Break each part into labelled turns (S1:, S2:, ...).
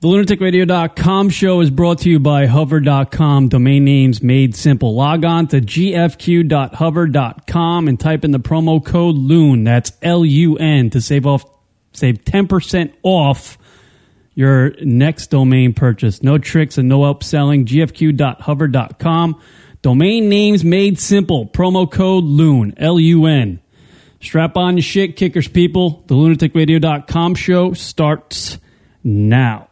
S1: The lunaticradio.com show is brought to you by hover.com, domain names made simple. Log on to gfq.hover.com and type in the promo code LUN, that's L U N, to save off save 10% off your next domain purchase. No tricks and no upselling. gfq.hover.com. Domain names made simple. Promo code LUN, L U N. Strap on your shit kickers, people. The lunaticradio.com show starts now.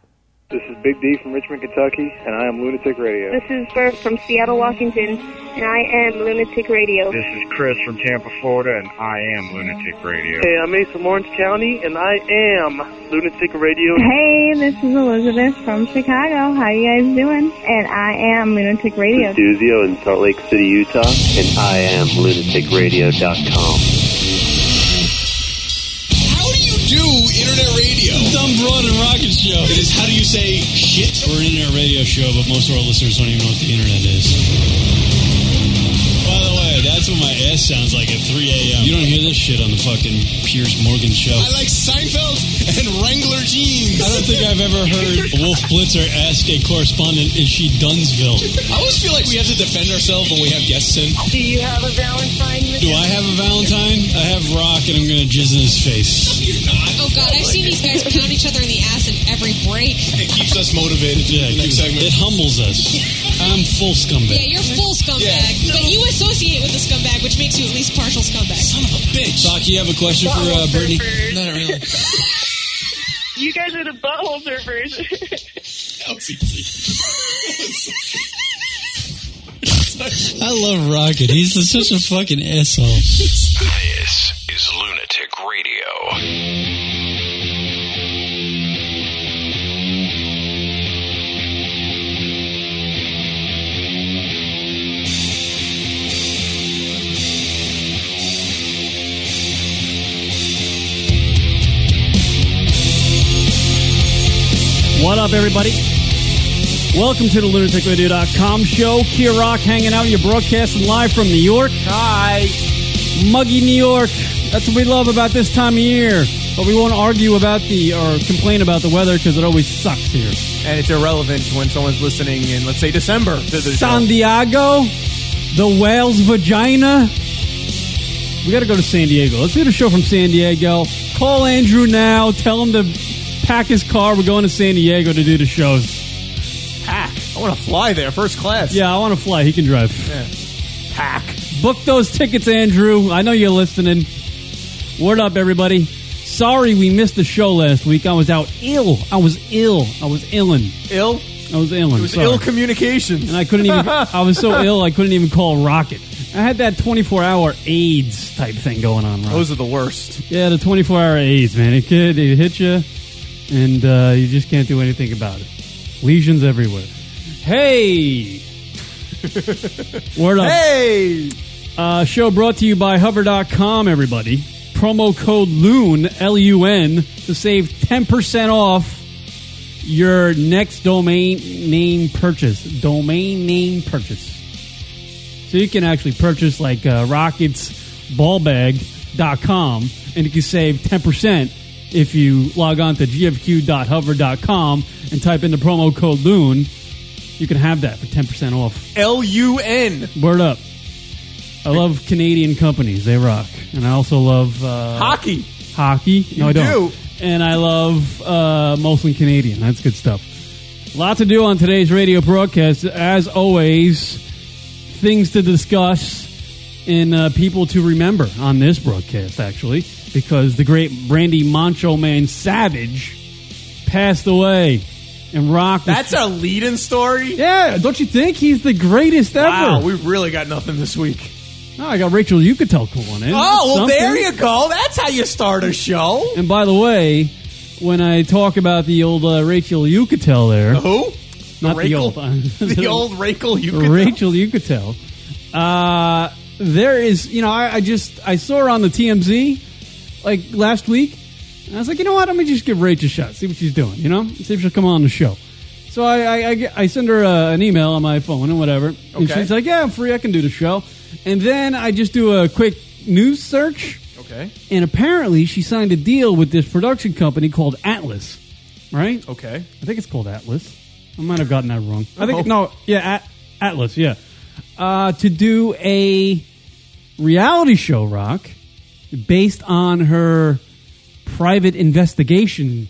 S2: This is Big D from Richmond, Kentucky, and I am Lunatic Radio.
S3: This is Bert from Seattle, Washington, and I am Lunatic Radio.
S4: This is Chris from Tampa, Florida, and I am Lunatic Radio.
S5: Hey, I'm Ace from Orange County, and I am Lunatic Radio.
S6: Hey, this is Elizabeth from Chicago. How you guys doing? And I am Lunatic Radio.
S7: Duzio in Salt Lake City, Utah, and I am lunaticradio.com.
S8: How do you do internet radio?
S9: Dumb Broad and Rocket Show. It is how do you say shit?
S1: We're an internet radio show, but most of our listeners don't even know what the internet is.
S9: By the way, that's what my ass sounds like at 3 a.m.
S1: You don't hear this shit on the fucking Piers Morgan show.
S9: I like Seinfeld and Wrangler jeans.
S1: I don't think I've ever heard Wolf Blitzer ask a correspondent, is she Dunsville?
S9: I always feel like we have to defend ourselves when we have guests in.
S3: Do you have a Valentine?
S1: Do I have a Valentine? I have Rock, and I'm going to jizz in his face.
S10: Oh God, I've seen these guys pound each other in the ass in every break.
S9: It keeps us motivated.
S1: Yeah,
S9: the
S1: it,
S9: next segment.
S1: it humbles us. I'm full
S10: Yeah,
S1: scumbag.
S10: you're full scumbag,
S9: Yeah.
S10: but you associate with the scumbag, which makes you at least partial scumbag.
S9: Son of a bitch.
S1: Doc, you have a question for uh, Brittany?
S3: surfers.
S9: Not really.
S3: You guys are the butthole surfers.
S1: I love Rocket. He's such a fucking asshole.
S11: This is Lunatic Radio.
S1: What up, everybody? Welcome to the lunaticradio.com show. Kia Rock hanging out. You're broadcasting live from New York. Hi. Muggy New York. That's what we love about this time of year. But we won't argue about the or complain about the weather because it always sucks here.
S12: and it's irrelevant when someone's listening in, let's say, December to the show.
S1: San Diego, the whale's vagina. We got to go to San Diego. Let's do the show from San Diego. Call Andrew now. Tell him to pack his car. We're going to San Diego to do the shows.
S12: Hack. I want to fly there, first class.
S1: Yeah, I want to fly. He can drive.
S12: Hack.
S1: Book those tickets, Andrew. I know you're listening. Word up, everybody. Sorry we missed the show last week. I was out ill. I was ill. I was illin.
S12: Ill.
S1: I was illin.
S12: It was
S1: Sorry.
S12: ill communications.
S1: and I couldn't even. I was so ill, I couldn't even call Rocket. I had that 24 hour AIDS type thing going on, Rocket.
S12: Those are the worst.
S1: Yeah, the 24 hour AIDS, man. It could it hit you, and uh, you just can't do anything about it. Lesions everywhere. Hey! Word up.
S12: Hey!
S1: Uh, show brought to you by hover.com, everybody. Promo code LUN, L U N, to save 10% off your next domain name purchase. Domain name purchase. So you can actually purchase like uh, rocketsballbag.com and you can save 10% if you log on to gfq.hover.com and type in the promo code LUN. You can have that for 10% off.
S12: L U N.
S1: Word up. I love Canadian companies. They rock. And I also love uh,
S12: Hockey.
S1: hockey. No, I don't.
S12: do.
S1: And I love uh, mostly Canadian. That's good stuff. Lot to do on today's radio broadcast. As always, things to discuss and uh, people to remember on this broadcast, actually, because the great Brandy Mancho Man Savage passed away. And Rock. was-
S12: That's our lead-in story.
S1: yeah, don't you think he's the greatest
S12: Wow,
S1: ever?
S12: we really got nothing this week.
S1: No, Oh, I got Rachel Yucatelco on it.
S12: Oh, well,
S1: Something.
S12: there you go. That's how you start a show.
S1: And by the way, when I talk about the old uh, Rachel Yucatel there,
S12: Who?
S1: not the old,
S12: the old Rakel. You could
S1: Rachel Yucatel, uh, there is, you know, I, I just, I saw her on the TMZ like last week. And I was like, you know what? I'm going to just give Rachel a shot, see what she's doing, you know? See if she'll come on the show. So I, I, I, get- I send her uh, an email on my phone and whatever. And
S12: Okay.
S1: she's like, yeah, I'm free. I can do the show. And then I just do a quick news search.
S12: Okay.
S1: And apparently, she signed a deal with this production company called Atlas, right?
S12: Okay.
S1: I think it's called Atlas. I might have gotten that wrong. I think
S12: Oh.
S1: no, yeah, At- Atlas, yeah. Uh, to do a reality show, Rock, based on her private investigation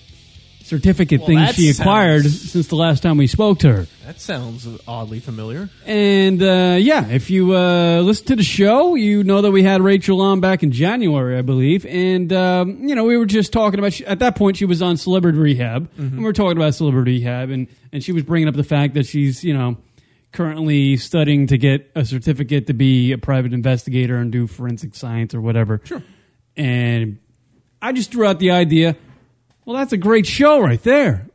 S1: certificate
S12: Well,
S1: thing
S12: that
S1: she acquired
S12: sounds-
S1: since the last time we spoke to her.
S12: That sounds oddly familiar.
S1: And uh, yeah, if you uh, listen to the show, you know that we had Rachel on back in January, I believe. And, um, you know, we were just talking about, she, at that point, she was on Celebrity Rehab. And we were talking about Celebrity Rehab. And, and she was bringing up the fact that she's, you know, currently studying to get a certificate to be a private investigator and do forensic science or whatever. Sure. And I just threw out the idea. Well, that's a great show right there.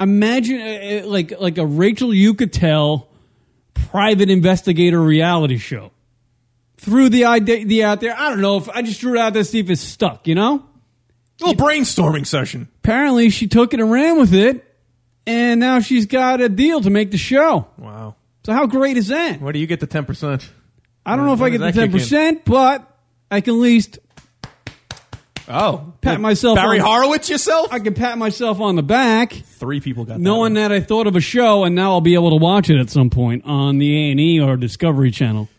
S1: Imagine uh, uh, like like a Rachel Yucatel private investigator reality show. Threw the idea out there. I don't know if I just threw it out there to see if it's stuck. You know.
S12: little brainstorming session.
S1: Apparently, she took it and ran with it, and now she's got a deal to make the show.
S12: Wow.
S1: So how great is that?
S12: Where do you get the ten percent?
S1: I don't know if I
S12: Where
S1: get
S12: does
S1: the ten
S12: that kick in?
S1: percent, but I can at least
S12: Oh,
S1: pat myself.
S12: Barry
S1: on,
S12: Horowitz yourself.
S1: I can pat myself on the back.
S12: Three people got that.
S1: knowing that I thought of a show and now I'll be able to watch it at some point on the A and E or Discovery Channel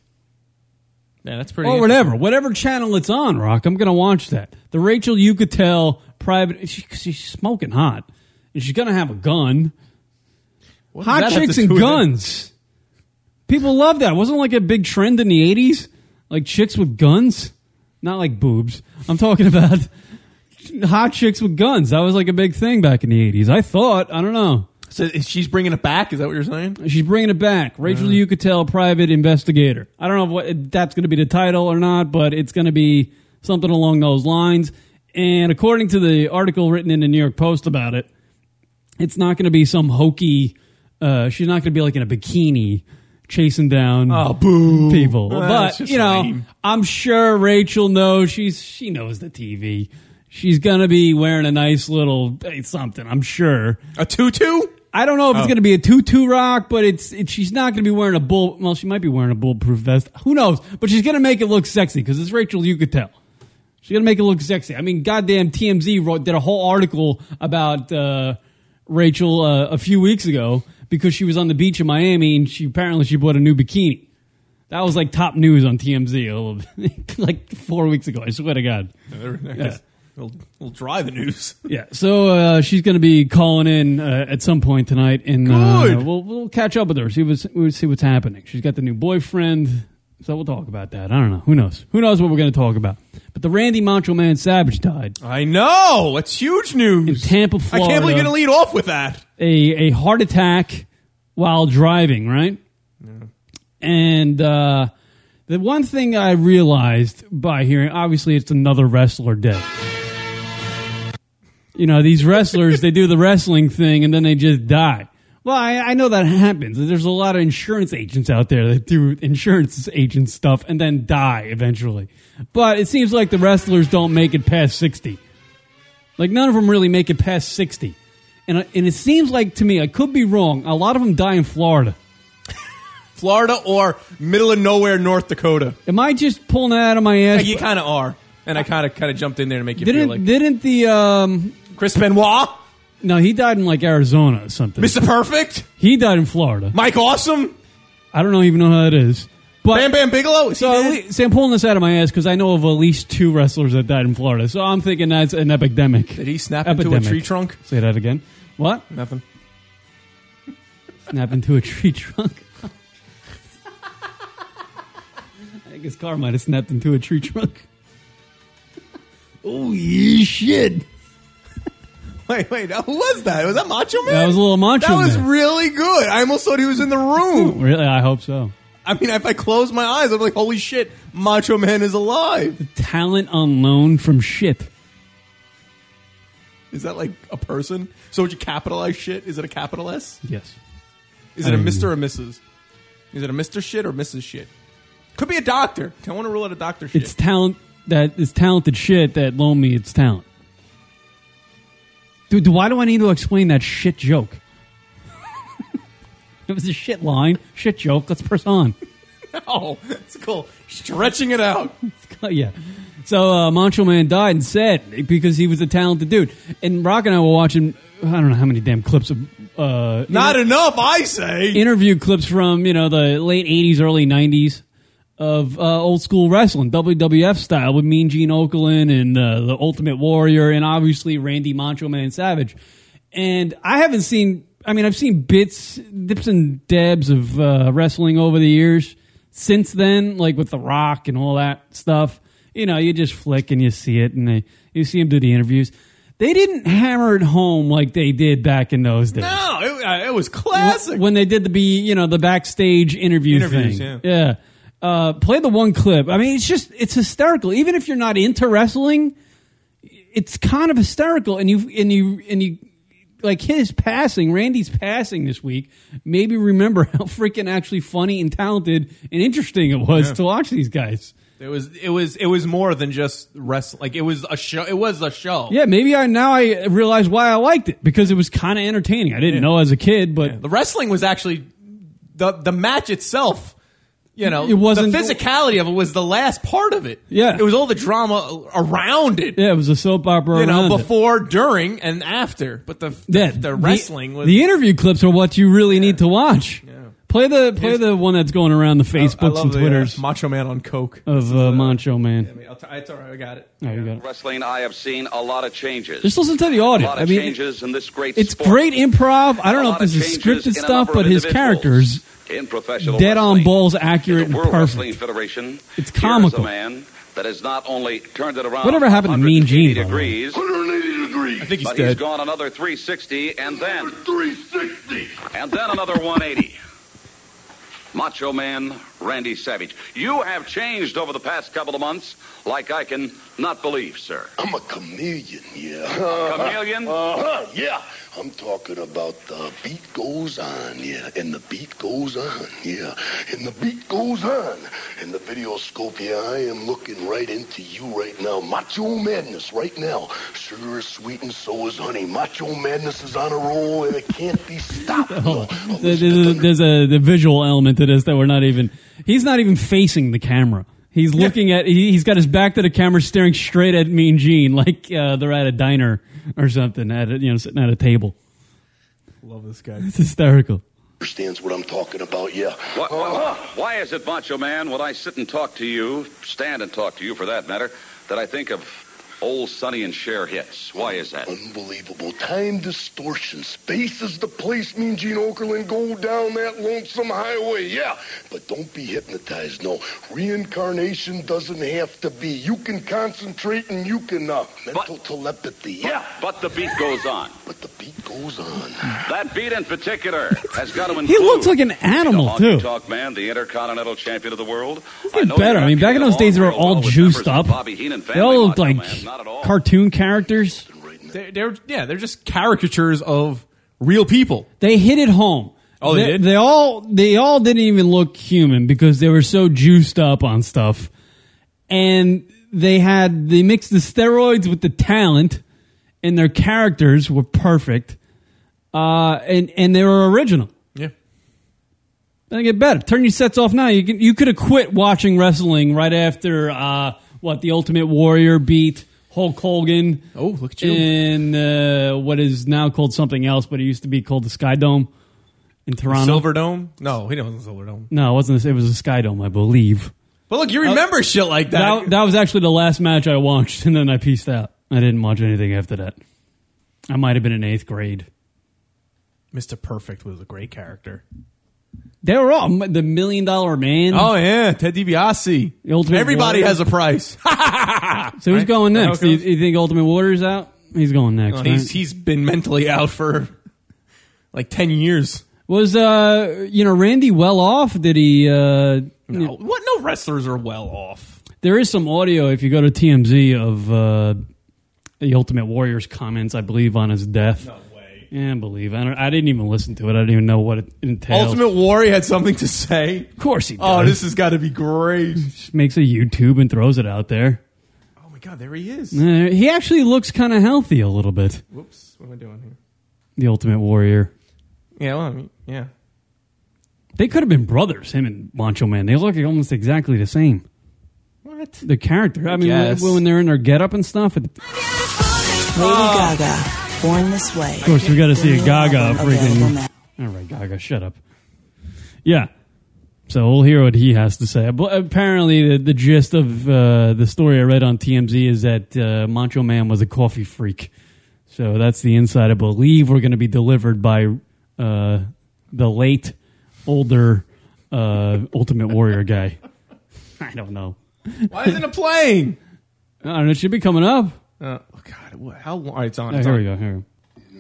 S12: Yeah, that's pretty.
S1: or whatever, whatever channel it's on. Rock, I'm gonna watch that. The Rachel Yucatel private. She, she's smoking hot, and she's gonna have a gun.
S12: What does
S1: Hot
S12: that have
S1: chicks
S12: to
S1: and
S12: do with it?
S1: guns. People love that. Wasn't like a big trend in the '80s, like chicks with guns, not like boobs. I'm talking about hot chicks with guns. That was like a big thing back in the '80s. I thought. I don't know.
S12: So is- she's bringing it back. Is that what you're saying?
S1: She's bringing it back. Rachel Yucatel, private investigator. I don't know what that's going to be the title or not, but it's going to be something along those lines. And according to the article written in the New York Post about it, it's not going to be some hokey. Uh, she's not going to be like in a bikini chasing down
S12: Oh, boo!
S1: people.
S12: Ah, it's
S1: but
S12: just
S1: you know,
S12: lame.
S1: I'm sure Rachel knows she's she knows the TV. She's going to be wearing a nice little eh, something. I'm sure.
S12: a tutu. Oh.
S1: I don't know if it's going to be a tutu rock, but it's it, she's not going to be wearing a bull. Well, she might be wearing a bulletproof vest. Who knows? But she's going to make it look sexy because it's Rachel. You could tell she's going to make it look sexy. I mean, goddamn, TMZ wrote did a whole article about uh, Rachel uh, a few weeks ago because she was on the beach in Miami and she apparently she bought a new bikini. That was like top news on TMZ a little, like four weeks ago. I swear to God.
S12: Yeah. We'll, we'll dry the news.
S1: Yeah, so uh, she's going to be calling in uh, at some point tonight, and uh,
S12: Good.
S1: we'll we'll catch up with her. See what's we'll see what's happening. She's got the new boyfriend, so we'll talk about that. I don't know. Who knows? Who knows what we're going to talk about? But the Randy Macho Man Savage died.
S12: I know. That's huge news.
S1: In Tampa,
S12: I can't believe
S1: Florida.
S12: you're going to lead off with that.
S1: a a heart attack while driving, right? And uh, the one thing I realized by hearing, obviously, it's another wrestler dead. You know, these wrestlers, they do the wrestling thing and then they just die. Well, I, I know that happens. There's a lot of insurance agents out there that do insurance agent stuff and then die eventually. But it seems like the wrestlers don't make it past 60. Like none of them really make it past sixty, and I- and it seems like to me I could be wrong. A lot of them die in Florida.
S12: Florida or middle of nowhere North Dakota.
S1: Am I just pulling that out of my ass?
S12: You kind of are. And I kind of kind of jumped in there to make you
S1: didn't
S12: feel like
S1: didn't the um
S12: Chris Benoit,
S1: no he died in like Arizona or something.
S12: Mr. Perfect,
S1: He died in Florida.
S12: Mike Awesome,
S1: I don't know even know how that is. But
S12: Bam Bam Bigelow. Is he
S1: so at
S12: dead?
S1: lea- see, I'm pulling this out of my ass because I know of at least two wrestlers that died in Florida. So I'm thinking that's an epidemic.
S12: Did he snap into
S1: Epidemic.
S12: a tree trunk?
S1: Say that again. What?
S12: Nothing.
S1: snap into a tree trunk. I think his car might have snapped into a tree trunk. Oh shit!
S12: Wait, wait. Who was that? Was that Macho Man?
S1: That was a little macho.
S12: That was
S1: man.
S12: really good. I almost thought he was in the room.
S1: really. I hope so.
S12: I mean, if I close my eyes, I'm like, holy shit, Macho Man is alive.
S1: Talent on loan from shit.
S12: Is that like a person? So would you capitalize shit? Is it a capital S?
S1: Yes. Um,
S12: Is it a
S1: I don't
S12: Mr. or Mrs.? Is it a Mr. shit or Mrs. shit? Could be a doctor. I want to rule out a doctor shit.
S1: It's talent that is talented shit that loan me its talent. Dude, why do I need to explain that shit joke? it was a shit line, shit joke. Let's press on.
S12: no, Oh, it's cool. Stretching it out.
S1: Oh, yeah. So uh, Macho Man died and said because he was a talented dude. And Rock and I were watching. I don't know how many damn clips of. Uh,
S12: Not enough, I say.
S1: Interview clips from you know the late '80s, early '90s of uh, old school wrestling, WWF style, with Mean Gene Okerlund and uh, the Ultimate Warrior, and obviously Randy Macho Man Savage. And I haven't seen. I mean, I've seen bits, dips and dabs of uh, wrestling over the years since then, like with The Rock and all that stuff. You know, you just flick and you see it, and they, you see him do the interviews. They didn't hammer it home like they did back in those days
S12: No, it, uh, it was classic.
S1: when they did the be you know the backstage interview
S12: Interviews,
S1: thing. Yeah. Uh, play the one clip. I mean, it's just it's hysterical. Even if you're not into wrestling, it's kind of hysterical. And you and you and you like his passing, Randy's passing this week. Maybe remember how freaking actually funny and talented and interesting it was
S12: Yeah.
S1: to watch these guys.
S12: It was it was it was more than just wrestling. Like it was a show. It was a show.
S1: Yeah, maybe I now I realize why I liked it because it was kind of entertaining. I didn't know as a kid, but
S12: The wrestling was actually the the match itself. You know,
S1: It wasn't-
S12: the physicality of it was the last part of it.
S1: Yeah.
S12: it was all the drama around it.
S1: yeah, it was a soap opera.
S12: You know,
S1: around it.
S12: before, during, and after. But the
S1: Yeah,
S12: the, wrestling was
S1: the interview clips are what you really need to watch. Play the play the one that's going around the Facebooks and Twitters
S12: Macho Man on Coke.
S1: of uh, Macho Man.
S12: I'll t- it's all right. I got it.
S1: Oh, you got it.
S13: Wrestling, I have seen a lot of changes.
S1: Just listen to the audio.
S13: A lot
S1: I
S13: of
S1: mean,
S13: changes in this great
S1: It's
S13: sport.
S1: great improv. I don't
S13: A
S1: know
S13: lot
S1: if this
S13: of
S1: is
S13: changes in
S1: scripted
S13: a
S1: stuff,
S13: number
S1: but
S13: of
S1: his
S13: individuals.
S1: characters
S13: in professional
S1: dead on
S13: wrestling.
S1: balls, accurate
S13: In
S1: and
S13: the World
S1: perfect.
S13: Wrestling Federation.
S1: It's
S13: here is
S1: comical.
S13: a man that has not only turned it around.
S1: Whatever happened to Mean Gene?
S13: 180
S1: by the way?
S13: degrees. 180 degrees. I
S1: think he's
S13: but
S1: dead.
S13: he's gone another 360 and then 360 and then another 180. Macho Man Randy Savage, you have changed over the past couple of months like I can not believe, sir. I'm a chameleon, yeah. chameleon?
S14: Uh-huh, yeah. I'm talking about the beat goes on, yeah. And the beat goes on, yeah. And the beat goes on. In the video scope, yeah, I am looking right into you right now. Macho Madness right now. Sugar is sweet and so is honey. Macho Madness is on a roll and it can't be stopped. No.
S1: Oh, There's a, there's a the visual element to this that we're not even. He's not even facing the camera. He's looking at. He, he's got his back to the camera, staring straight at Mean Gene, like uh, they're at a diner or something, at a, you know, sitting at a table.
S12: Love this guy.
S1: It's hysterical.
S14: Understands what I'm talking about, yeah.
S13: Why, why, why is it, Macho Man, when I sit and talk to you, stand and talk to you for that matter, that I think of old Sonny and Cher hits? Why is that?
S14: Unbelievable. Time distortion. Space is the place me and Gene Okerlund go down that lonesome highway. Yeah. But don't be hypnotized. No. Reincarnation doesn't have to be. You can concentrate and you can uh, mental telepathy. Yeah.
S13: But the beat goes on.
S14: But the beat goes on.
S13: That beat in particular has got to include.
S1: He looks like an animal
S13: Honky
S1: too.
S13: Talk Man, the Intercontinental Champion of the World. I
S1: Get
S13: know
S1: better.
S13: you
S1: I mean, back in those days, they were all juiced up.
S13: Bobby Heenan
S1: They all looked like cartoon characters.
S12: They're, they're yeah, they're just caricatures of real people.
S1: They hit it home.
S12: Oh, they did?
S1: They all they all didn't even look human because they were so juiced up on stuff, and they had they mixed the steroids with the talent, and their characters were perfect, uh, and and they were original.
S12: Yeah.
S1: Then get better. Turn your sets off now. You can, you could have quit watching wrestling right after uh, what the Ultimate Warrior beat Hulk Hogan.
S12: Oh, look at you.
S1: In uh, what is now called something else, but it used to be called the Sky Dome in Toronto.
S12: Silver Dome? No, he doesn't Silver Dome.
S1: No, it wasn't. It was a Sky Dome, I believe.
S12: But look, you
S1: Uh,
S12: remember shit like that.
S1: That was actually the last match I watched, and then I pieced out. I didn't watch anything after that. I might have been in eighth grade.
S12: Mr. Perfect was a great character.
S1: They were all the Million Dollar Man.
S12: Oh yeah, Ted DiBiase.
S1: Ultimate
S12: Everybody
S1: Warrior.
S12: has a price.
S1: So who's
S12: Right?
S1: going
S12: That
S1: next?
S12: how
S1: You,
S12: it
S1: you think Ultimate Warrior's out? He's going next.
S12: No,
S1: right?
S12: he's he's been mentally out for like ten years.
S1: Was uh you know Randy well off? Did he? Uh, you know-
S12: What? No wrestlers are well off.
S1: there is some audio if you go to TMZ of uh, the Ultimate Warrior's comments, I believe, on his death. No way. Yeah, I believe. I, don't, I didn't even listen to it. I didn't even know what it entails.
S12: Ultimate Warrior had something to say. Of
S1: course he. Does.
S12: Oh, this has got to be great.
S1: Just makes a YouTube and throws it out there.
S12: Oh my god, there he is.
S1: Uh, he actually looks kind of healthy a little bit.
S12: Whoops, what am I doing here?
S1: The Ultimate Warrior.
S12: Yeah, well, I mean, yeah.
S1: They could have been brothers, him and Macho Man. They look almost exactly the same.
S12: What?
S1: The character. I, mean,
S15: guess.
S1: when, when they're in their getup and stuff. It,
S15: Lady Gaga, Born This Way.
S1: of course, we got to see a Gaga
S15: Available
S1: freaking.
S15: now.
S1: All right, Gaga, shut up. Yeah. So we'll hear what he has to say. But apparently, the, the gist of uh, the story I read on TMZ is that uh, Macho Man was a coffee freak. So that's the inside I believe we're going to be delivered by uh, the late, older uh, Ultimate Warrior guy. I don't know.
S12: Why isn't it playing?
S1: I don't know. It should be coming up.
S12: Uh, oh God, what- how long? All right, it's on.
S1: Yeah,
S12: it's
S1: Oh, here we go.
S12: on.
S1: Here.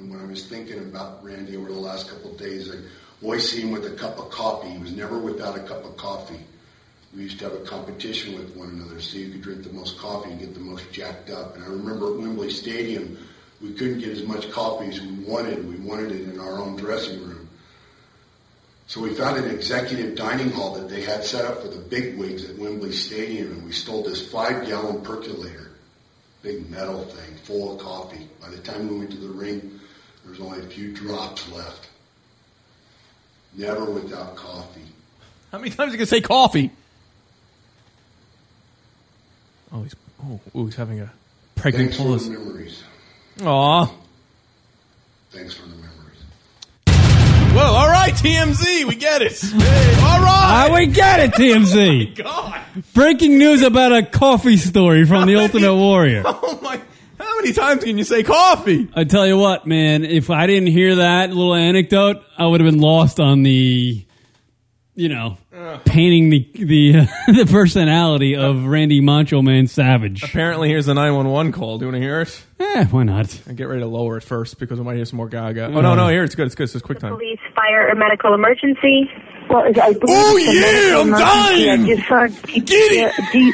S14: And when I was thinking about Randy over the last couple of days, I always see him with a cup of coffee. He was never without a cup of coffee. We used to have a competition with one another, see who could drink the most coffee and get the most jacked up. And I remember at Wembley Stadium, we couldn't get as much coffee as we wanted. We wanted it in our own dressing room. So we found an executive dining hall that they had set up for the big wigs at Wembley Stadium, and we stole this five-gallon percolator, big metal thing, full of coffee. By the time we went to the ring, there's only a few drops left. Never without coffee.
S12: How many times are you gonna say coffee? Oh, he's oh, ooh, he's having a pregnant
S14: Thanks for
S12: pause.
S14: the memories.
S12: Aw.
S14: Thanks for the memories.
S12: Well, all right, TMZ, we get it. Hey, all right.
S1: Ah, we got it, TMZ.
S12: Oh God.
S1: Breaking news about a coffee story from the Ultimate Warrior.
S12: Oh my! How many times can you say coffee?
S1: I tell you what, man, if I didn't hear that little anecdote, I would have been lost on the, you know, painting the the the personality of Randy Macho Man Savage.
S12: Apparently, here's the 911 call. Do you want to hear it?
S1: Eh, why not?
S12: And get ready to lower it first because we might hear some more Gaga. Oh no, no, here it's good. It's good. It's just quick time.
S3: Police, fire, or medical emergency. Well, I believe
S12: Oh, it's a yeah, medical I'm emergency. dying. I
S3: just saw Jeep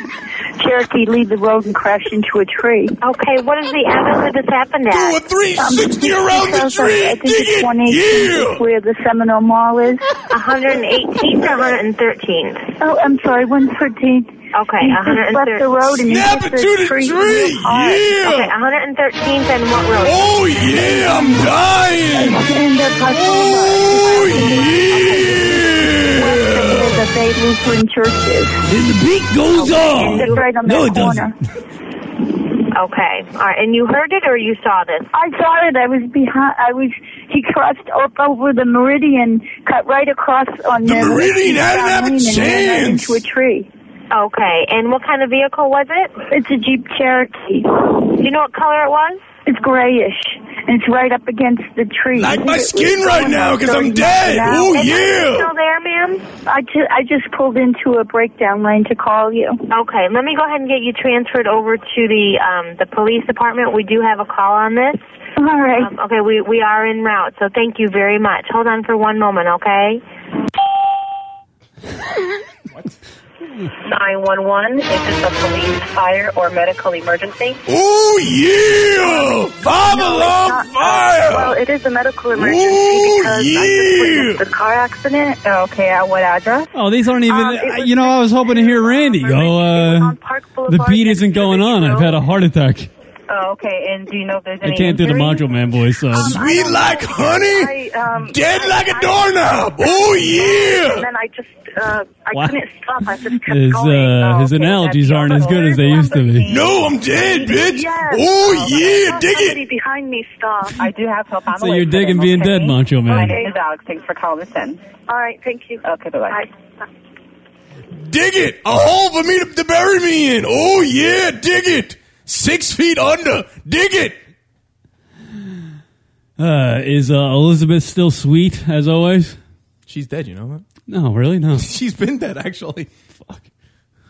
S3: Cherokee leave the road and crash into a tree. Okay, what is the avenue this happened at?
S8: Do a 360 around the
S3: sounds
S8: tree.
S3: I think it's
S8: Dig it.
S3: 118
S8: Yeah.
S3: is where the Seminole Mall is. 118th or 113th? Oh, I'm sorry, 113th. Okay,
S6: You just left the road and you
S8: Snap hit it the to the tree tree. real hard. Yeah. Okay,
S3: 113th and what road?
S8: Oh, yeah, I'm dying. Oh, yeah.
S6: The Bay Lutheran Church is.
S8: And the beat goes on.
S6: It's right on
S8: No,
S6: that
S8: it
S6: corner.
S8: doesn't.
S3: Okay. All right. And you heard it or you saw this?
S6: I saw it. I was behind. I was. He crossed up over the meridian, cut right across on the
S8: meridian hadn't had a
S6: lane and ran right
S8: chance.
S6: into a tree.
S3: Okay. And what kind of vehicle was it?
S6: It's a Jeep Cherokee.
S3: Do you know what color it was?
S6: It's grayish, and it's right up against the tree.
S8: Like my skin right now, 'cause I'm dead.
S6: Oh
S8: Ooh, yeah.
S3: Still there, ma'am?
S6: I just I just pulled into a breakdown lane to call you.
S3: Okay. Let me go ahead and get you transferred over to the um, the police department. We do have a call on this.
S6: All right.
S3: Um, okay. We we are en route. So thank you very much. Hold on for one moment, okay? Nine one one. Is this a police, fire, or medical emergency?
S8: Oh, yeah. Bob along fire.
S6: Well, it is a medical emergency
S8: Ooh,
S6: because I just witnessed the car accident. Okay, at what address?
S1: Oh, these aren't even.
S6: Um, it
S1: I- you know, I was hoping to hear Randy go. Uh, the beat isn't going on. I've had a heart attack.
S6: Oh, okay. And do you know if there's
S1: I can't do the Macho Man voice.
S6: Um,
S1: So.
S8: Sweet like honey. Dead like a doorknob. Oh, yeah.
S6: then I just, uh, I
S1: Wow.
S6: couldn't stop. I just kept Oh,
S1: His uh, his analogies aren't as good as they used to be.
S8: No, I'm dead, bitch.
S6: Yes.
S8: Oh, yeah. Dig it.
S6: Somebody behind me stop.
S16: I do have help on
S1: So you're digging being dead, Macho Man.
S16: is Alex. Thanks for calling us in.
S6: All right, thank you.
S16: Okay, bye-bye.
S8: Dig it! A hole for me to, to bury me in! Oh yeah, dig it! Six feet under! Dig it!
S1: Uh, is uh, Elizabeth still sweet as always?
S12: She's dead. You know that?
S1: No, really, no.
S12: She's been dead actually. Fuck.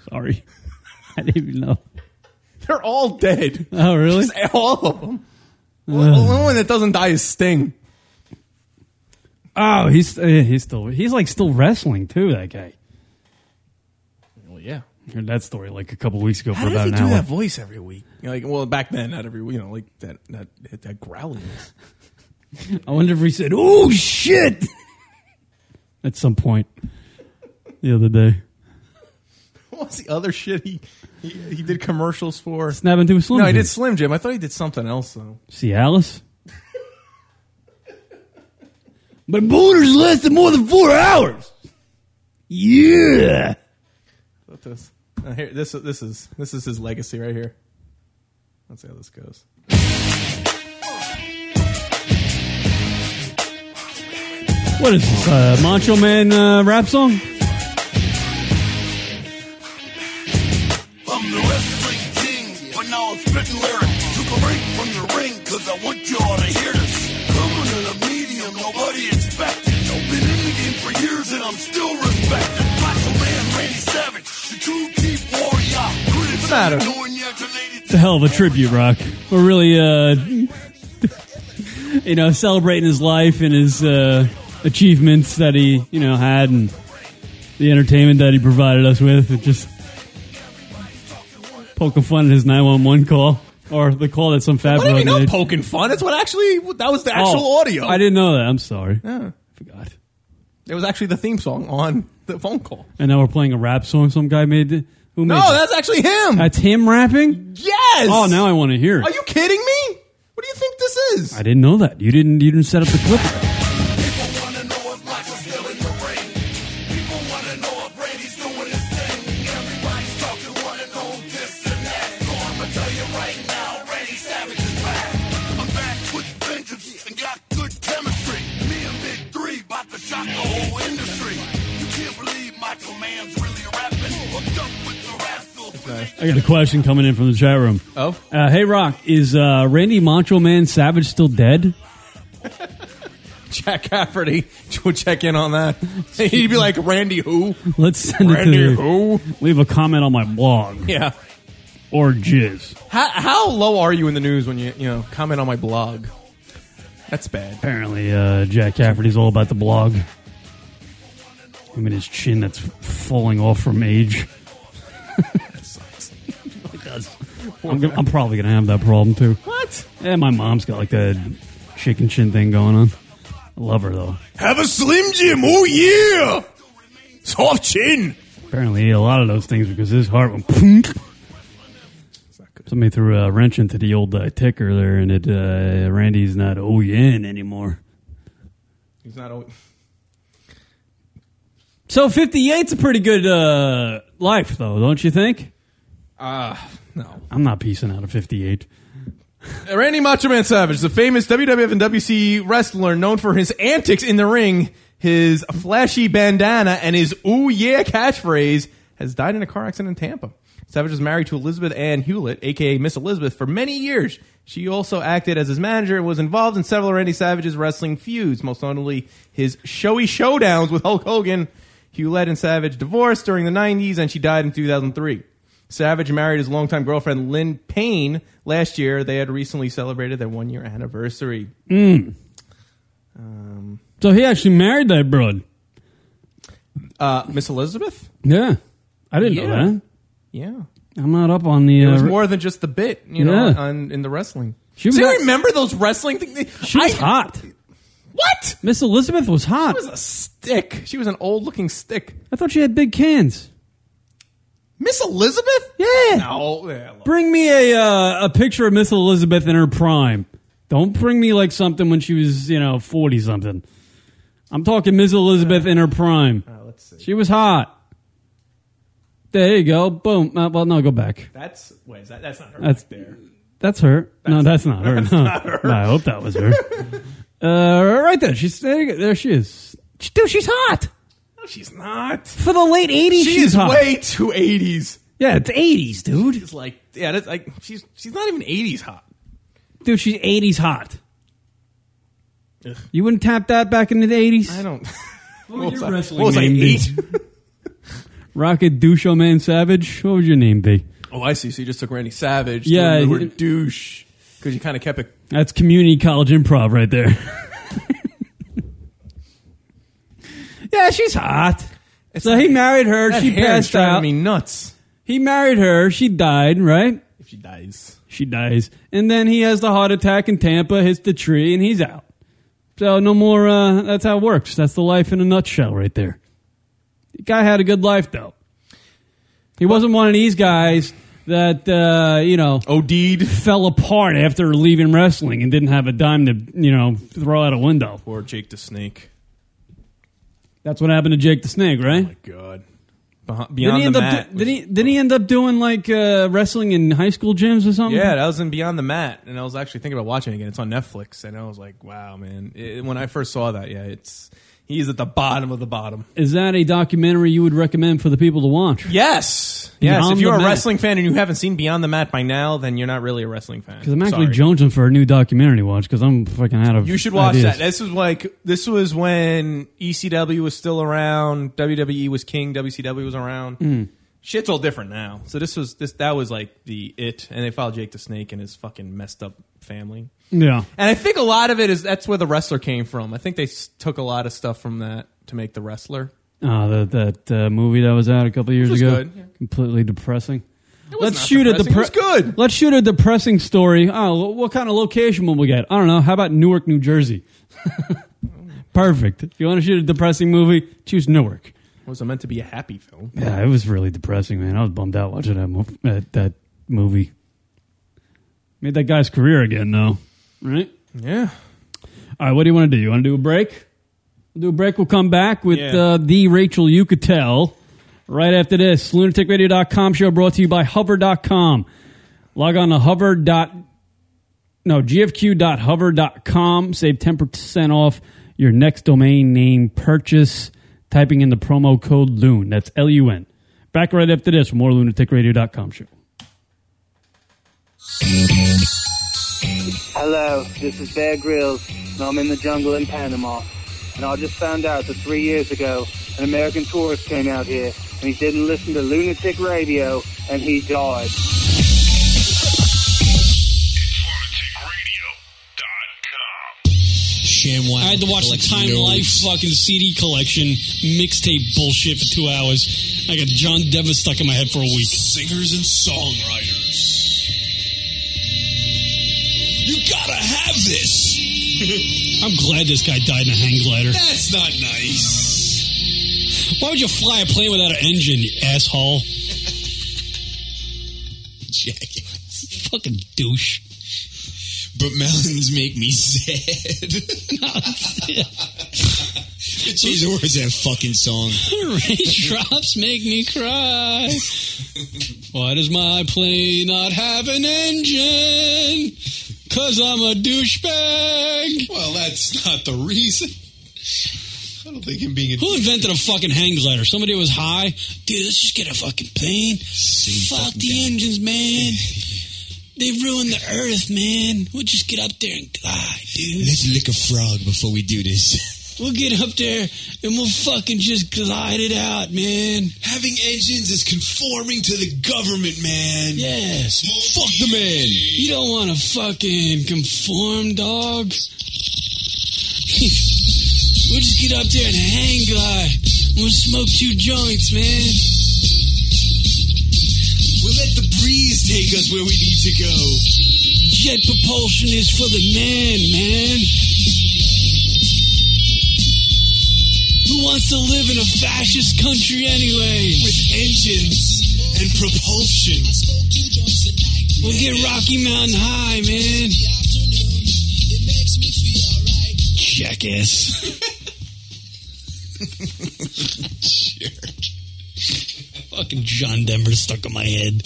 S1: Sorry, I didn't even know.
S12: They're all dead.
S1: Oh, really?
S12: Just all of them. The only one that doesn't die is Sting. Ah.
S1: Oh, he's uh, he's still he's like still wrestling too. That guy.
S12: Well, yeah.
S1: Heard that story like a couple weeks ago
S12: How
S1: for
S12: does
S1: about
S12: he
S1: an
S12: do
S1: hour.
S12: that voice every week? You know, like, well, back then, not every week. You know, like that that that growliness.
S1: I wonder if he said "Oh shit" at some point the other day.
S12: What was the other shit he he, he did commercials for?
S1: Snap into a slim.
S12: no, he
S1: Jim.
S12: did Slim Jim. I thought he did something else though.
S1: See Alice.
S8: My booters lasted more than four hours! Yeah.
S12: Let this. uh, here, this this is this is his legacy right here. Let's see how this goes.
S1: What is this? Uh, Macho Man uh, rap song?
S17: I'm the wrestling king, but now I'm spitting lyrics. Took a break from the ring, cause I want you all to hear this. Coming in a medium nobody expected. I've been in the game for years and I'm still respected. Macho Man Randy Savage, the true deep warrior. Critics
S1: the matter?
S17: ignoring you after
S1: It's a hell of a tribute, Rock. We're really, uh, you know, celebrating his life and his uh, achievements that he, you know, had and the entertainment that he provided us with. It just poking fun at his 911 call or the call that some fat
S12: What do you
S1: boy
S12: mean? I'm
S1: made.
S12: poking fun. That's what actually. That was the actual
S1: Oh,
S12: audio.
S1: I didn't know that. I'm sorry.
S12: Yeah.
S1: Forgot.
S12: It was actually the theme song on the phone call.
S1: And now we're playing a rap song some guy made. Who made
S12: No,
S1: that?
S12: that's actually him.
S1: That's him rapping?
S12: Yes.
S1: Oh, now I want to hear it.
S12: Are you kidding me? What do you think this is?
S1: I didn't know that. You didn't. You didn't set up the clip. I got a question coming in from the chat room.
S12: Oh?
S1: uh, hey Rock, is uh, Randy Macho Man Savage still dead?
S12: Jack Cafferty would check in on that. He'd be like, Randy who?
S1: Let's send it to
S12: Randy
S1: the-
S12: who?
S1: Leave a comment on my blog
S12: Yeah.
S1: or jizz.
S12: How, how low are you in the news when you, you know, comment on my blog? That's bad.
S1: Apparently, uh, Jack Cafferty's all about the blog. I mean, his chin that's falling off from age. it does. I'm, go- I'm probably gonna have that problem too.
S12: What?
S1: Yeah, my mom's got like that chicken chin thing going on. I love her though.
S8: Have a Slim Jim. Oh, yeah. Soft chin.
S1: Apparently, he ate a lot of those things because his heart went. Punk. Somebody threw a wrench into the old uh, ticker there, and it uh, Randy's not OEN anymore.
S12: He's not always.
S1: So 58's a pretty good uh, life, though, don't you think?
S12: Uh, no.
S1: I'm not piecing out of 58.
S12: Randy Macho Man Savage, the famous WWF and WC wrestler known for his antics in the ring, his flashy bandana, and his ooh yeah catchphrase, has died in a car accident in Tampa. Savage was married to Elizabeth Ann Hewlett, aka Miss Elizabeth, for many years. She also acted as his manager and was involved in several Randy Savage's wrestling feuds, most notably his showy showdowns with Hulk Hogan. Hewlett and Savage divorced during the 90s, and she died in 2003. Savage married his longtime girlfriend Lynn Payne last year. They had recently celebrated their one year anniversary.
S1: Mm.
S12: Um,
S1: So he actually married that broad.
S12: uh, Miss Elizabeth?
S1: Yeah. I didn't
S12: Yeah.
S1: know
S12: Yeah.
S1: that. I'm not up on the.
S12: It was
S1: uh,
S12: more than just the bit, you know,
S1: Yeah.
S12: on, in the wrestling.
S1: She was
S12: Do
S1: not-
S12: you remember those wrestling things?
S1: she was hot.
S12: What?
S1: Miss Elizabeth was hot.
S12: was a stick. She was an old looking stick.
S1: I thought she had big cans.
S12: Miss Elizabeth?
S1: Yeah.
S12: No. yeah, look.
S1: Bring me a uh, a picture of Miss Elizabeth in her prime. Don't bring me like something when she was you know forty something. I'm talking Miss Elizabeth in her prime.
S12: let's see.
S1: She was hot. There you go. Boom. Uh, well, no, go back.
S12: That's wait, is that, that's not her
S1: That's
S12: back there.
S1: That's her. no, that's not her. no.
S12: not her.
S1: No, I hope that was her. uh, right there. She's there. You go. There she is. She- Dude, she's hot
S12: No, she's not.
S1: for the late '80s.
S12: She
S1: she's
S12: is
S1: hot.
S12: way too eighties.
S1: yeah, it's '80s, dude.
S12: She's like yeah, that's like she's she's not even eighties hot.
S1: Dude, she's '80s hot.
S12: Ugh.
S1: You wouldn't tap that back in the '80s.
S12: I don't.
S1: What would
S12: was
S1: your
S12: I-
S1: wrestling
S12: what was I,
S1: name be?
S12: eight?
S1: Rocket Douche O Man Savage. What would your name be?
S12: oh, I see. So you just took Randy Savage.
S1: Yeah,
S12: the word
S1: it-
S12: douche because you kind of kept it.
S1: That's community college improv right there. yeah, she's hot. so he married her.
S12: That
S1: She
S12: hair is
S1: passed
S12: driving
S1: out.
S12: me nuts.
S1: He married her. She died, right?
S12: If she dies,
S1: She dies. And then he has the heart attack in Tampa, hits the tree, and he's out. So no more. Uh, that's how it works. That's the life in a nutshell right there. The guy had a good life, though. He wasn't one of these guys that, uh, you know,
S12: OD'd.
S1: fell apart after leaving wrestling and didn't have a dime to, you know, throw out a window.
S12: Poor Jake the Snake.
S1: That's what happened to Jake the Snake, right?
S12: Oh, God. Beyond
S1: Didn't he
S12: the
S1: end up
S12: mat.
S1: do- did he did he end up doing like uh, wrestling in high school gyms or something?
S12: Yeah, that was in Beyond the Mat, and I was actually thinking about watching it again. It's on Netflix, and I was like, wow, man. It- when I first saw that, yeah, it's he's at the bottom of the bottom.
S1: Is that a documentary you would recommend for the people to watch?
S12: Yes, yes.
S1: Beyond
S12: if you're
S1: the
S12: a
S1: Mat.
S12: wrestling fan and you haven't seen Beyond the Mat by now, then you're not really a wrestling fan.
S1: Because I'm actually
S12: Sorry.
S1: jonesing for a new documentary to watch because I'm fucking out of.
S12: You should watch
S1: ideas.
S12: that. This was like this was when ECW was still around, WWE was king, WCW was around.
S1: Mm.
S12: Shit's all different now. So this was this that was like the it, and they followed Jake the Snake and his fucking messed up family.
S1: Yeah.
S12: and I think a lot of it is that's where the wrestler came from. I think they s- took a lot of stuff from that to make the wrestler.
S1: Oh, that that uh, movie that was out a couple years
S12: was
S1: ago,
S12: good,
S1: completely depressing.
S12: was
S1: let's
S12: not
S1: shoot
S12: depressing. It
S1: a
S12: was
S1: depre- good. Let's shoot a depressing story. Oh, wh- what kind of location will we get? I don't know. How about Newark, New Jersey? Perfect. If you want to shoot a depressing movie, choose Newark.
S12: It was meant to be a happy film.
S1: Yeah, it was really depressing, man. I was bummed out watching that mov- that, that movie. Made that guy's career again, though, right?
S12: Yeah.
S1: All right, what do you want to do? You want to do a break? We'll do a break. We'll come back with
S12: Yeah.
S1: uh, the Rachel Yucatel right after this. LunaticRadio.com show brought to you by Hover.com. Log on to Hover. dot- No, gfq.hover.com. Save 10% off your next domain name purchase typing in the promo code LUN. That's L U N. Back right after this with more lunaticradio.com show.
S18: Hello, this is Bear Grylls, and I'm in the jungle in Panama. And I just found out that three years ago, an American tourist came out here, and he didn't listen to lunatic radio, and he died.
S9: Sham I had to watch the Time Life fucking CD collection mixtape bullshit for two hours. I got John Devis stuck in my head for a week. Singers and songwriters. You gotta have this. I'm glad this guy died in a hang glider. That's not nice. Why would you fly a plane without an engine, you asshole?
S19: Jack.
S9: Fucking douche.
S19: But melons make me sad. Jeez, where's that fucking song?
S9: Raindrops make me cry. Why does my plane not have an engine? Cause I'm a douchebag. Well, that's not the reason. I don't think him being a Who invented a fucking hang glider? Somebody was high? Dude, let's just get a fucking plane. Fuck the engines, man. They ruined the earth, man. We'll just get up there and glide, dude.
S19: Let's lick a frog before we do this.
S9: We'll get up there and we'll fucking just glide it out, man. Having engines is conforming to the government, man. Yes. Fuck the man. You don't want to fucking conform, dog. we'll just get up there and hang glide. We'll smoke two joints, man. We'll let the breeze take us where we need to go. Jet propulsion is for the man, man. Who wants to live in a fascist country anyway? With engines and propulsion. We'll get Rocky Mountain High, man. Jackass. Fucking John Denver stuck in my head.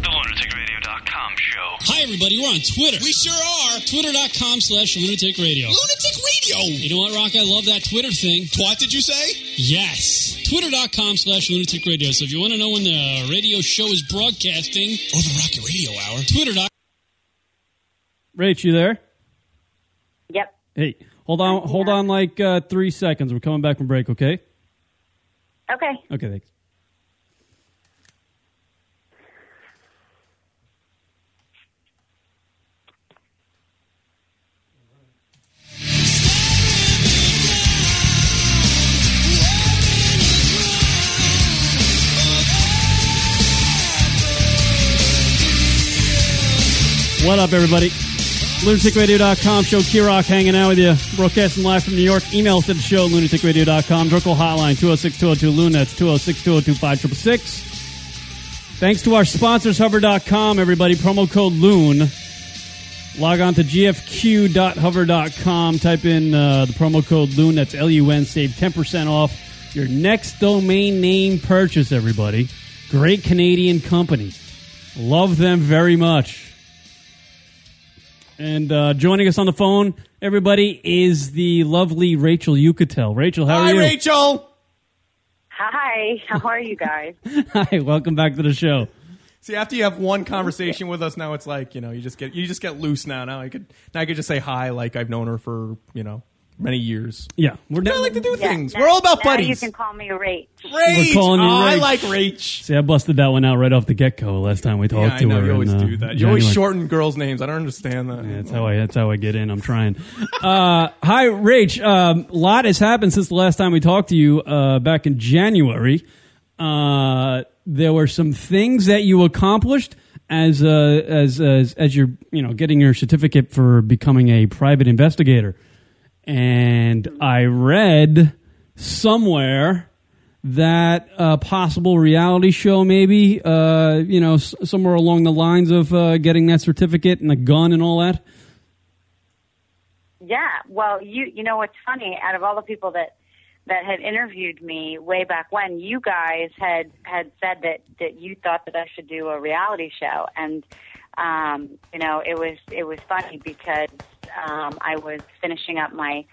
S11: LunaticRadio.com show.
S9: Hi, everybody. We're on Twitter. We sure are. Twitter.com slash lunatic radio. Lunatic radio. You know what, Rock? I love that Twitter thing. Twat, did you say? Yes. Twitter.com slash lunatic radio. So if you want to know when the radio show is broadcasting, or Oh, the Rocket Radio Hour, Twitter. dot-
S1: Rach, you there?
S16: Yep.
S1: Hey, hold on, hold on, like uh, three seconds. We're coming back from break, okay?
S16: Okay.
S1: Okay, thanks. What up, everybody? LunaticRadio.com show. Kirok hanging out with you. Broadcasting live from New York. Email us at the show, lunaticradio.com. Druckle hotline, 206-202-LUN. That's 206-202-5666. Thanks to our sponsors, hover.com, everybody. Promo code LUN. Log on to gfq.hover.com. Type in uh, the promo code LUN. That's L U N. Save 10% off your next domain name purchase, everybody. Great Canadian company. Love them very much. And uh, joining us on the phone, everybody, is the lovely Rachel Yucatel. Rachel, how
S12: Hi,
S1: are you?
S12: Rachel.
S16: Hi. How are you guys?
S1: Hi, welcome back to the show.
S12: See, after you have one conversation with us, now it's like you know you just get you just get loose now. Now I could now I could just say hi, like I've known her for you know many years.
S1: Yeah, we're
S12: I like to do
S16: Yeah,
S12: things.
S16: now-
S12: We're all about
S16: now
S12: buddies.
S16: You can call me Rach.
S12: Rach.
S1: We're calling you
S12: Oh, I
S1: Rach.
S12: like Rach.
S1: See, I busted that one out right off the get go last time we
S12: Yeah,
S1: talked
S12: I
S1: to
S12: know
S1: her.
S12: you always
S1: in, uh,
S12: do that. You always
S1: January.
S12: shorten girls' names. I don't understand that.
S1: That's how I. That's how I get in. I'm trying. Uh, hi, Rach. A lot has happened since the last time we talked to you uh, back in January. Uh, there were some things that you accomplished as uh, as as as you're you know getting your certificate for becoming a private investigator, and I read somewhere that a possible reality show maybe uh, you know s- somewhere along the lines of uh, getting that certificate and a gun and all that
S16: Yeah. Well, you you know what's funny? Out of all the people that that had interviewed me way back when, you guys had had said that that you thought that I should do a reality show, and um, you know it was it was funny because um, I was finishing up my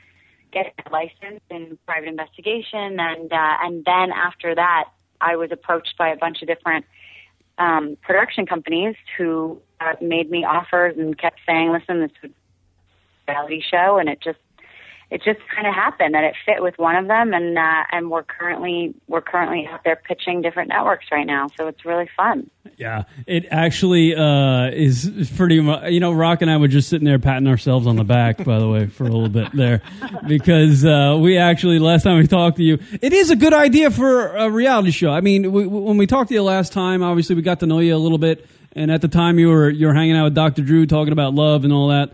S16: get license in private investigation, and uh, and then after that, I was approached by a bunch of different um, production companies who uh, made me offers and kept saying, "Listen, this would reality show and it just it just kind of happened that it fit with one of them and uh, and we're currently we're currently out there pitching different networks right now so it's really fun
S1: yeah it actually uh, is is pretty much you know rock and i were just sitting there patting ourselves on the back by the way for a little bit there because uh, we actually last time we talked to you it is a good idea for a reality show i mean we, we- when we talked to you last time obviously we got to know you a little bit and at the time you were you were hanging out with dr drew talking about love and all that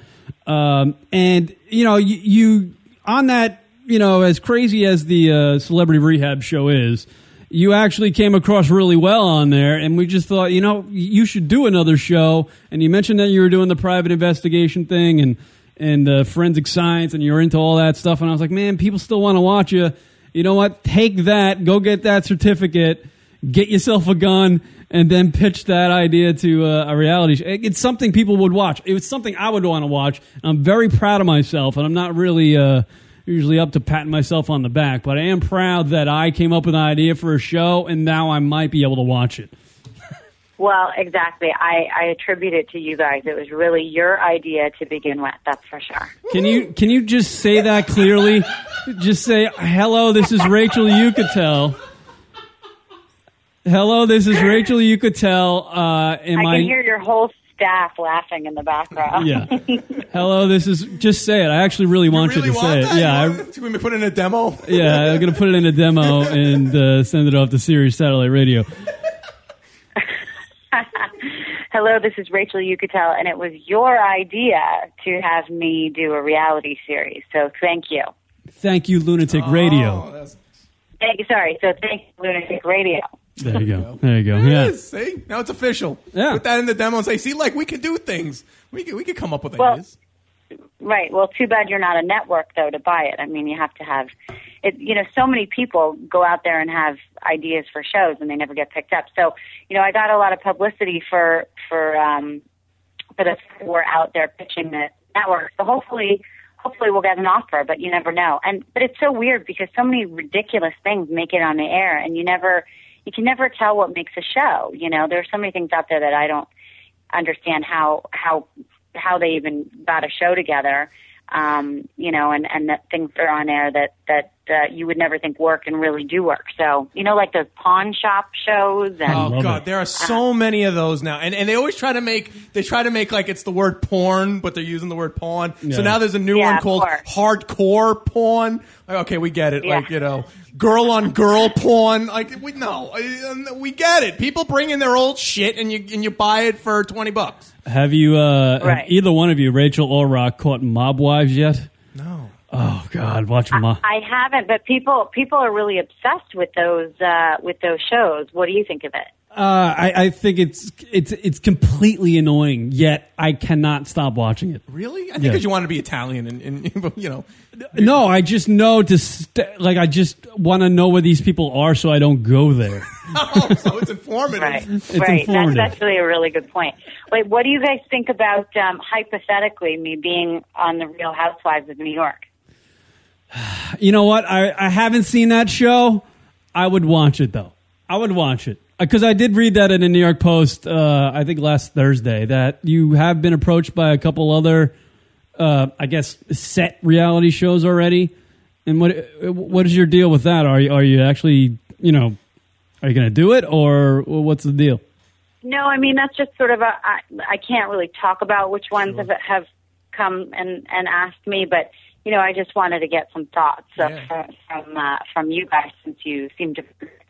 S1: um, and you know you, you on that you know, as crazy as the uh, celebrity rehab show is, you actually came across really well on there, and we just thought, you know, you should do another show. And you mentioned that you were doing the private investigation thing and and uh, forensic science, and you're into all that stuff. And I was like, man, people still want to watch you. You know what? Take that, go get that certificate, get yourself a gun, and then pitch that idea to uh, a reality show. It- It's something people would watch. It was something I would want to watch. I'm very proud of myself, and I'm not really. Uh, usually up to patting myself on the back, but I am proud that I came up with an idea for a show and now I might be able to watch it.
S16: well exactly i i attribute it to you guys it was really your idea to begin with that's for sure
S1: Can you can you just say that clearly? just say hello, this is Rachel Yucatel. Hello, this is Rachel Yucatel. Uh am
S16: i
S1: I,
S16: can hear your whole staff laughing in the background
S1: Yeah. Hello, this is just say it. I actually really want you, to say it. Yeah, I,
S12: Should we put in a demo?
S1: yeah, I'm gonna put it in a demo and uh, send it off to Sirius Satellite Radio.
S16: hello this is rachel yucatel and it was your idea to have me do a reality series so thank you
S1: Thank you, Lunatic Radio.
S16: thank you sorry so thank you lunatic radio
S1: There you go. There you go.
S12: There it
S1: Oh, Yeah.
S12: is. See, now it's official.
S1: Yeah.
S12: Put that in the demo and say, "See, like we can do things. We can, we can come up with
S16: Well,
S12: ideas."
S16: Right. Well, too bad you're not a network though to buy it. I mean, you have to have it. You know, so many people go out there and have ideas for shows and they never get picked up. So, you know, I got a lot of publicity for for um for the we're out there pitching the network. So hopefully, hopefully we'll get an offer, but you never know. And but it's so weird because so many ridiculous things make it on the air, and you never you can never tell what makes a show. You know, there's so many things out there that I don't understand how how how they even got a show together um you know and and that things that are on air that that uh, you would never think work and really do work so you know like those pawn shop shows and
S12: Oh God, there are so many of those now, and and they always try to make they try to make like it's the word porn, but they're using the word pawn.
S1: Yeah.
S12: So now there's a new
S1: Yeah,
S12: one
S1: of
S12: called hardcore porn. Like, okay, we get it.
S1: Yeah.
S12: Like you know, girl on girl porn. Like we no, I- we get it. People bring in their old shit, and you and you buy it for twenty bucks.
S1: Have you, uh, have
S12: Right.
S1: either one of you, Rachel or Rock, caught mob wives yet?
S12: No.
S1: Oh God, watch mob.
S16: i haven't but people people are really obsessed with those uh with those shows what do you think of it
S1: Uh, I, I think it's it's it's completely annoying. Yet I cannot stop watching it.
S12: Really? I think
S1: Yeah.
S12: because you want to be Italian and, and you know.
S1: No, I just know to st- like. I just want to know where these people are, so I don't go there.
S12: so Oh, it's informative.
S16: Right,
S1: It's
S16: right.
S1: informative.
S16: That's actually a really good point. Wait, what do you guys think about um, hypothetically me being on the Real Housewives of New York?
S1: You know what? I, I haven't seen that show. I would watch it though. I would watch it because I did read that in the New York Post. Uh, I think last Thursday that you have been approached by a couple other, uh, I guess, set reality shows already. And what what is your deal with that? Are you are you actually you know are you going to do it or what's the deal?
S16: No, I mean that's just sort of a I, I can't really talk about which ones have have come and and asked me, but you know I just wanted to get some thoughts uh, from from, uh, from you guys since you seem to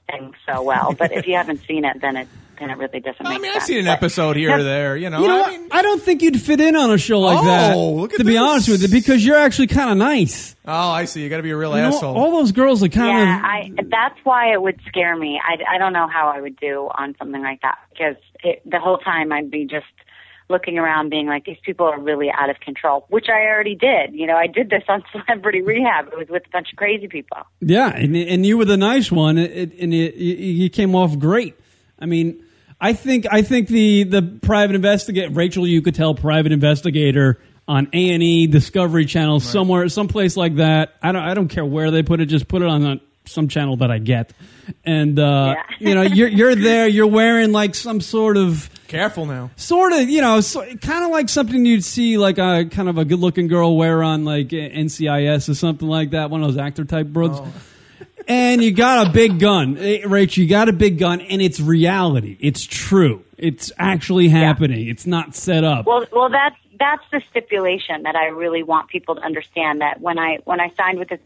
S16: things so well. But if you haven't seen it, then it then it really doesn't make sense.
S12: I've seen an episode here or
S16: Yeah.
S12: there. You know.
S1: You know
S12: I
S1: what?
S12: mean,
S1: I don't think you'd fit in on a show like
S12: Oh,
S1: that.
S12: look at
S1: to be
S12: this.
S1: honest with you, because you're actually kind of nice.
S12: oh, I see. You got to be a real
S1: You know,
S12: asshole.
S1: all those girls are kind of
S16: yeah, I, that's why it would scare me. I, I don't know how I would do on something like that because it, the whole time I'd be just looking around, being like, these people are really out of control, which I already did. You know, I did this on Celebrity Rehab. It was with a bunch of crazy people.
S1: Yeah, and and you were the nice one, it, and it, you- you came off great. I mean, I think I think the the private investigator Rachel, you could tell private investigator on A and E Discovery Channel somewhere, someplace like that. I don't I don't care where they put it, just put it on a, some channel that I get, and uh, you know you're you're there, you're wearing like some sort of
S12: Careful now.
S1: sort of you know so, kind of like something you'd see like a kind of a good looking girl wear on like eh, ncis or something like that one of those actor type bros and you got a big gun Eh, rach you got a big gun and it's reality it's true it's actually happening it's not set up
S16: Well, well, that's that's the stipulation that I really want people to understand that when I when I signed with this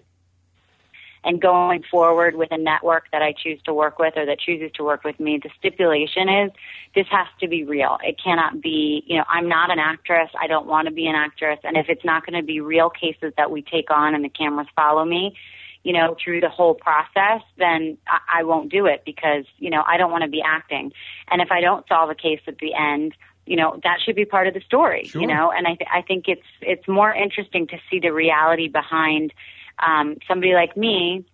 S16: and going forward with a network that I choose to work with or that chooses to work with me, the stipulation is this has to be real. It cannot be, you know, I'm not an actress. I don't want to be an actress. And if it's not going to be real cases that we take on and the cameras follow me, you know, through the whole process, then I, I won't do it because, you know, I don't want to be acting. And if I don't solve a case at the end, you know, that should be part of the story,
S20: Sure.
S16: you know, and I, th- I think it's, it's more interesting to see the reality behind, um, somebody like me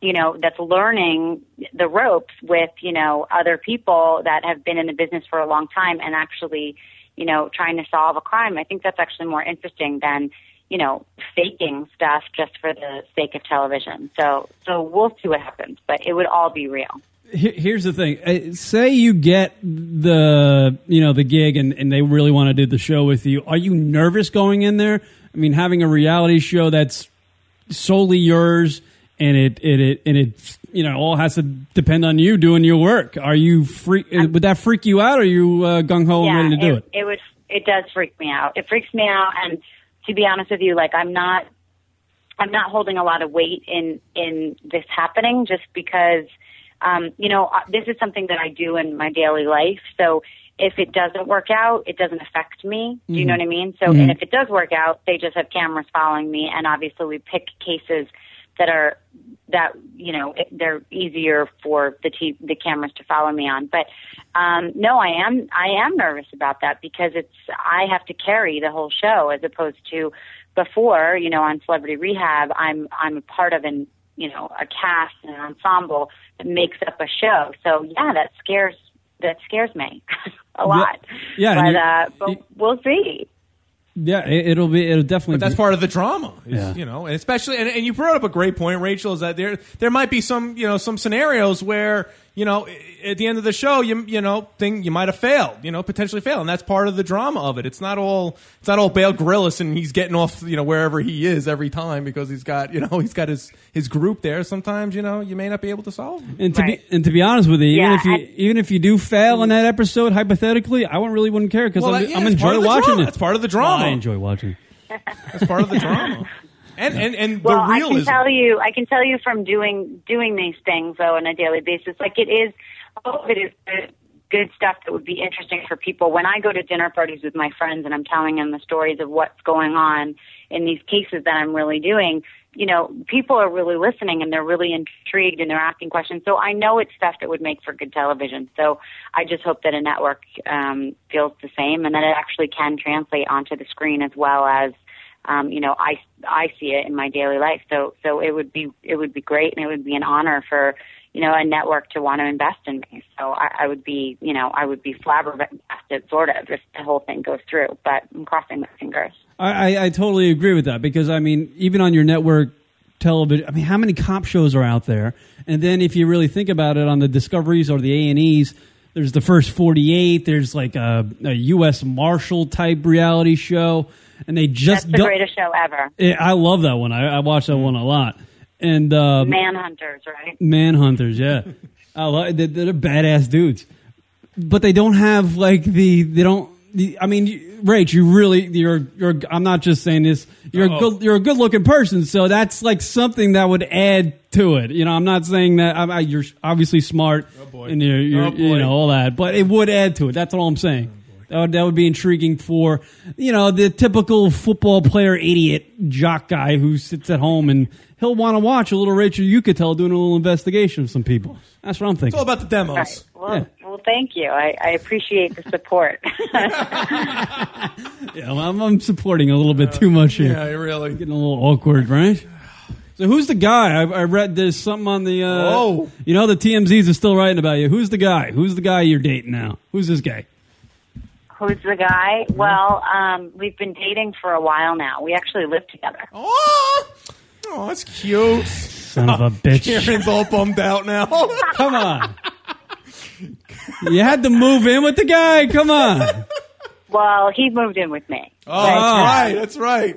S16: you know that's learning the ropes with you know other people that have been in the business for a long time and actually you know trying to solve a crime i think that's actually more interesting than you know faking stuff just for the sake of television so so we'll see what happens but it would all be real
S1: Here- here's the thing Eh, say you get the you know the gig and, and they really want to do the show with you are you nervous going in there i mean having a reality show that's solely yours and it it, it and it you know all has to depend on you doing your work are you freak eh, would that freak you out or are you uh, gung-ho and ready to do it,
S16: it would. It does freak me out. It freaks me out, and to be honest with you, like I'm not, I'm not holding a lot of weight in in this happening, just because, um, you know, uh, this is something that I do in my daily life. So if it doesn't work out, it doesn't affect me. Do you know
S20: Mhm.
S1: Mm-hmm.
S16: what I mean? So,
S20: Mhm.
S16: and if it does work out, they just have cameras following me, and obviously we pick cases that are that you know they're easier for the t- the cameras to follow me on but um no i am i am nervous about that because it's i have to carry the whole show as opposed to before you know on celebrity rehab i'm i'm a part of an you know a cast and an ensemble that makes up a show so yeah that scares that scares me a lot
S1: Yeah, and
S16: but
S1: you-
S16: uh but we'll see
S1: yeah it, it'll be it'll definitely
S12: But that's
S1: be-
S12: part of the drama, is,
S1: Yeah.
S12: you know, and especially and, and you brought up a great point, Rachel, is that there there might be some you know some scenarios where you know i- at the end of the show you you know thing you might have failed, you know, potentially failed, and that's part of the drama of it. It's not all it's not all Bale Grillis and he's getting off you know wherever he is every time because he's got you know he's got his his group there. Sometimes you know you may not be able to solve. them.
S1: and to be and to be honest with you, even
S12: Yeah,
S1: if you
S12: I-
S1: even if you do fail in that episode, hypothetically, I wouldn't really wouldn't care because
S12: Well,
S1: I'm,
S12: that- yeah,
S1: I'm
S12: it's
S1: enjoying
S12: part of the
S1: watching
S12: drama.
S1: it.
S12: That's part of the drama.
S1: I enjoy watching.
S12: That's part of the drama, and and and
S16: well,
S12: the realism.
S16: I can tell you, I can tell you from doing doing these things though on a daily basis. Like it is, all of it is good, good stuff that would be interesting for people. When I go to dinner parties with my friends and I'm telling them the stories of what's going on in these cases that I'm really doing, you know, people are really listening and they're really intrigued and they're asking questions. So I know it's stuff that would make for good television. So I just hope that a network um, feels the same and that it actually can translate onto the screen as well as, um, you know, I I see it in my daily life. So so it would be it would be great and it would be an honor for you know a network to want to invest in me. So I, I would be you know I would be flabbergasted sort of if the whole thing goes through. But I'm crossing my fingers.
S1: I, I, I totally agree with that because I mean, even on your network television, I mean, how many cop shows are out there? And then if you really think about it, on the Discoveries or the A and E's, there's the first 48. There's like a, a U.S. Marshal type reality show, and they just
S16: That's the
S1: don't-
S16: greatest show ever.
S1: Yeah, I love that one. I, I watch that one a lot. And uh,
S16: Manhunters, right?
S1: Manhunters, yeah. I love, they're, they're badass dudes, but they don't have like the they don't. The, I mean, you- Rach, you really you're you're. I'm not just saying this. You're a
S20: Uh-oh.
S1: good you're a good looking person, so that's like something that would add to it. You know, I'm not saying that I'm, I, you're obviously smart and you're, you're
S20: Oh,
S1: you know all that, but it would add to it. That's all I'm
S12: Oh,
S1: saying. that, would, that would be intriguing for you know the typical football player idiot jock guy who sits at home and he'll want to watch a little Rachel Yucatel doing a little investigation of some people. That's what I'm thinking.
S12: about the demos.
S16: Well, well, thank you. I, I appreciate the support.
S1: Yeah, I'm, I'm supporting a little bit too much here.
S12: yeah, really
S1: getting a little awkward, right? So who's the guy? I, I read there's something on the. Uh,
S12: Oh.
S1: you know the TMZ's are still writing about you. Who's the guy? Who's the guy you're dating now? Who's this guy?
S16: Who's the guy? Well, um, we've been dating for a while now. We actually live together.
S12: Oh, oh that's cute. Son
S1: of a bitch.
S12: Karen's all bummed out now. Come
S1: on. You had to move in with the guy. Come on.
S16: Well, he moved in with me.
S12: Oh, that's right. That's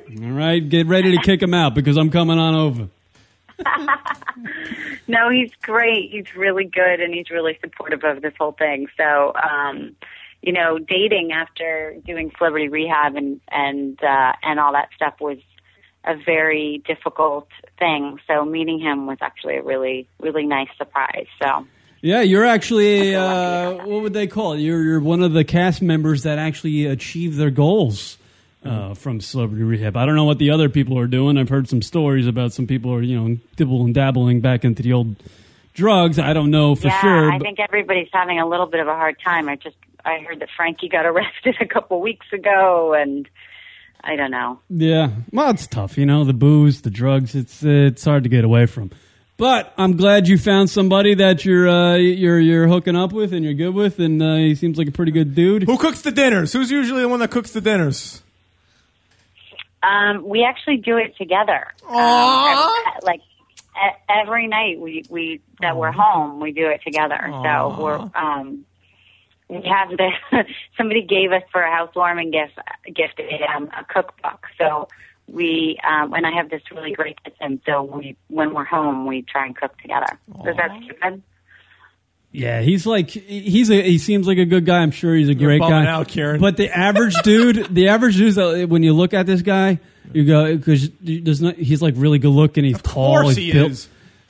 S12: right.
S1: All right, get ready to kick him out because I'm coming on over.
S16: No, he's great. He's really good, and he's really supportive of this whole thing. So, um, you know, dating after doing celebrity rehab and and uh, and all that stuff was a very difficult thing. So, meeting him was actually a really really nice surprise. So.
S1: Yeah, you're actually uh, what would they call it? You're you're one of the cast members that actually achieve their goals uh, from Celebrity Rehab. I don't know what the other people are doing. I've heard some stories about some people are you know dibble and dabbling back into the old drugs. I don't know for
S16: yeah,
S1: sure.
S16: I
S1: but-
S16: think everybody's having a little bit of a hard time. I just I heard that Frankie got arrested a couple weeks ago, and I don't know.
S1: yeah, well, it's tough. You know, the booze, the drugs. It's uh, it's hard to get away from. But I'm glad you found somebody that you're uh, you're you're hooking up with and you're good with, and uh, he seems like a pretty good dude.
S12: Who cooks the dinners? Who's usually the one that cooks the dinners?
S16: Um, we actually do it together. Um, ev- like e- every night we we that we're home, we do it together. So we're um, we have the somebody gave us for a housewarming gift gift a, um, a cookbook. So we um, and I have this really great kitchen. So we when we're home, we try and cook together. Does that sound
S1: Yeah, he's like he's a he seems like a good guy. I'm sure he's a great
S12: bumming
S1: guy.
S12: out, Karen.
S1: But the average dude, the average dude, that- when you look at this guy, you go because there's not he's like really good looking. He's tall.
S12: course
S1: he's
S12: he is.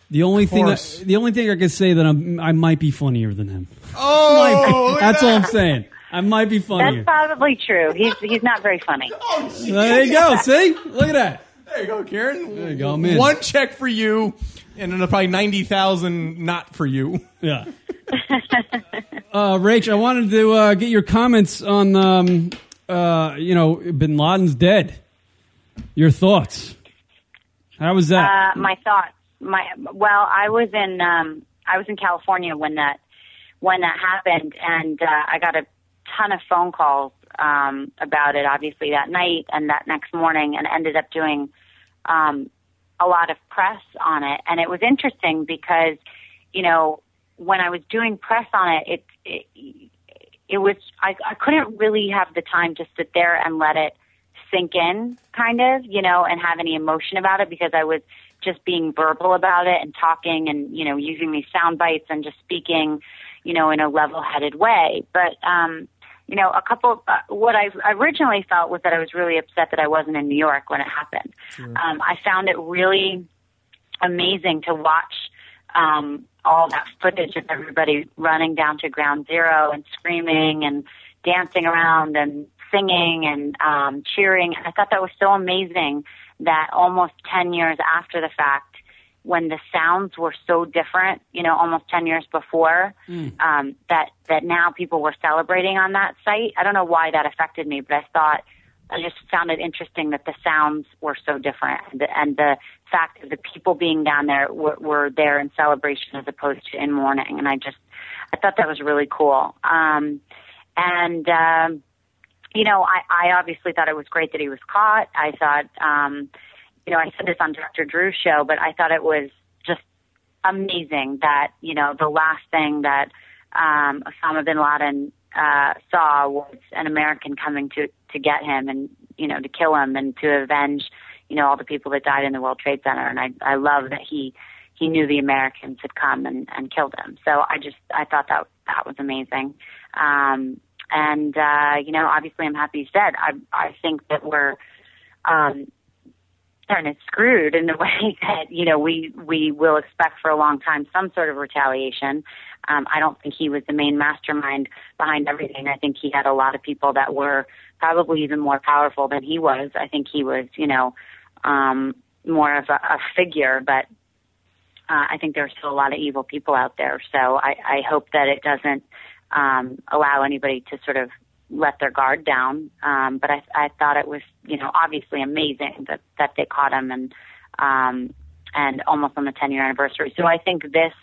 S1: The only
S12: Of
S1: thing
S12: course.
S1: that, the only thing I could say that I'm, I might be funnier than him.
S12: Oh, look at
S1: That's all I'm
S12: that.
S1: saying. I might be
S16: That's
S1: funnier.
S16: probably true. He's he's not very funny.
S1: There you go. See, look at that.
S12: There you go, Karen. There you
S1: go, I'm in.
S12: One check for you, and then probably ninety thousand not for you.
S1: Yeah. uh, Rach, I wanted to uh, get your comments on, um, uh, you know, Bin Laden's dead. Your thoughts? How was that?
S16: Uh, my thoughts. My well, I was in um, I was in California when that when that happened, and uh, I got a ton of phone calls um, about it. Obviously, that night and that next morning, and ended up doing um, a lot of press on it. And it was interesting because you know when I was doing press on it, it it, it was I, I couldn't really have the time to sit there and let it sink in, kind of, you know, and have any emotion about it because I was just being verbal about it and talking and, you know, using these sound bites and just speaking, you know, in a level headed way. But, um, you know, a couple, uh, what I originally felt was that I was really upset that I wasn't in New York when it happened. Um, I found it really amazing to watch um, all that footage of everybody running down to ground zero and screaming and dancing around and singing and um, cheering. I thought that was so amazing that almost 10 years after the fact, when the sounds were so different, you know, almost 10 years before,
S12: Hmm.
S16: um, that, that now people were celebrating on that site. I don't know why that affected me, but I thought I just found it interesting that the sounds were so different and the, and the fact that the people being down there were, were there in celebration as opposed to in mourning. And I just, I thought that was really cool. Um, and, um, you know, I, I obviously thought it was great that he was caught. I thought, um, you know, I said this on Dr. Drew's show, but I thought it was just amazing that, you know, the last thing that um, Osama bin Laden uh, saw was an American coming to, to get him and, you know, to kill him and to avenge, you know, all the people that died in the World Trade Center. And I, I love that he, he knew the Americans had come and, and killed him. So I just, I thought that, that was amazing. Um, and, uh, you know, obviously I'm happy he's dead. I, I think that we're, um, kind of screwed in the way that you know we we will expect for a long time some sort of retaliation. Um, I don't think he was the main mastermind behind everything. I think he had a lot of people that were probably even more powerful than he was. I think he was you know um, more of a, a figure, but uh, I think there are still a lot of evil people out there. So I, I hope that it doesn't um, allow anybody to sort of let their guard down. Um, but I, I thought it was, you know, obviously amazing that, that they caught him and, um, and almost on the 10 year anniversary. So I think this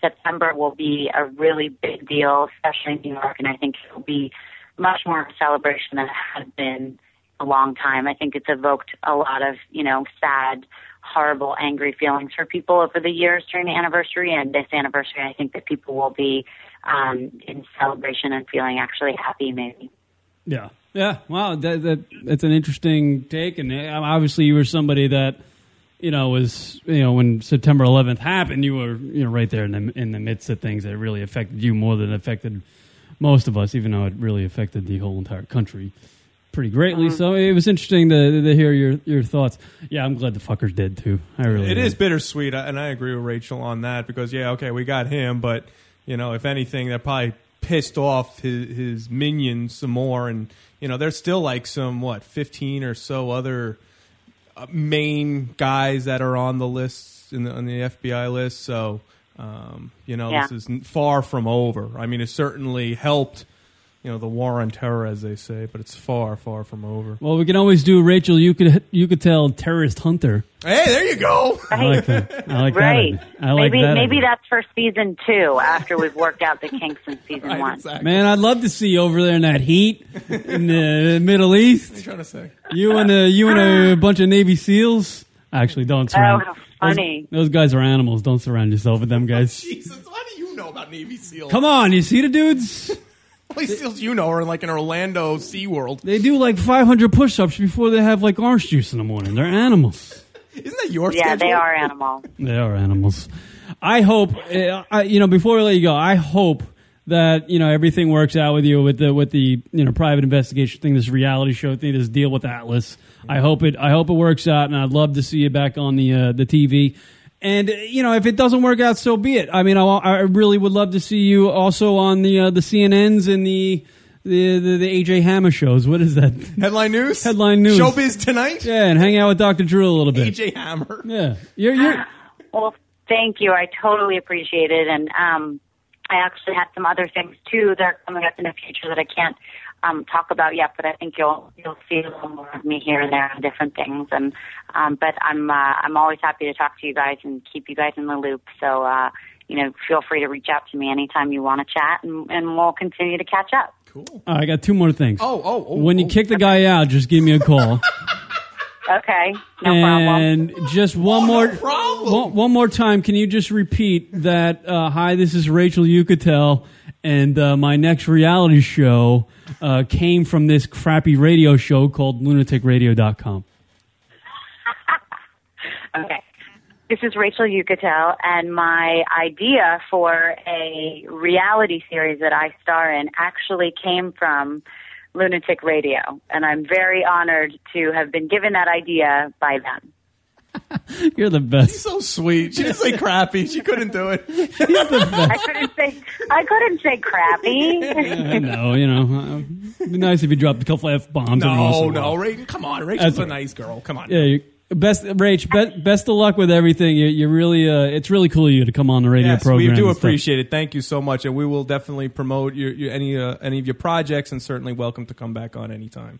S16: September will be a really big deal, especially in New York. And I think it will be much more of a celebration than it has been a long time. I think it's evoked a lot of, you know, sad, horrible, angry feelings for people over the years during the anniversary. And this anniversary, I think that people will be um, in celebration and feeling actually happy, maybe.
S1: Yeah. Yeah. Wow. That, that that's an interesting take, and uh, obviously you were somebody that you know was you know when September 11th happened, you were you know right there in the in the midst of things that really affected you more than affected most of us, even though it really affected the whole entire country pretty greatly. So it was interesting to, to hear your your thoughts. Yeah, I'm glad the fuckers did too. I really
S12: It
S1: am.
S12: is bittersweet, uh, and I agree with Rachel on that because yeah, okay, we got him, but you know, if anything, that probably pissed off his, his minions some more, and you know, there's still like some what 15 or so other uh, main guys that are on the list in the, on the FBI list. So um, you know,
S8: Yeah.
S12: this is n- far from over. I mean, it certainly helped. You know the war on terror, as they say, but it's far, far from over.
S1: Well, we can always do Rachel. You could you could tell terrorist hunter.
S12: Hey, there you go.
S1: I like that. I like that
S16: right.
S1: idea. I like
S16: maybe
S1: that
S16: maybe that's for season two after we've worked out the kinks in season one.
S1: Man, I'd love to see you over there in that heat in the Middle East.
S12: What are you trying to say?
S1: You and a you and a bunch of Navy SEALs. Actually, don't surround.
S12: how
S1: those-
S12: funny.
S1: Those, guys are animals. Don't surround yourself with them guys.
S12: Jesus, why do you know about Navy SEALs?
S1: Come on, you see the dudes?
S12: Only SEALs you know are in like an Orlando SeaWorld.
S1: They do like 500 push-ups before they have like orange juice in the morning. They're animals.
S12: Isn't that your
S16: Yeah, they
S12: schedule?
S16: are animals.
S1: They are animals. I hope, uh, I, you know, before we let you go, I hope that you know everything works out with you with the with the you know private investigation thing, this reality show thing, this deal with Atlas. I hope it. I hope it works out, and I'd love to see you back on the uh, the TV. And uh, you know, if it doesn't work out, so be it. I mean, I, I really would love to see you also on the uh, the CNNs and the. The, the, the AJ Hammer shows. What is that?
S12: Headline news.
S1: Headline news.
S12: Showbiz tonight.
S1: Yeah, and hang out with Dr. Drew a little bit.
S12: AJ Hammer.
S1: Yeah, you're, you're
S16: Well, thank you. I totally appreciate it. And um, I actually have some other things too that are coming up in the future that I can't um, talk about yet, but I think you'll you'll see a little more of me here and there on different things. And um, but I'm uh, I'm always happy to talk to you guys and keep you guys in the loop. So uh, you know, feel free to reach out to me anytime you want to chat, and, and we'll continue to catch up.
S1: I got two more things.
S16: Oh, oh, oh,
S1: When you kick the guy out, just give me a call.
S16: Okay.
S1: and just one
S12: Oh,
S1: more One, one more time, can you just repeat that uh, hi, this is Rachel Yucatel and uh, my next reality show uh, came from this crappy radio show called lunaticradio.com.
S16: Okay. This is Rachel Yucatel, and my idea for a reality series that I star in actually came from Lunatic Radio, and I'm very honored to have been given that idea by them.
S1: You're the best.
S12: so sweet. She didn't say crappy. She couldn't do it.
S16: I couldn't say I couldn't say
S1: I
S16: crappy.
S1: know, you know. uh, It'd be nice if you dropped a couple F bombs.
S12: No, no, Rachel. Come on, Rachel's
S1: That's
S12: a
S1: all right.
S12: nice girl. Come on.
S1: Yeah, you, Best, Rach. Best, best of luck with everything. You, you really, uh, it's really cool of you to come on the radio
S12: Yes,
S1: program.
S12: we do
S1: and stuff.
S12: appreciate it. Thank you so much, and we will definitely promote your, your any uh, any of your projects, and certainly welcome to come back on anytime.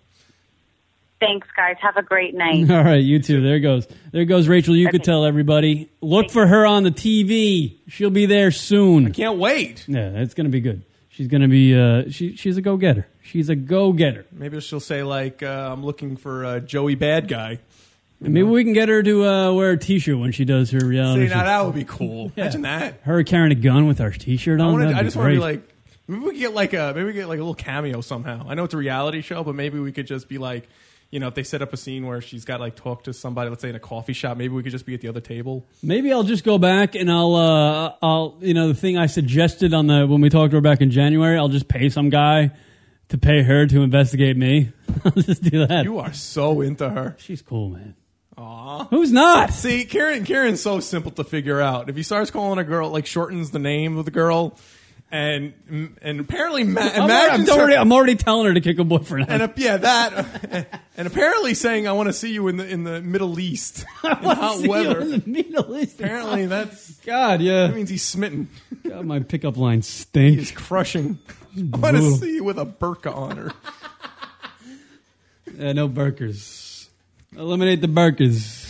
S16: Thanks, guys. Have a great night.
S1: All right, you too. There goes, there goes Rachel. You could tell everybody. Look for her on the TV. She'll be there soon. I
S12: can't wait.
S1: Yeah, it's gonna be good. She's gonna be. Uh, she, she's a go getter. She's a go getter.
S12: Maybe she'll say like, uh, "I'm looking for uh, Joey Bad Guy."
S1: And maybe we can get her to uh, wear a T-shirt when she does her reality.
S12: See,
S1: show.
S12: now that would be cool. Imagine that.
S1: Her carrying a gun with our T-shirt
S12: I,
S1: on.
S12: wanna,
S1: that'd
S12: I
S1: be
S12: just want to
S1: great.
S12: be like, maybe we could get like a maybe we get like a little cameo somehow. I know it's a reality show, but maybe we could just be like, you know, if they set up a scene where she's got like talk to somebody, let's say in a coffee shop, maybe we could just be at the other table.
S1: Maybe I'll just go back and I'll, uh, I'll, you know, the thing I suggested on the when we talked to her back in January, I'll just pay some guy to pay her to investigate me. I'll just do that.
S12: You are so into her.
S1: She's cool, man.
S12: Aw.
S1: Who's not?
S12: See, Karen Karen's so simple to figure out. If he starts calling a girl, like shortens the name of the girl, and and apparently, ma-
S1: I'm, already, I'm
S12: imagines her-
S1: already, I'm already telling her to kick a boyfriend.
S12: and
S1: out.
S12: a, yeah, that, and apparently saying I want to see you in the in the Middle East in
S1: wanna
S12: hot
S1: see you
S12: weather.
S1: in the Middle East.
S12: Apparently, that's
S1: God, yeah.
S12: that means he's smitten.
S1: God, my pickup line stinks.
S12: He's crushing. I want to
S1: brutal.
S12: see you with a burqa on her.
S1: Yeah, Uh, no burkers. Eliminate the burkers.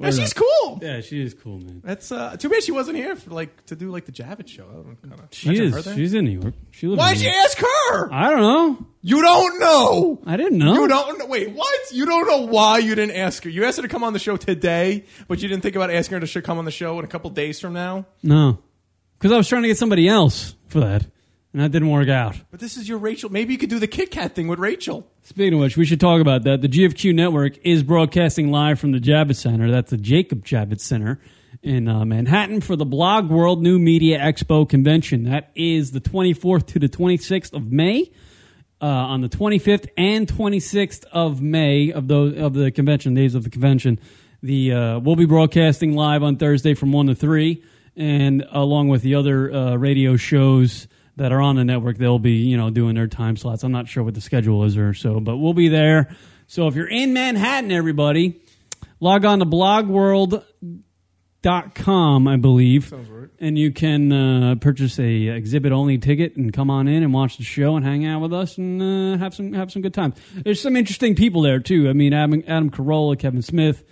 S12: No, she's cool.
S1: Yeah, she is cool, man.
S12: That's uh, too bad she wasn't here for like to do like the Javits show. I don't kinda,
S1: She
S12: imagine her
S1: is.
S12: there.
S1: She's in New York. She lives.
S12: Why'd
S1: in
S12: you
S1: New York.
S12: ask her?
S1: I don't know.
S12: You don't know.
S1: I didn't know.
S12: You don't know. Wait, what? You don't know why you didn't ask her. You asked her to come on the show today, but you didn't think about asking her to sh- come on the show in a couple days from now.
S1: No, because I was trying to get somebody else for that, and that didn't work out.
S12: But this is your Rachel. Maybe you could do the Kit Kat thing with Rachel.
S1: Speaking of which, we should talk about that. The GFQ network is broadcasting live from the Javits Center. That's the Jacob Javits Center in uh, Manhattan for the Blog World New Media Expo convention. That is the 24th to the 26th of May. Uh, on the 25th and 26th of May of those of the convention days of the convention, the uh, we'll be broadcasting live on Thursday from one to three, and along with the other uh, radio shows that are on the network, they'll be you know doing their time slots. I'm not sure what the schedule is or so, but we'll be there. So if you're in Manhattan, everybody, log on to blogworld.com, I believe, and you can uh, purchase a exhibit only ticket and come on in and watch the show and hang out with us and uh, have some have some good time. There's some interesting people there too. I mean, Adam, Adam Carolla, Kevin Smith,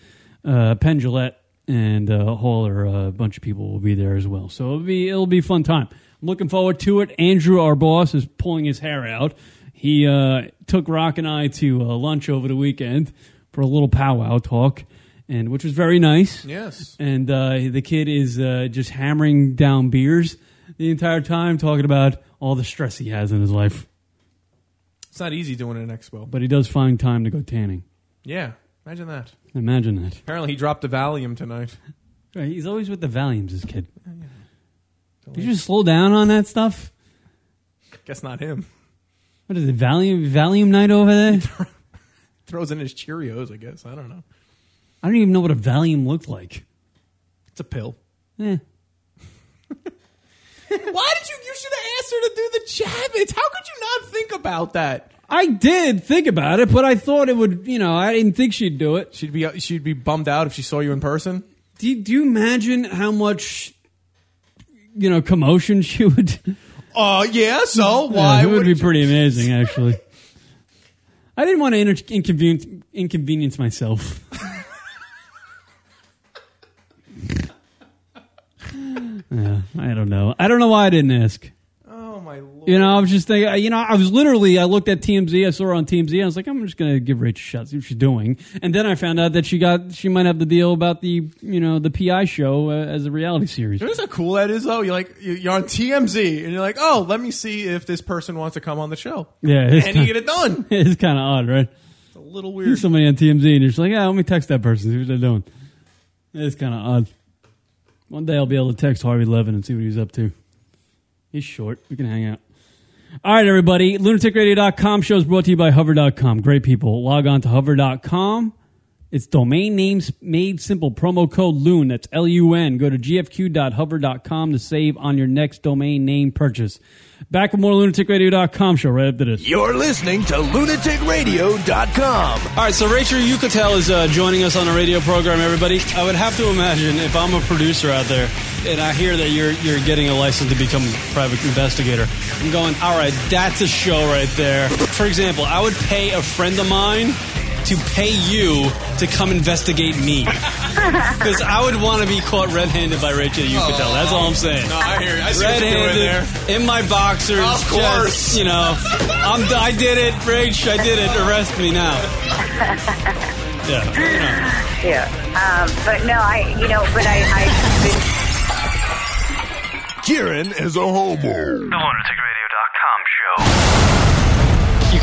S1: uh, Penn Jillette, and uh, a whole other uh, bunch of people will be there as well. So it'll be it'll be a fun time. I'm looking forward to it. Andrew, our boss, is pulling his hair out. He uh, took Rock and I to uh, lunch over the weekend for a little powwow talk, and which was very nice.
S12: Yes.
S1: And uh, the kid is uh, just hammering down beers the entire time, talking about all the stress he has in his life.
S12: It's not easy doing an expo.
S1: But he does find time to go tanning.
S12: Yeah, imagine that.
S1: Imagine that.
S12: Apparently, he dropped the Valium tonight.
S1: Right, he's always with the Valiums, this kid. Did you just slow down on that stuff?
S12: Guess not him.
S1: What is it, Valium, Valium night over there?
S12: Throws in his Cheerios. I guess I don't know.
S1: I don't even know what a Valium looked like.
S12: It's a pill.
S1: Eh.
S12: Why did you? You should have asked her to do the Javits. How could you not think about that?
S1: I did think about it, but I thought it would, you know, I didn't think she'd do it.
S12: She'd be she'd be bummed out if she saw you in person.
S1: Do you, do you imagine how much, you know, commotion she would.
S12: Oh yeah. So
S1: Yeah,
S12: why
S1: it would
S12: would?
S1: be pretty amazing, actually. I didn't want to inter- inconvenience, inconvenience myself. yeah, I don't know. I don't know why I didn't ask.
S12: Oh my lord.
S1: You know, I was just thinking. You know, I was literally. I looked at TMZ. I saw her on TMZ. I was like, I'm just gonna give Rachel a shot, see what she's doing. And then I found out that she got. She might have the deal about the you know the PI show uh, as a reality series.
S12: You know how cool that is, though. You're like you- you're on TMZ, and you're like, oh, let me see if this person wants to come on the show.
S1: Yeah, it's
S12: and you
S1: kind-
S12: get it done.
S1: it's kind of odd, right?
S12: It's a little
S1: See
S12: weird.
S1: somebody on TMZ and you're just like, yeah, let me text that person, see what they're doing. It's kind of odd. One day I'll be able to text Harvey Levin and see what he's up to. He's short. We can hang out. All right, everybody. LunaticRadio.com show is brought to you by Hover.com. Great people. Log on to Hover.com.
S13: It's domain names made simple. Promo code LUN. That's L U N. Go to gfq.hover.com to save on your next domain name purchase. Back with more lunaticradio.com show right after this.
S17: You're listening to
S1: All
S17: lunaticradio.com.
S1: right, so Rachel Yucatel is uh, joining us on the radio program, everybody. I would have to imagine if I'm a producer out there and I hear that you're, you're getting a license to become a private investigator, I'm going, all right, that's a show right there. For example, I would pay a friend of mine to pay you to come investigate me. Because I would want to be caught red handed by Rachel Yucatel. That's all I'm saying.
S12: No, I hear you. I see what you're doing
S1: Red-handed, in my boxers.
S12: Of
S1: just,
S12: course.
S1: you know, I'm, I did it, Rach. I did it. Arrest me now. Yeah.
S16: Yeah. Um, but no, I, you know, but I, I
S17: Kieran is a homo.
S1: You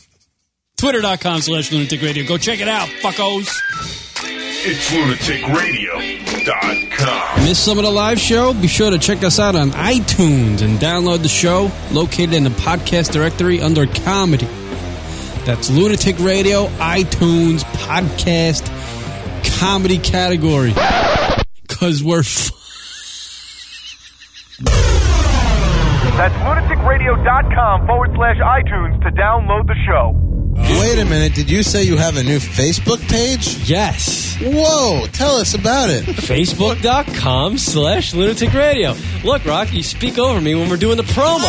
S1: Twitter.com slash lunatic radio. Go check it out, fuckos.
S21: It's lunaticradio.com.
S1: Miss some of the live show? Be sure to check us out on iTunes and download the show located in the podcast directory under comedy. That's Lunatic Radio, iTunes, podcast, comedy category. Because we're f-
S18: That's lunaticradio.com forward slash iTunes to download the show.
S22: Wait a minute. Did you say you have a new Facebook page?
S1: Yes.
S22: Whoa. Tell us about it.
S1: Facebook.com slash lunatic radio. Look, Rock, you speak over me when we're doing the promo.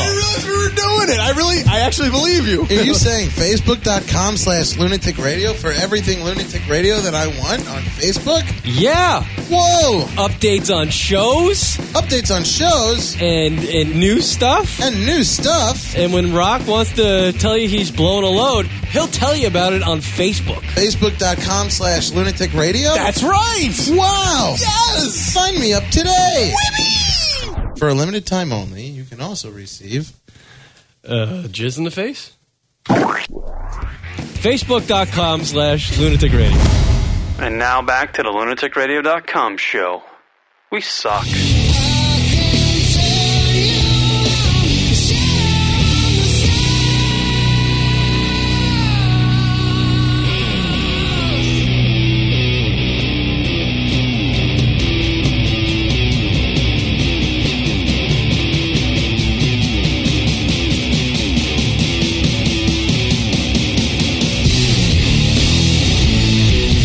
S12: We were doing it. I really, I actually believe you.
S22: Are you saying facebook.com slash lunatic radio for everything lunatic radio that I want on Facebook?
S1: Yeah.
S22: Whoa.
S1: Updates on shows.
S22: Updates on shows.
S1: And, and new stuff.
S22: And new stuff.
S1: And when Rock wants to tell you he's blown a load, he'll tell you about it on Facebook.
S22: Facebook.com slash lunatic radio?
S1: That's right.
S22: Wow.
S12: Yes.
S22: Sign me up today. For a limited time only, you can also receive.
S1: Uh, jizz in the face? Facebook.com slash lunatic radio. And now back to the lunaticradio.com show. We suck.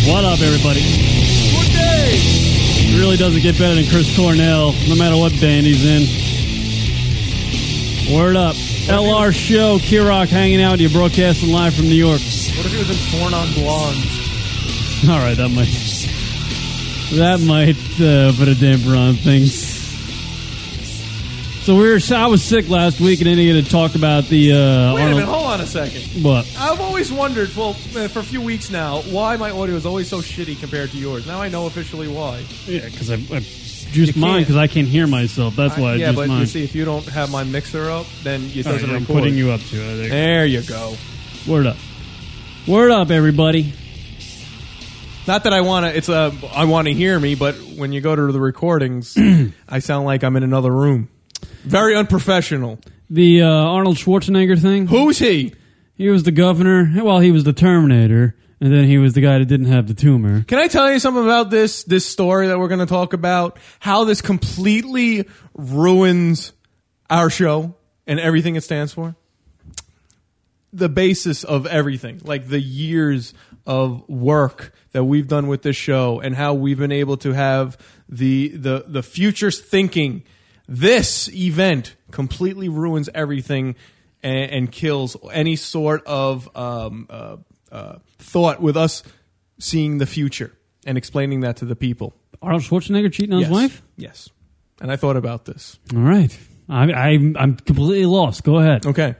S13: What up, everybody? Good day. It really doesn't get better than Chris Cornell, no matter what band he's in. Word up. LR Show, Kirok hanging out with you, broadcasting live from New York.
S12: What if he was in porn on blondes?
S13: All right, that might that might uh, put a damper on things. So we were I was sick last week and didn't get to talk about the. Uh,
S12: Wait a minute.
S13: Arnold-
S12: Hold on a second.
S13: What?
S12: I've always wondered, well, uh, for a few weeks now, why my audio is always so shitty compared to yours. Now I know officially why.
S13: Yeah, because I, I juiced mine because I can't hear myself. That's why I,
S12: yeah,
S13: juiced
S12: but
S13: mine.
S12: you see, if you don't have my mixer up, then it
S13: All right,
S12: doesn't
S13: I'm
S12: record.
S13: putting you up to it. There-
S12: There you go.
S13: Word up. Word up, everybody.
S12: Not that I want to. It's uh, I want to hear me, but when you go to the recordings, I sound like I'm in another room. Very unprofessional.
S13: The uh, Arnold Schwarzenegger thing.
S12: Who's he?
S13: He was the governor. Well, he was the Terminator, and then he was the guy that didn't have the tumor.
S12: Can I tell you something about this this story that we're going to talk about? How this completely ruins our show and everything it stands for. The basis of everything, like the years of work that we've done with this show and how we've been able to have the the the future's thinking This event completely ruins everything and, and kills any sort of um, uh, uh, thought with us seeing the future and explaining that to the people.
S1: Arnold Schwarzenegger cheating on
S12: yes.
S1: his wife?
S12: Yes. And I thought about this.
S1: All right. I, I'm, I'm completely lost. Go ahead.
S12: Okay.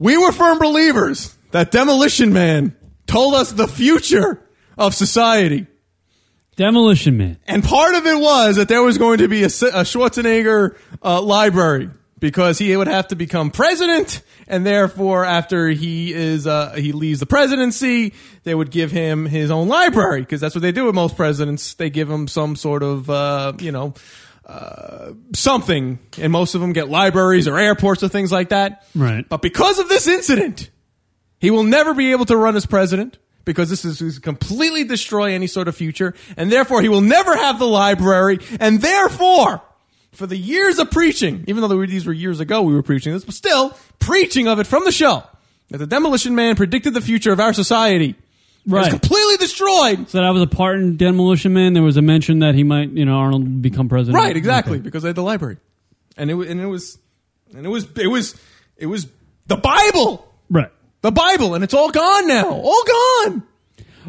S12: We were firm believers that Demolition Man told us the future of society.
S1: Demolition Man.
S12: And part of it was that there was going to be a, S- a Schwarzenegger uh, library because he would have to become president, and therefore, after he is uh, he leaves the presidency, they would give him his own library because that's what they do with most presidents. They give him some sort of uh, you know uh, something, and most of them get libraries or airports or things like that.
S1: Right.
S12: But because of this incident, he will never be able to run as president because this is is completely destroy any sort of future, and therefore he will never have the library, and therefore, for the years of preaching, even though they were- these were years ago we were preaching this, but still preaching of it from the show that the Demolition Man predicted the future of our society. It was
S1: Right.
S12: completely destroyed.
S1: So that was a part in Demolition Man. There was a mention that he might, you know, Arnold would become president.
S12: Right, exactly,
S1: Okay.
S12: because they had the library, and it wa- and it was and it was it was it was the Bible,
S1: Right.
S12: the Bible, and it's all gone now, all gone.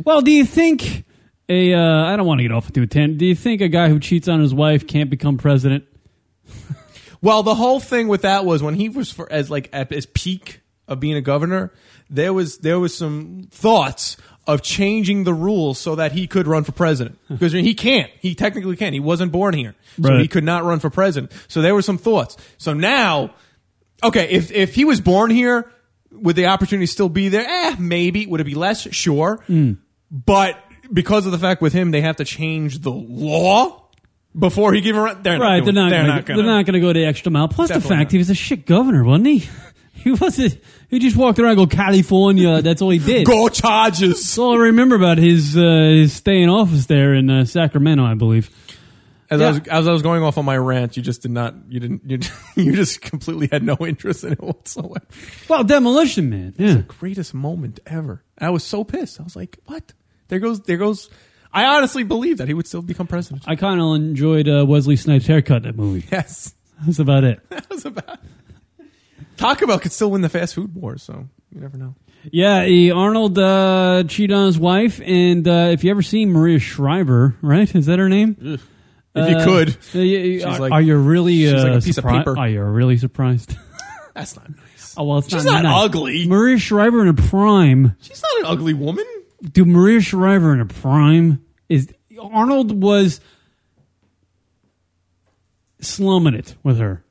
S1: Well, do you think a? Uh, I don't want to get off into a tangent. Do you think a guy who cheats on his wife can't become president?
S12: Well, the whole thing with that was when he was for, as like at his peak of being a governor, there was there was some thoughts of changing the rules so that he could run for president because he can't. He technically can. He wasn't born here, so
S1: Right.
S12: he could not run for president. So there were some thoughts. So now, okay, if if he was born here, would the opportunity still be there? Eh, maybe. Would it be less? Sure, but because of the fact with him, they have to change the law. Before he give a run, they're
S1: Right.
S12: not
S1: They're
S12: doing it.
S1: not.
S12: they're
S1: gonna,
S12: not gonna.
S1: They're not going to go the extra mile. Plus the
S12: Definitely
S1: fact
S12: not.
S1: he was a shit governor, wasn't he? He wasn't. He just walked around, go California. That's all he did.
S12: Go Chargers.
S1: That's all I remember about his uh, his stay in office there in uh, Sacramento, I believe.
S12: As, I
S1: Yeah.
S12: was, as I was going off on my rant, you just did not, you didn't, you, you just completely had no interest in it whatsoever.
S1: Well, Demolition Man. Yeah.
S12: Greatest moment ever. And I was so pissed. I was like, what? There goes, there goes. I honestly believe that he would still become president.
S1: I kind of enjoyed uh, Wesley Snipes' haircut in that movie.
S12: Yes.
S1: That's about it.
S12: That was about Taco Bell could still win the fast food war, so you never know.
S1: Yeah, he, Arnold uh, cheated on his wife, and uh, if you ever see Maria Shriver, right? Is that her name?
S12: If you could. She's
S1: are,
S12: like-
S1: are you really?
S12: she's
S1: uh,
S12: like a piece of
S1: surpri-
S12: paper.
S1: Are you really surprised?
S12: That's not nice.
S1: oh well, it's
S12: She's
S1: not,
S12: not
S1: nice.
S12: ugly.
S1: Maria Shriver in a prime,
S12: She's not an ugly woman.
S1: dude. Maria Shriver in a prime is Arnold was slumming it with her.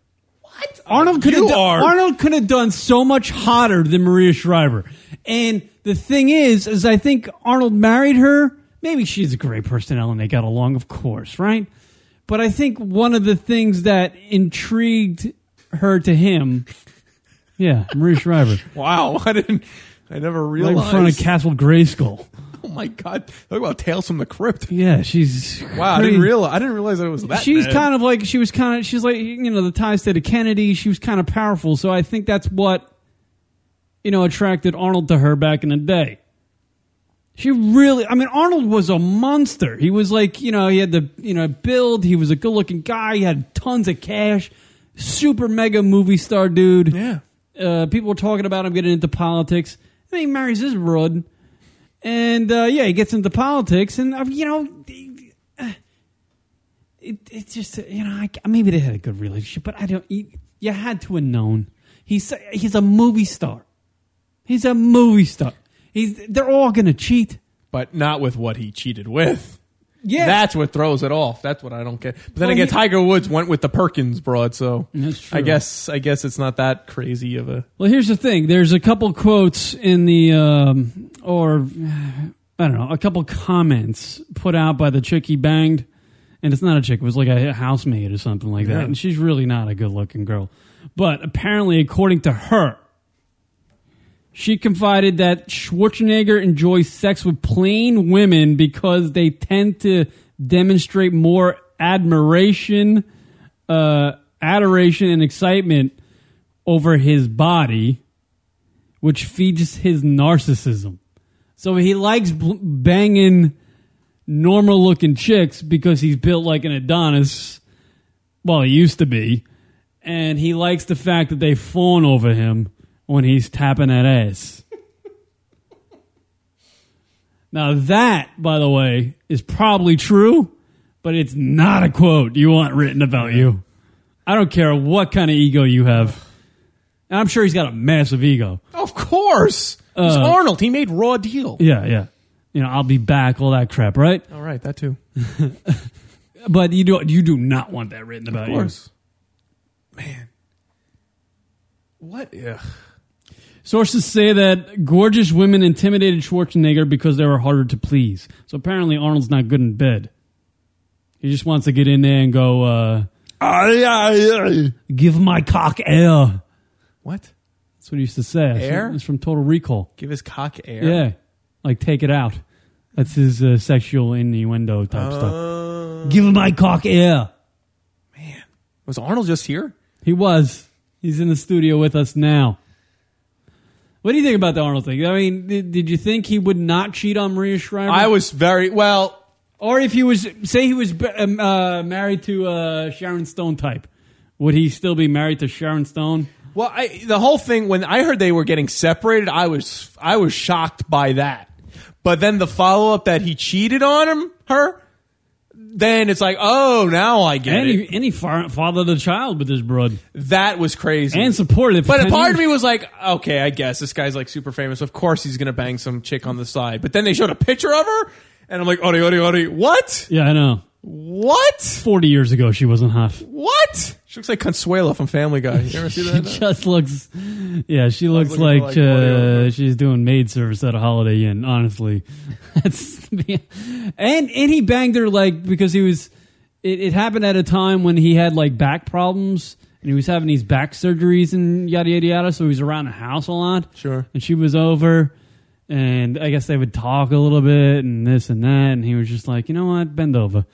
S12: What?
S1: Arnold could
S12: You
S1: have done,
S12: are-
S1: Arnold could have done so much hotter than Maria Shriver. And the thing is, is I think Arnold married her. Maybe she's a great personnel and they got along, of course, right? But I think one of the things that intrigued her to him, yeah, Maria Shriver,
S12: Wow. I didn't, I never
S1: right
S12: realized.
S1: in front of Castle Grayskull.
S12: oh my God. Talk about Tales from the Crypt.
S1: Yeah, she's
S12: Wow. I
S1: pretty-
S12: didn't realize, I didn't realize that it was that
S1: she's
S12: bad.
S1: kind of like she was kind of she's like you know the ties to the Kennedy. She was kind of powerful, so I think that's what you know attracted Arnold to her back in the day. She really, I mean, Arnold was a monster. He was like you know he had the you know build. He was a good looking guy. He had tons of cash. Super mega movie star dude.
S12: Yeah.
S1: Uh, people were talking about him getting into politics. And then he marries this broad. And uh, yeah, he gets into politics. And, uh, you know, it, it's just you know I, maybe they had a good relationship, but I don't. You, you had to have known. He's he's a movie star. He's a movie star. He's they're all gonna cheat.
S12: but not with what he cheated with.
S1: Yeah.
S12: That's what throws it off. That's what I don't get. But then
S1: Well,
S12: again,
S1: he-
S12: Tiger Woods went with the Perkins broad, so
S1: That's true.
S12: I guess I guess it's not that crazy of a.
S1: Well, here's the thing. There's a couple quotes in the um, or I don't know, a couple comments put out by the chick he banged, and it's not a chick. It was like a housemaid or something like that.
S12: Yeah.
S1: And she's really not a good looking girl, but apparently, according to her. She confided that Schwarzenegger enjoys sex with plain women because they tend to demonstrate more admiration, uh, adoration, and excitement over his body, which feeds his narcissism. So he likes bl- banging normal looking chicks because he's built like an Adonis Well, he used to be, and he likes the fact that they fawn over him when he's tapping that ass. now that, by the way, is probably true, but it's not a quote you want written about you. I don't care what kind of ego you have. And I'm sure he's got a massive ego.
S12: Of course. it's
S1: Uh,
S12: Arnold. He made Raw Deal.
S1: Yeah, yeah. You know, I'll be back, all that crap, right?
S12: All right, that too.
S1: But you do you do not want that written about
S12: Of course. Man. What? Ugh.
S1: you. Sources say that gorgeous women intimidated Schwarzenegger because they were harder to please. So apparently Arnold's not good in bed. He just wants to get in there and go uh give my cock air.
S12: What?
S1: That's what he used to say.
S12: Air?
S1: It's from Total Recall.
S12: Give his cock air.
S1: Yeah. Like take it out. That's his uh, sexual innuendo type stuff. Give my cock air.
S12: Oh. Was Arnold just here?
S1: He was. He's in the studio with us now. What do you think about the Arnold thing? I mean, did, did you think he would not cheat on Maria Shriver?
S12: I was very well.
S1: Or if he was, say, he was um, uh, married to uh, Sharon Stone type, would he still be married to Sharon Stone?
S12: Well, I, the whole thing when I heard they were getting separated, I was I was shocked by that. But then the follow up that he cheated on him, her, then it's like, oh, now I get
S1: And
S12: it.
S1: he, and he fa- fathered a child with his broad.
S12: That was crazy
S1: And supported it for
S12: But a
S1: 10
S12: part of
S1: years.
S12: me was like, okay, I guess this guy's like super famous. Of course he's gonna bang some chick on the side. But then they showed a picture of her, and I'm like, odi odi odi, what?
S1: Yeah, I know.
S12: What?
S1: Forty years ago, she wasn't hot.
S12: What? She looks like Consuelo from Family Guy. You ever see that?
S1: She just looks. Yeah, she looks
S12: looking for,
S1: like,
S12: like,
S1: uh, she's doing maid service at a Holiday Inn. Honestly, that's and and he banged her like because he was. It, it happened at a time when he had like back problems and he was having these back surgeries and yada yada yada. So he was around the house a lot.
S12: Sure.
S1: And she was over, and I guess they would talk a little bit and this and that. And he was just like, you know what, bend over.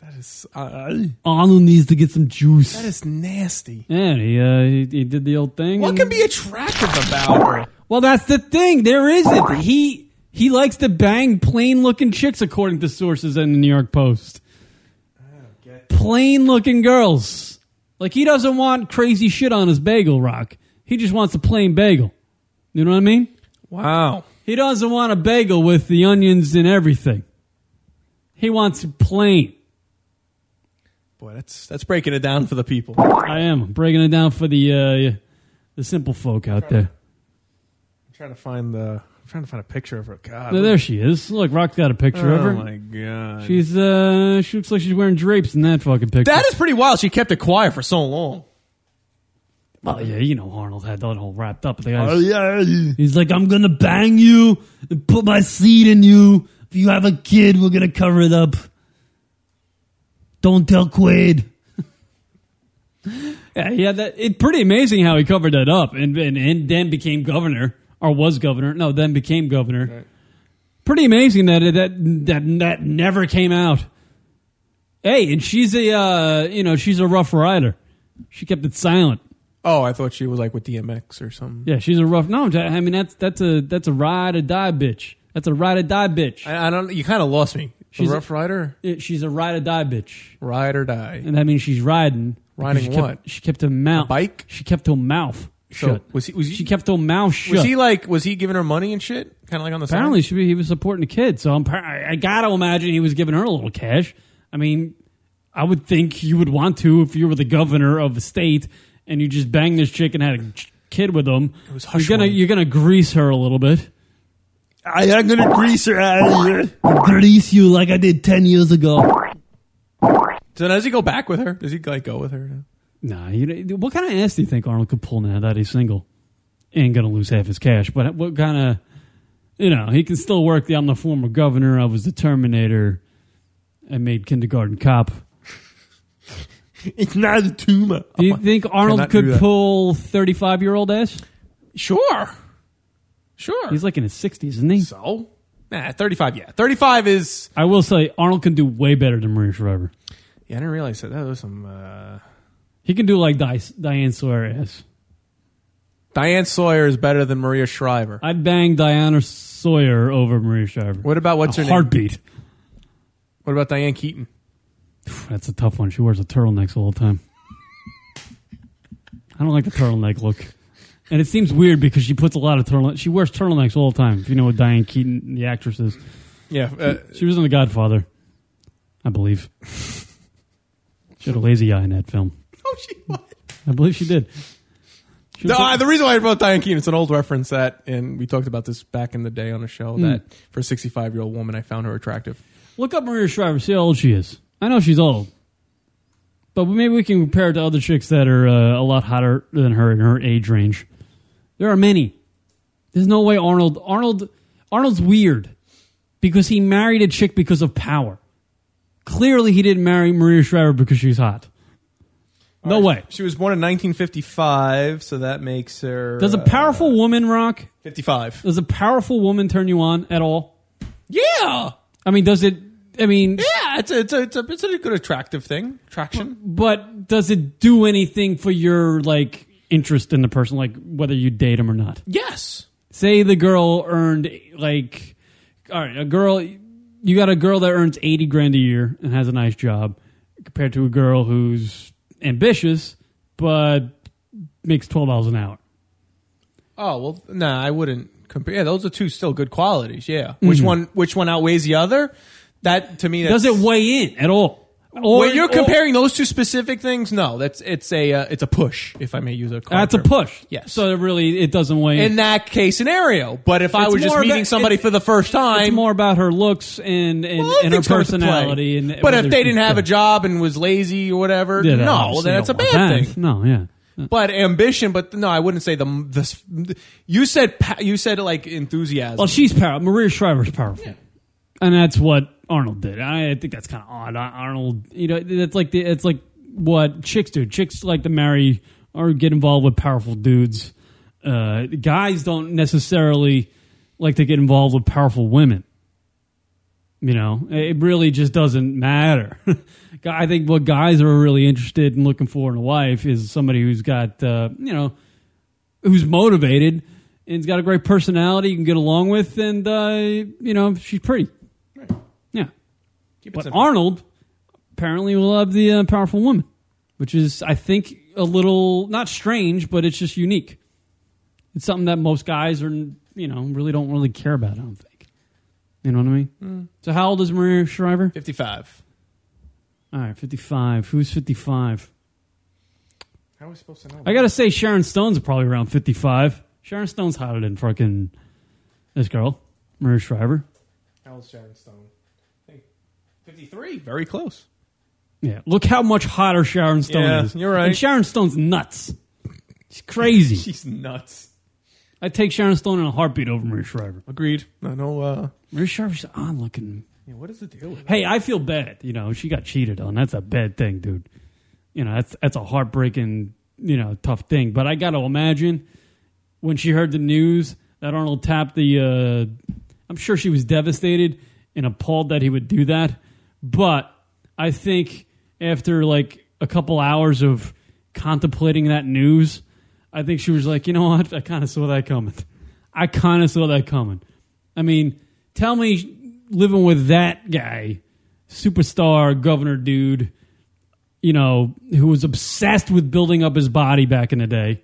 S12: That is, uh,
S1: Arnold needs to get some juice.
S12: that is nasty.
S1: Yeah, and he, uh, he he did the old thing.
S12: What
S1: and-
S12: can be attractive about her?
S1: Well, that's the thing. There isn't. He he likes to bang plain looking chicks, according to sources in the New York Post. Plain looking girls. Like he doesn't want crazy shit on his bagel rock. He just wants a plain bagel. You know what I mean?
S12: Wow.
S1: He doesn't want a bagel with the onions and everything. He wants it plain.
S12: Boy, that's that's breaking it down for the people.
S1: I am breaking it down for the uh, the simple folk out there.
S12: I'm trying to find the I'm trying to find a picture of her. God.
S1: No, there she is. Look, Rock's got a picture of her.
S12: Oh my god.
S1: She's uh, she looks like she's wearing drapes in that fucking picture.
S12: that is pretty wild. She kept it quiet for so long.
S1: well, yeah, you know Arnold had that whole wrapped up. The
S22: Oh,
S12: Oh,
S1: guy's, he's like, I'm gonna bang you and put my seed in you. If you have a kid, we're gonna cover it up. Don't tell Quaid. yeah, yeah, that it pretty amazing how he covered that up and and, and then became governor or was governor. No, then became governor. Pretty amazing that that that that never came out. Hey, and she's a uh, you know she's a rough rider. She kept it silent.
S12: Oh, I thought she was like with DMX or something.
S1: Yeah, she's a rough. No, I mean that's that's a that's a ride or die bitch. That's a ride or die bitch.
S12: I, I don't. You kind of lost me.
S1: She's
S12: She's
S1: a-
S12: a Rough Rider,
S1: It- she's a ride or die bitch,
S12: Ride or Die.
S1: and that means she's riding. because
S12: Riding
S1: she kept,
S12: what?
S1: She kept her mouth. bike. She kept her mouth
S12: So,
S1: shut.
S12: was he- was he-
S1: she kept her mouth shut.
S12: Was he like? Was he giving her money and shit? Kind of like on the
S1: Apparently,
S12: side.
S1: she, he was supporting the kid, so I'm, par- I, I gotta imagine he was giving her a little cash. I mean, I would think you would want to if you were the governor of a state and you just banged this chick and had a ch- kid with him. It was
S12: hush
S1: you're gonna
S12: money.
S1: you're gonna grease her a little bit.
S12: I, am gonna grease her.
S1: Grease you like I did ten years ago.
S12: So does he go back with her? Does he like go with her?
S1: Nah, you, what kind of ass do you think Arnold could pull now that he's single? Ain't gonna lose half his cash, but what kind of, you know, he can still work the I'm the former governor, I was the Terminator, I made kindergarten cop.
S12: It's not a tumor.
S1: Do you think Arnold
S12: Cannot do
S1: could
S12: that.
S1: pull 35 year old ass?
S12: Sure. Sure.
S1: He's like in his 60s, isn't he?
S12: so. Nah, thirty-five. Yeah, thirty-five is.
S1: I will say, Arnold can do way better than Maria Shriver.
S12: Yeah, I didn't realize that. That was some. Uh...
S1: He can do like Di- Diane Sawyer ass.
S12: Diane Sawyer is better than Maria Shriver.
S1: I'd bang Diana Sawyer over Maria Shriver.
S12: What about what's
S1: A
S12: her name?
S1: heartbeat?
S12: What about Diane Keaton?
S1: That's a tough one. She wears a turtleneck the whole time. I don't like the turtleneck look. And it seems weird because she puts a lot of turtle. She wears turtlenecks all the time. If you know what Diane Keaton, the actress, is.
S12: Yeah, uh,
S1: she was in The Godfather, I believe. She had a lazy eye in that film.
S12: Oh, she what?
S1: I believe she did.
S12: No, I- the reason why I brought Diane Keaton, it's an old reference that, and we talked about this back in the day on a show,
S1: Mm.
S12: that for a 65 year old woman, I found her attractive.
S1: Look up Maria Shriver. See how old she is. I know she's old, but maybe we can compare it to other chicks that are uh, a lot hotter than her in her age range. There are many. There's no way Arnold. Arnold. Arnold's weird because he married a chick because of power. Clearly, he didn't marry Maria Shriver because she's hot. No way.
S12: She was born in 1955, so that makes her.
S1: Does a
S12: uh,
S1: powerful woman rock?
S12: 55.
S1: Does a powerful woman turn you on at all?
S12: Yeah!
S1: I mean, does it? I mean,
S12: Yeah, it's a, it's a, it's a, it's a good attractive thing. Attraction.
S1: But does it do anything for your like interest in the person, like whether you date them or not?
S12: Yes.
S1: Say the girl earned like, all right, a girl, you got a girl that earns eighty grand a year and has a nice job, compared to a girl who's ambitious but makes twelve dollars an hour.
S12: Oh well, nah, I wouldn't compare. Yeah, those are two still good qualities. Yeah, which
S1: Mhm.
S12: one? Which one outweighs the other? That to me,
S1: Does
S12: that's,
S1: it weigh in at all?
S12: when you're comparing those two specific things, no, that's it's a uh, it's a push, if I may use a.
S1: that's a
S12: term.
S1: push. Yes. So it really, it doesn't weigh in.
S12: in that case scenario. But if I
S1: It's
S12: was just
S1: more
S12: meeting
S1: about-
S12: somebody
S1: it's-
S12: for the first
S1: It's
S12: time,
S1: more about her looks and and,
S12: well,
S1: and her
S12: things come into play.
S1: personality. And
S12: but if
S1: whether
S12: they
S1: she's
S12: didn't have a job and was lazy or whatever,
S1: Yeah, that
S12: no,
S1: obviously
S12: then that's a
S1: don't
S12: bad
S1: want that.
S12: thing.
S1: No, yeah.
S12: But ambition, but no, I wouldn't say the this. You said pa- you said like enthusiasm.
S1: Well, she's powerful. Maria Shriver's powerful, and that's what Arnold did. I, I think that's kind of odd. Ar- Arnold, you know, that's like the, it's like what chicks do. Chicks like to marry or get involved with powerful dudes. Uh, guys don't necessarily like to get involved with powerful women. You know, it really just doesn't matter. I think what guys are really interested in looking for in a wife is somebody who's got, uh, you know, who's motivated and has got a great personality you can get along with, and uh, you know she's pretty. Yeah. but Arnold apparently will love the uh, powerful woman, which is I think a little not strange, but it's just unique. It's something that most guys are you know really don't really care about. I don't think. You know what I mean?
S12: Mm.
S1: So how old is Maria Shriver?
S12: Fifty-five.
S1: All right, fifty-five. Who's fifty-five?
S12: How are we supposed to know?
S1: I gotta say, Sharon Stone's probably around fifty-five. Sharon Stone's hotter than fucking this girl, Maria Shriver.
S12: How old's Sharon Stone? I think 53. Very close.
S1: Yeah, look how much hotter Sharon Stone
S12: Yeah,
S1: is.
S12: you're right.
S1: And Sharon Stone's nuts. She's crazy.
S12: She's nuts.
S1: I take Sharon Stone in a heartbeat over Maria Shriver.
S12: Agreed. I know. Uh,
S1: Maria Shriver's on looking.
S12: Yeah, what is the deal with
S1: Hey, I feel bad. You know, she got cheated on. That's a bad thing, dude. You know, that's that's a heartbreaking, you know, tough thing. But I got to imagine when she heard the news that Arnold tapped the. Uh, I'm sure she was devastated and appalled that he would do that. But I think after like a couple hours of contemplating that news, I think she was like, you know what? I kind of saw that coming. I kind of saw that coming. I mean, tell me living with that guy, superstar governor dude, you know, who was obsessed with building up his body back in the day.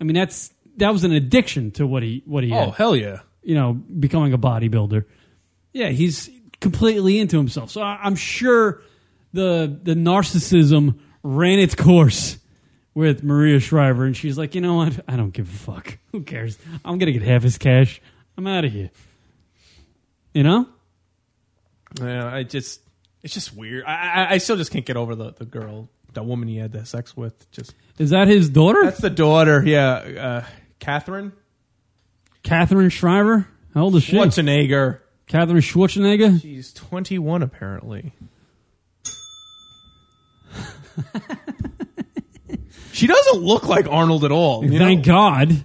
S1: I mean, that's that was an addiction to what he what he
S12: Oh,
S1: had.
S12: hell yeah.
S1: You know, becoming a bodybuilder. Yeah, he's completely into himself. So I, I'm sure the the narcissism ran its course with Maria Shriver, and she's like, you know what? I don't give a fuck. Who cares? I'm gonna get half his cash. I'm out of here. You know?
S12: Yeah, I just. It's just weird. I, I, I still just can't get over the, the girl, the woman he had that sex with. Just
S1: Is that his daughter?
S12: That's the daughter, yeah. Uh, Catherine?
S1: Catherine Shriver. How old is she?
S12: Schwarzenegger.
S1: Catherine Schwarzenegger.
S12: She's 21, apparently. she doesn't look like Arnold at all. you know?
S1: Thank God.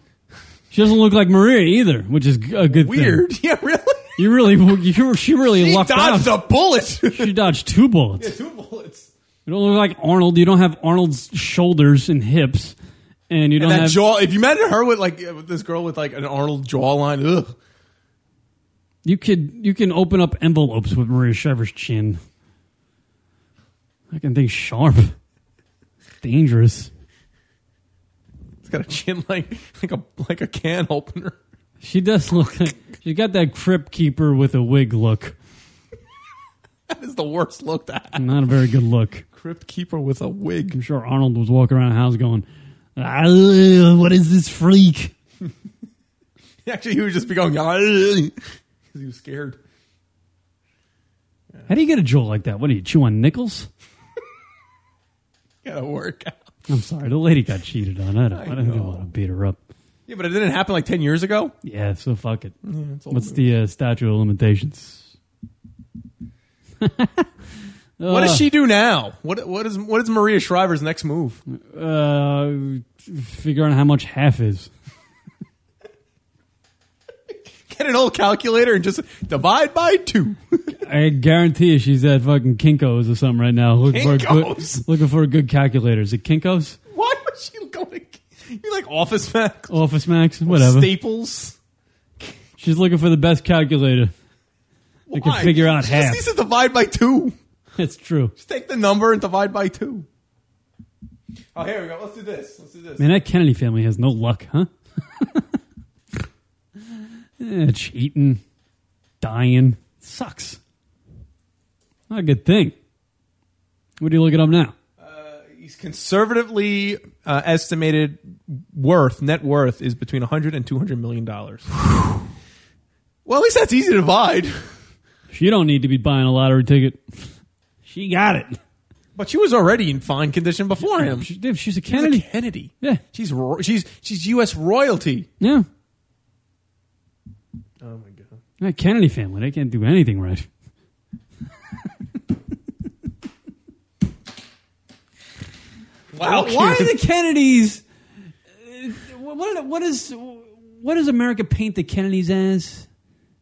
S1: She doesn't look like Maria either, which is a good
S12: Weird.
S1: thing.
S12: Yeah, really?
S1: You really, you, she really
S12: She
S1: lucked
S12: dodged
S1: out.
S12: a bullet.
S1: she dodged two bullets.
S12: Yeah, two bullets.
S1: You don't look like Arnold. You don't have Arnold's shoulders and hips, and you
S12: And
S1: don't
S12: that
S1: have
S12: jaw. If you imagine her with like uh, with this girl with like an Arnold jawline, ugh.
S1: You could you can open up envelopes with Maria Shriver's chin. I can think sharp. Dangerous.
S12: It's got a chin like like a like a can opener.
S1: She does look like she's got that crypt keeper with a wig look.
S12: That is the worst look. That
S1: Not a very good look.
S12: crypt keeper with a wig.
S1: I'm sure Arnold was walking around the house going, "Ah, "What is this freak?"
S12: Actually, he would just be going because he was scared.
S1: How do you get a jolt like that? What do you chew on nickels?
S12: Gotta work.
S1: I'm sorry, the lady got cheated on. I don't, I
S12: I
S1: don't
S12: know.
S1: want to beat her up.
S12: Yeah, but it didn't happen like ten years ago.
S1: Yeah, so fuck it.
S12: Yeah, it's old
S1: What's the uh, statute of limitations?
S12: What
S1: Uh,
S12: does she do now? What what is what is Maria Shriver's next move?
S1: Uh, figuring out how much half is.
S12: Get an old calculator and just divide by two.
S1: I guarantee you, she's at fucking Kinkos or something right now, looking for a
S12: Kinko's?
S1: good, looking for a good calculator. Is it Kinkos,
S12: Why would she go to you like Office Max,
S1: Office Max, whatever?
S12: Staples?
S1: She's looking for the best calculator. I can
S12: Why?
S1: figure out
S12: she
S1: half.
S12: Just needs to divide by two.
S1: That's true.
S12: Just take the number and divide by two. Oh, here we go. Let's do this. Let's do this.
S1: Man, that Kennedy family has no luck, huh? Eh, cheating, dying, sucks. Not a good thing. What are you looking up now?
S12: Uh, He's conservatively uh, estimated worth, net worth, is between 100 and 200 million dollars. well, at least that's easy to divide.
S1: She don't need to be buying a lottery ticket. She got it.
S12: But she was already in fine condition before him.
S1: She, dude, she's a Kennedy.
S12: She's a Kennedy.
S1: Yeah.
S12: She's ro- she's she's U.S. royalty.
S1: Yeah.
S12: Oh my god.
S1: That Kennedy family, they can't do anything right.
S12: Wow.
S1: Why are
S12: Kennedy.
S1: the Kennedys? uh, What what is what does America paint the Kennedys as?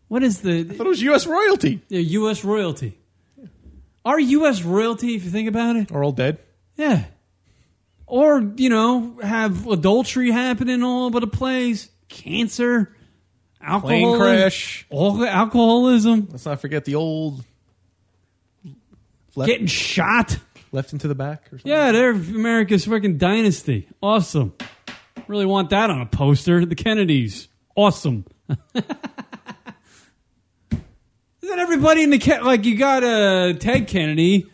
S1: What is
S12: I
S1: the
S12: thought it was U.S. royalty.
S1: the U.S. royalty? Our U.S. royalty, if you think about it,
S12: Are all dead?
S1: yeah. Or you know, have adultery happening all over the place, cancer,
S12: Plane
S1: alcohol,
S12: crash.
S1: all alcoholism,
S12: Let's not forget the old left,
S1: getting shot.
S12: left into the back or something.
S1: Yeah, they're America's freaking dynasty. Awesome. Really want that on a poster. The Kennedys. Awesome. Isn't everybody in the Ken- like you got uh, Ted Kennedy?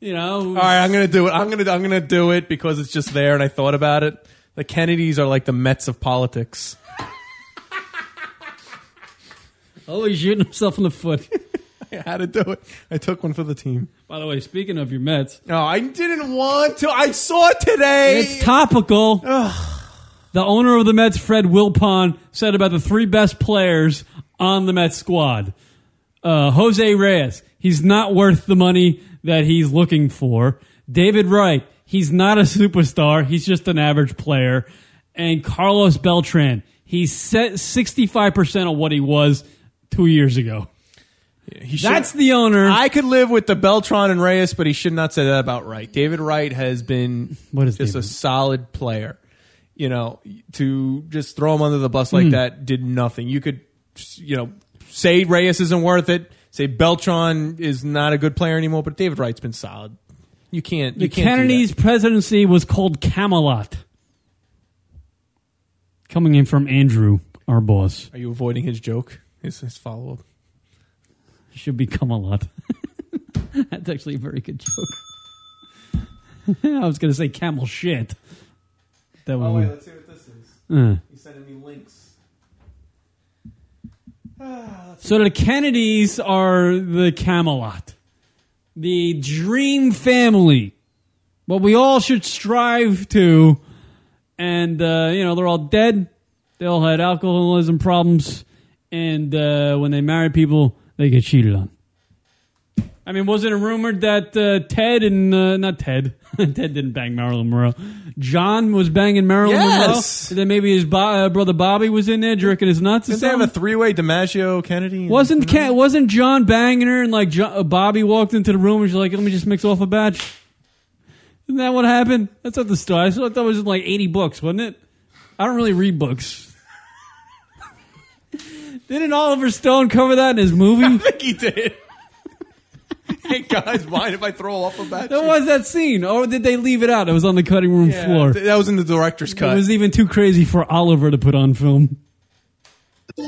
S1: You know,
S12: All right, I'm gonna do it. I'm gonna I'm gonna do it because it's just there, and I thought about it. The Kennedys are like the Mets of politics.
S1: always shooting himself in the foot.
S12: I had to do it. I took one for the team.
S1: By the way, speaking of your Mets,
S12: No, I didn't want to. I saw it today.
S1: it's topical. the owner of the Mets, Fred Wilpon, said about the three best players on the Mets squad. Uh, Jose Reyes, he's not worth the money that he's looking for. David Wright, he's not a superstar. He's just an average player. And Carlos Beltran, he's set 65% of what he was two years ago.
S12: He should-
S1: That's the owner.
S12: I could live with the Beltron and Reyes, but he should not say that about Wright. David Wright has been
S1: What is
S12: just
S1: David?
S12: a solid player. You know, to just throw him under the bus
S1: Hmm.
S12: like that did nothing. You could, you know, say Reyes isn't worth it. Say Beltron is not a good player anymore, but David Wright's been solid. You can't.
S1: the
S12: you can't do that.
S1: Kennedy's presidency was called Camelot. Coming in from Andrew, our boss.
S12: Are you avoiding his joke? His, his follow up.
S1: should become a lot. That's actually a very good joke. I was going to say camel shit. That would be-
S12: see what this is.
S1: Uh.
S12: He's sending me links.
S1: So the Kennedys are the Camelot, the dream family, what we all should strive to. And uh, you know they're all dead. They all had alcoholism problems, and uh, when they marry people, they get cheated on. I mean, wasn't it rumored that uh, Ted and uh, not Ted, Ted didn't bang Marilyn Monroe. John was banging Marilyn
S12: Yes!
S1: Monroe. And then maybe his bo- uh, brother Bobby was in there jerking his nuts. or
S12: Did they have a
S1: something?
S12: three way DiMaggio Kennedy? and-
S1: Wasn't Ken, wasn't John banging her and like Jo- uh, Bobby walked into the room and she's like, "Let me just mix off a batch." Isn't that what happened? That's not the story. I thought that was in like eighty books, wasn't it? I don't really read books. Didn't Oliver Stone cover that in his movie?
S12: he did. guys, mind if I throw up a batch?
S1: There was that scene, or did they leave it out? It was on the cutting room
S12: Yeah,
S1: floor.
S12: th- that was in the director's cut.
S1: It was even too crazy for Oliver to put on film.
S2: uh,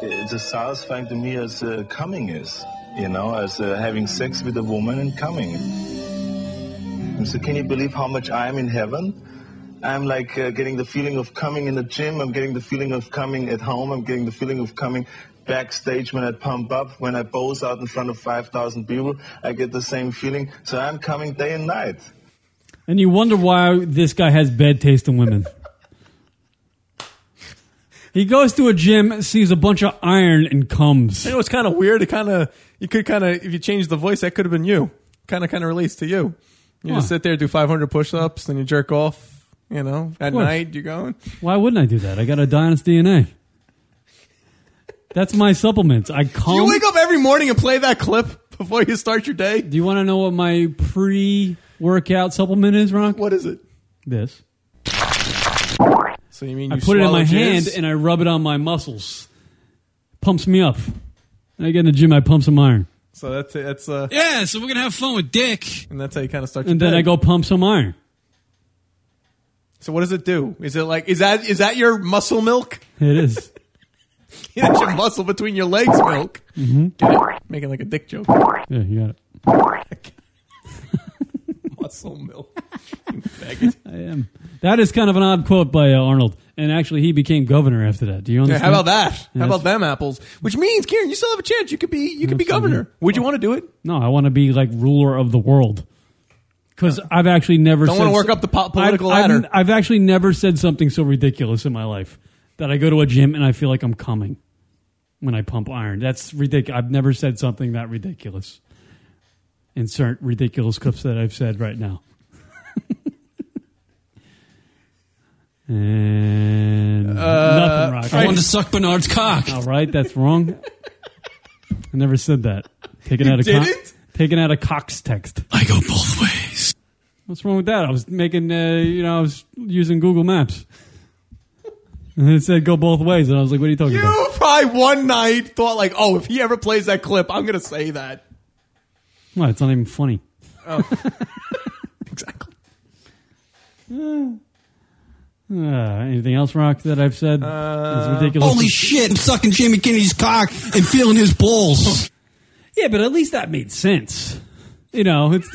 S2: the satisfying to me as uh, coming is, you know, as uh, having sex with a woman and coming. And so can you believe how much I am in heaven? I'm like uh, getting the feeling of coming in the gym. I'm getting the feeling of coming at home. I'm getting the feeling of coming backstage when I pump up, when I pose out in front of 5,000 people. I get the same feeling. So I'm coming day and night.
S1: And you wonder why this guy has bad taste in women. he goes to a gym, sees a bunch of iron, and comes.
S12: You know, it's kind of weird. It kind of you could kind of if you change the voice, that could have been you. Kind of kind of relates to you. You
S1: Huh.
S12: just sit there, do 500 push-ups, then you jerk off. You know, at
S1: course.
S12: night you going.
S1: Why wouldn't I do that? I got a Dynast DNA. That's my supplements. I calm.
S12: You wake up every morning and play that clip before you start your day.
S1: Do you want to know what my pre-workout supplement is, Ron? What
S12: is it?
S1: This.
S12: So you mean
S1: I
S12: you
S1: put it in
S12: swallow
S1: my
S12: jizz?
S1: hand and I rub it on my muscles. Pumps me up. And I get in the gym. I pump some iron,
S12: So that's that's uh
S1: yeah. So we're gonna have fun with Dick,
S12: and that's how you kind of start.
S1: and
S12: your
S1: then
S12: day.
S1: I go pump some iron.
S12: So what does it do? Is it like is that is that your muscle milk?
S1: It is.
S12: That's your muscle between your legs milk.
S1: mm-hmm.
S12: Get it? Making like a dick joke.
S1: Yeah, you got it.
S12: muscle milk. You faggot.
S1: I am. That is kind of an odd quote by uh, Arnold. And actually, he became governor after that. Do you
S12: Yeah,
S1: understand?
S12: how about that?
S1: Yeah,
S12: How
S1: that's-
S12: about them apples? Which means, Karen, you still have a chance. You could be you could be governor. Would you want to do it?
S1: No, I want to be like ruler of the world. Because I've actually never
S12: Don't
S1: said
S12: wanna work up the po- political
S1: I've,
S12: ladder.
S1: I've, I've actually never said something so ridiculous in my life that I go to a gym and I feel like I'm coming when I pump iron. That's ridiculous. I've never said something that ridiculous. Insert ridiculous clips that I've said right now. and
S20: Uh,
S1: nothing, Rock.
S20: I wanted to suck Bernard's cock.
S1: All right, that's wrong. I never said that. Taken
S20: You
S1: out of
S20: didn't?
S1: taken out of Cox text. I go both ways. What's wrong with that? I was making, uh, you know, I was using Google Maps, and it said go both ways, and I was like, "What are you talking about?"
S12: You probably one night thought like, oh, if he ever plays that clip, I'm gonna say that.
S1: What? It's not even funny.
S12: Oh. exactly.
S1: Uh, anything else, Rock? That I've said
S18: Uh,
S1: It's ridiculous.
S20: Holy shit, I'm sucking Jimmy Kennedy's cock and feeling his balls.
S1: Yeah, but at least that made sense. You know, it's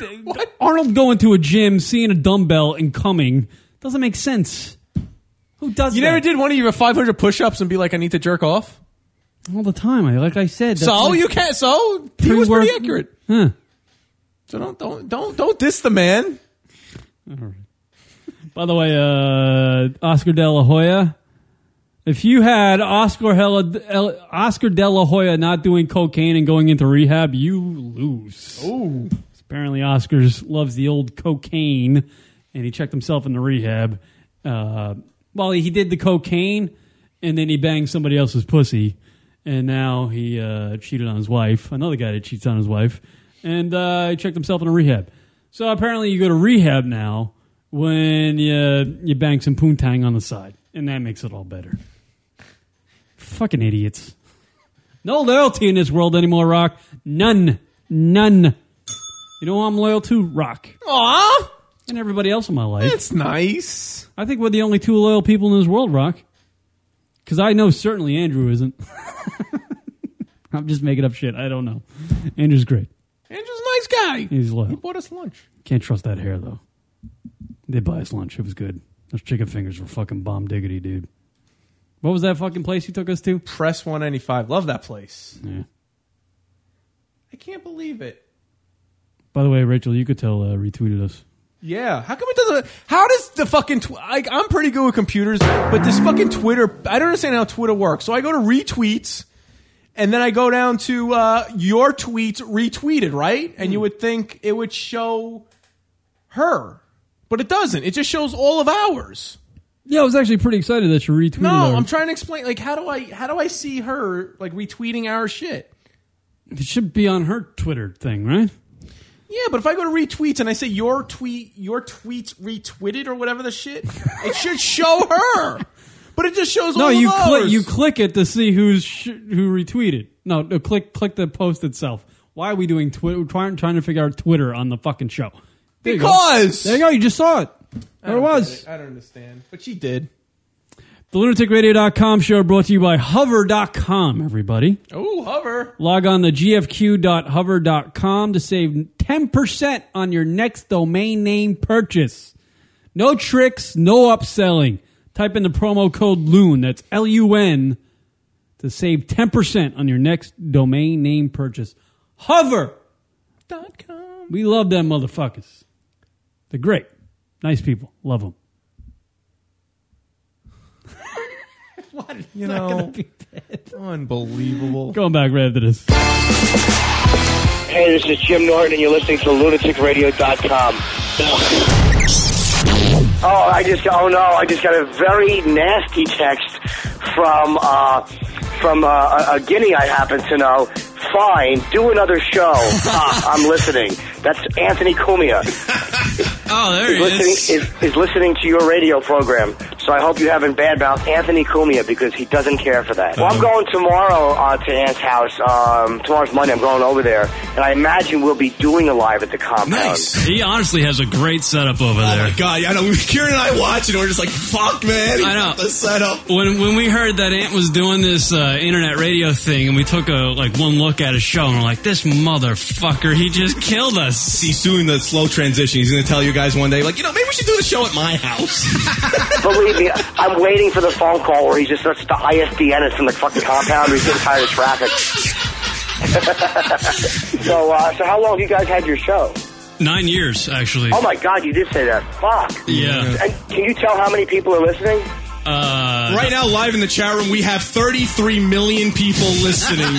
S1: Arnold going to a gym, seeing a dumbbell, and coming doesn't make sense. Who does?
S12: You never did one of your 500 push-ups and be like, I need to jerk off.
S1: All the time, I like I said. that's
S12: so oh,
S1: like-
S12: you can't. So he was pretty
S1: Pre-work-
S12: accurate.
S1: Huh.
S12: So don't don't don't don't diss the man.
S1: By the way, uh, Oscar De La Hoya. If you had Oscar Hella, El, Oscar De La Hoya not doing cocaine and going into rehab, you lose.
S12: Oh,
S1: apparently Oscar's loves the old cocaine, and he checked himself into rehab. Uh, well, he did the cocaine, and then he banged somebody else's pussy, and now he uh, cheated on his wife. Another guy that cheats on his wife, and uh, he checked himself into rehab. So apparently, you go to rehab now when you you bang some poontang on the side, and that makes it all better. Fucking idiots. No loyalty in this world anymore, Rock. None. None. You know who I'm loyal to? Rock.
S12: Aw.
S1: And everybody else in my life.
S12: That's nice.
S1: I think we're the only two loyal people in this world, Rock. Because I know certainly Andrew isn't. I'm just making up shit. I don't know. Andrew's great.
S12: Andrew's a nice guy.
S1: He's loyal.
S12: He bought us lunch.
S1: Can't trust that hair, though. They buy us lunch. It was good. Those chicken fingers were fucking bomb diggity, dude. What was that fucking place you took us to?
S12: Press 195. Love that place.
S1: Yeah.
S12: I can't believe it.
S1: By the way, Rachel, you could tell uh, retweeted us.
S12: Yeah. How come it doesn't? How does the fucking tw- like? I'm pretty good with computers, but this fucking Twitter, I don't understand how Twitter works. So I go to retweets, and then I go down to uh, your tweets retweeted, right? And
S1: Hmm.
S12: you would think it would show her, but it doesn't. It just shows all of ours.
S1: Yeah, I was actually pretty excited that you retweeted.
S12: No,
S1: our-
S12: I'm trying to explain. Like, how do I how do I see her like retweeting our shit?
S1: It should be on her Twitter thing, right?
S12: Yeah, but if I go to retweets and I say your tweet, your tweets retweeted or whatever the shit, it should show her. But it just shows
S1: no,
S12: all
S1: you
S12: of
S1: click
S12: ours.
S1: you click it to see who's sh- who retweeted. No, no, click click the post itself. Why are we doing Twitter? We're trying, trying to figure out Twitter on the fucking show. There you go.
S12: Because-
S1: there you go. You just saw it. There it
S12: don't
S1: was.
S12: get it. I don't understand. But she did.
S1: The lunaticradio.com show brought to you by hover.com, everybody.
S12: Oh, hover.
S1: Log on to gfq.hover.com to save 10% on your next domain name purchase. No tricks, no upselling. Type in the promo code LUN, that's L U N, to save 10% on your next domain name purchase. Hover.com. We love them motherfuckers. They're great. Nice people. Love them.
S12: You know, unbelievable.
S1: Going back right after this.
S7: Hey, this is Jim Norton, and you're listening to lunaticradio.com. Oh, I just, oh no, I just got a very nasty text from, uh, from uh, a, a guinea I happen to know. Fine, do another show. Ha, I'm listening. That's Anthony Cumia.
S4: Oh, there
S7: is listening, is. Is listening to your radio program. So I hope you haven't badmouthed Anthony Cumia because he doesn't care for that.
S4: Uh-huh.
S7: Well, I'm going tomorrow uh, to Ant's house. Um, tomorrow's Monday. I'm going over there, and I imagine we'll be doing a live at the compound.
S4: He honestly has a great setup over there. Oh my god, I know. Kieran and I watch it, and we're just like, "Fuck, man!" I know the setup. When when we heard that Ant was doing this uh, internet radio thing, and we took a like one look at his show, and we're like, "This motherfucker, he just killed us."
S8: See, soon the slow transition. He's going to tell you guys one day, like, you know, maybe we should do the show at my house.
S7: Believe me, I'm waiting for the phone call where he just starts to ISDN us from the fucking compound. Where he's getting tired of traffic. so, uh, so how long have you guys had your show?
S4: Nine years actually.
S7: Oh my God, you did say that. Fuck.
S4: Yeah.
S7: And can you tell how many people are listening?
S4: Uh,
S8: right now, live in the chat room, we have 33 million people listening.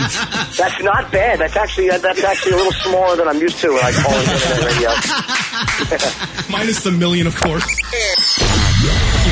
S7: That's not bad. That's actually uh, that's actually a little smaller than I'm used to when I call in internet radio.
S8: Minus the million, of course.
S20: You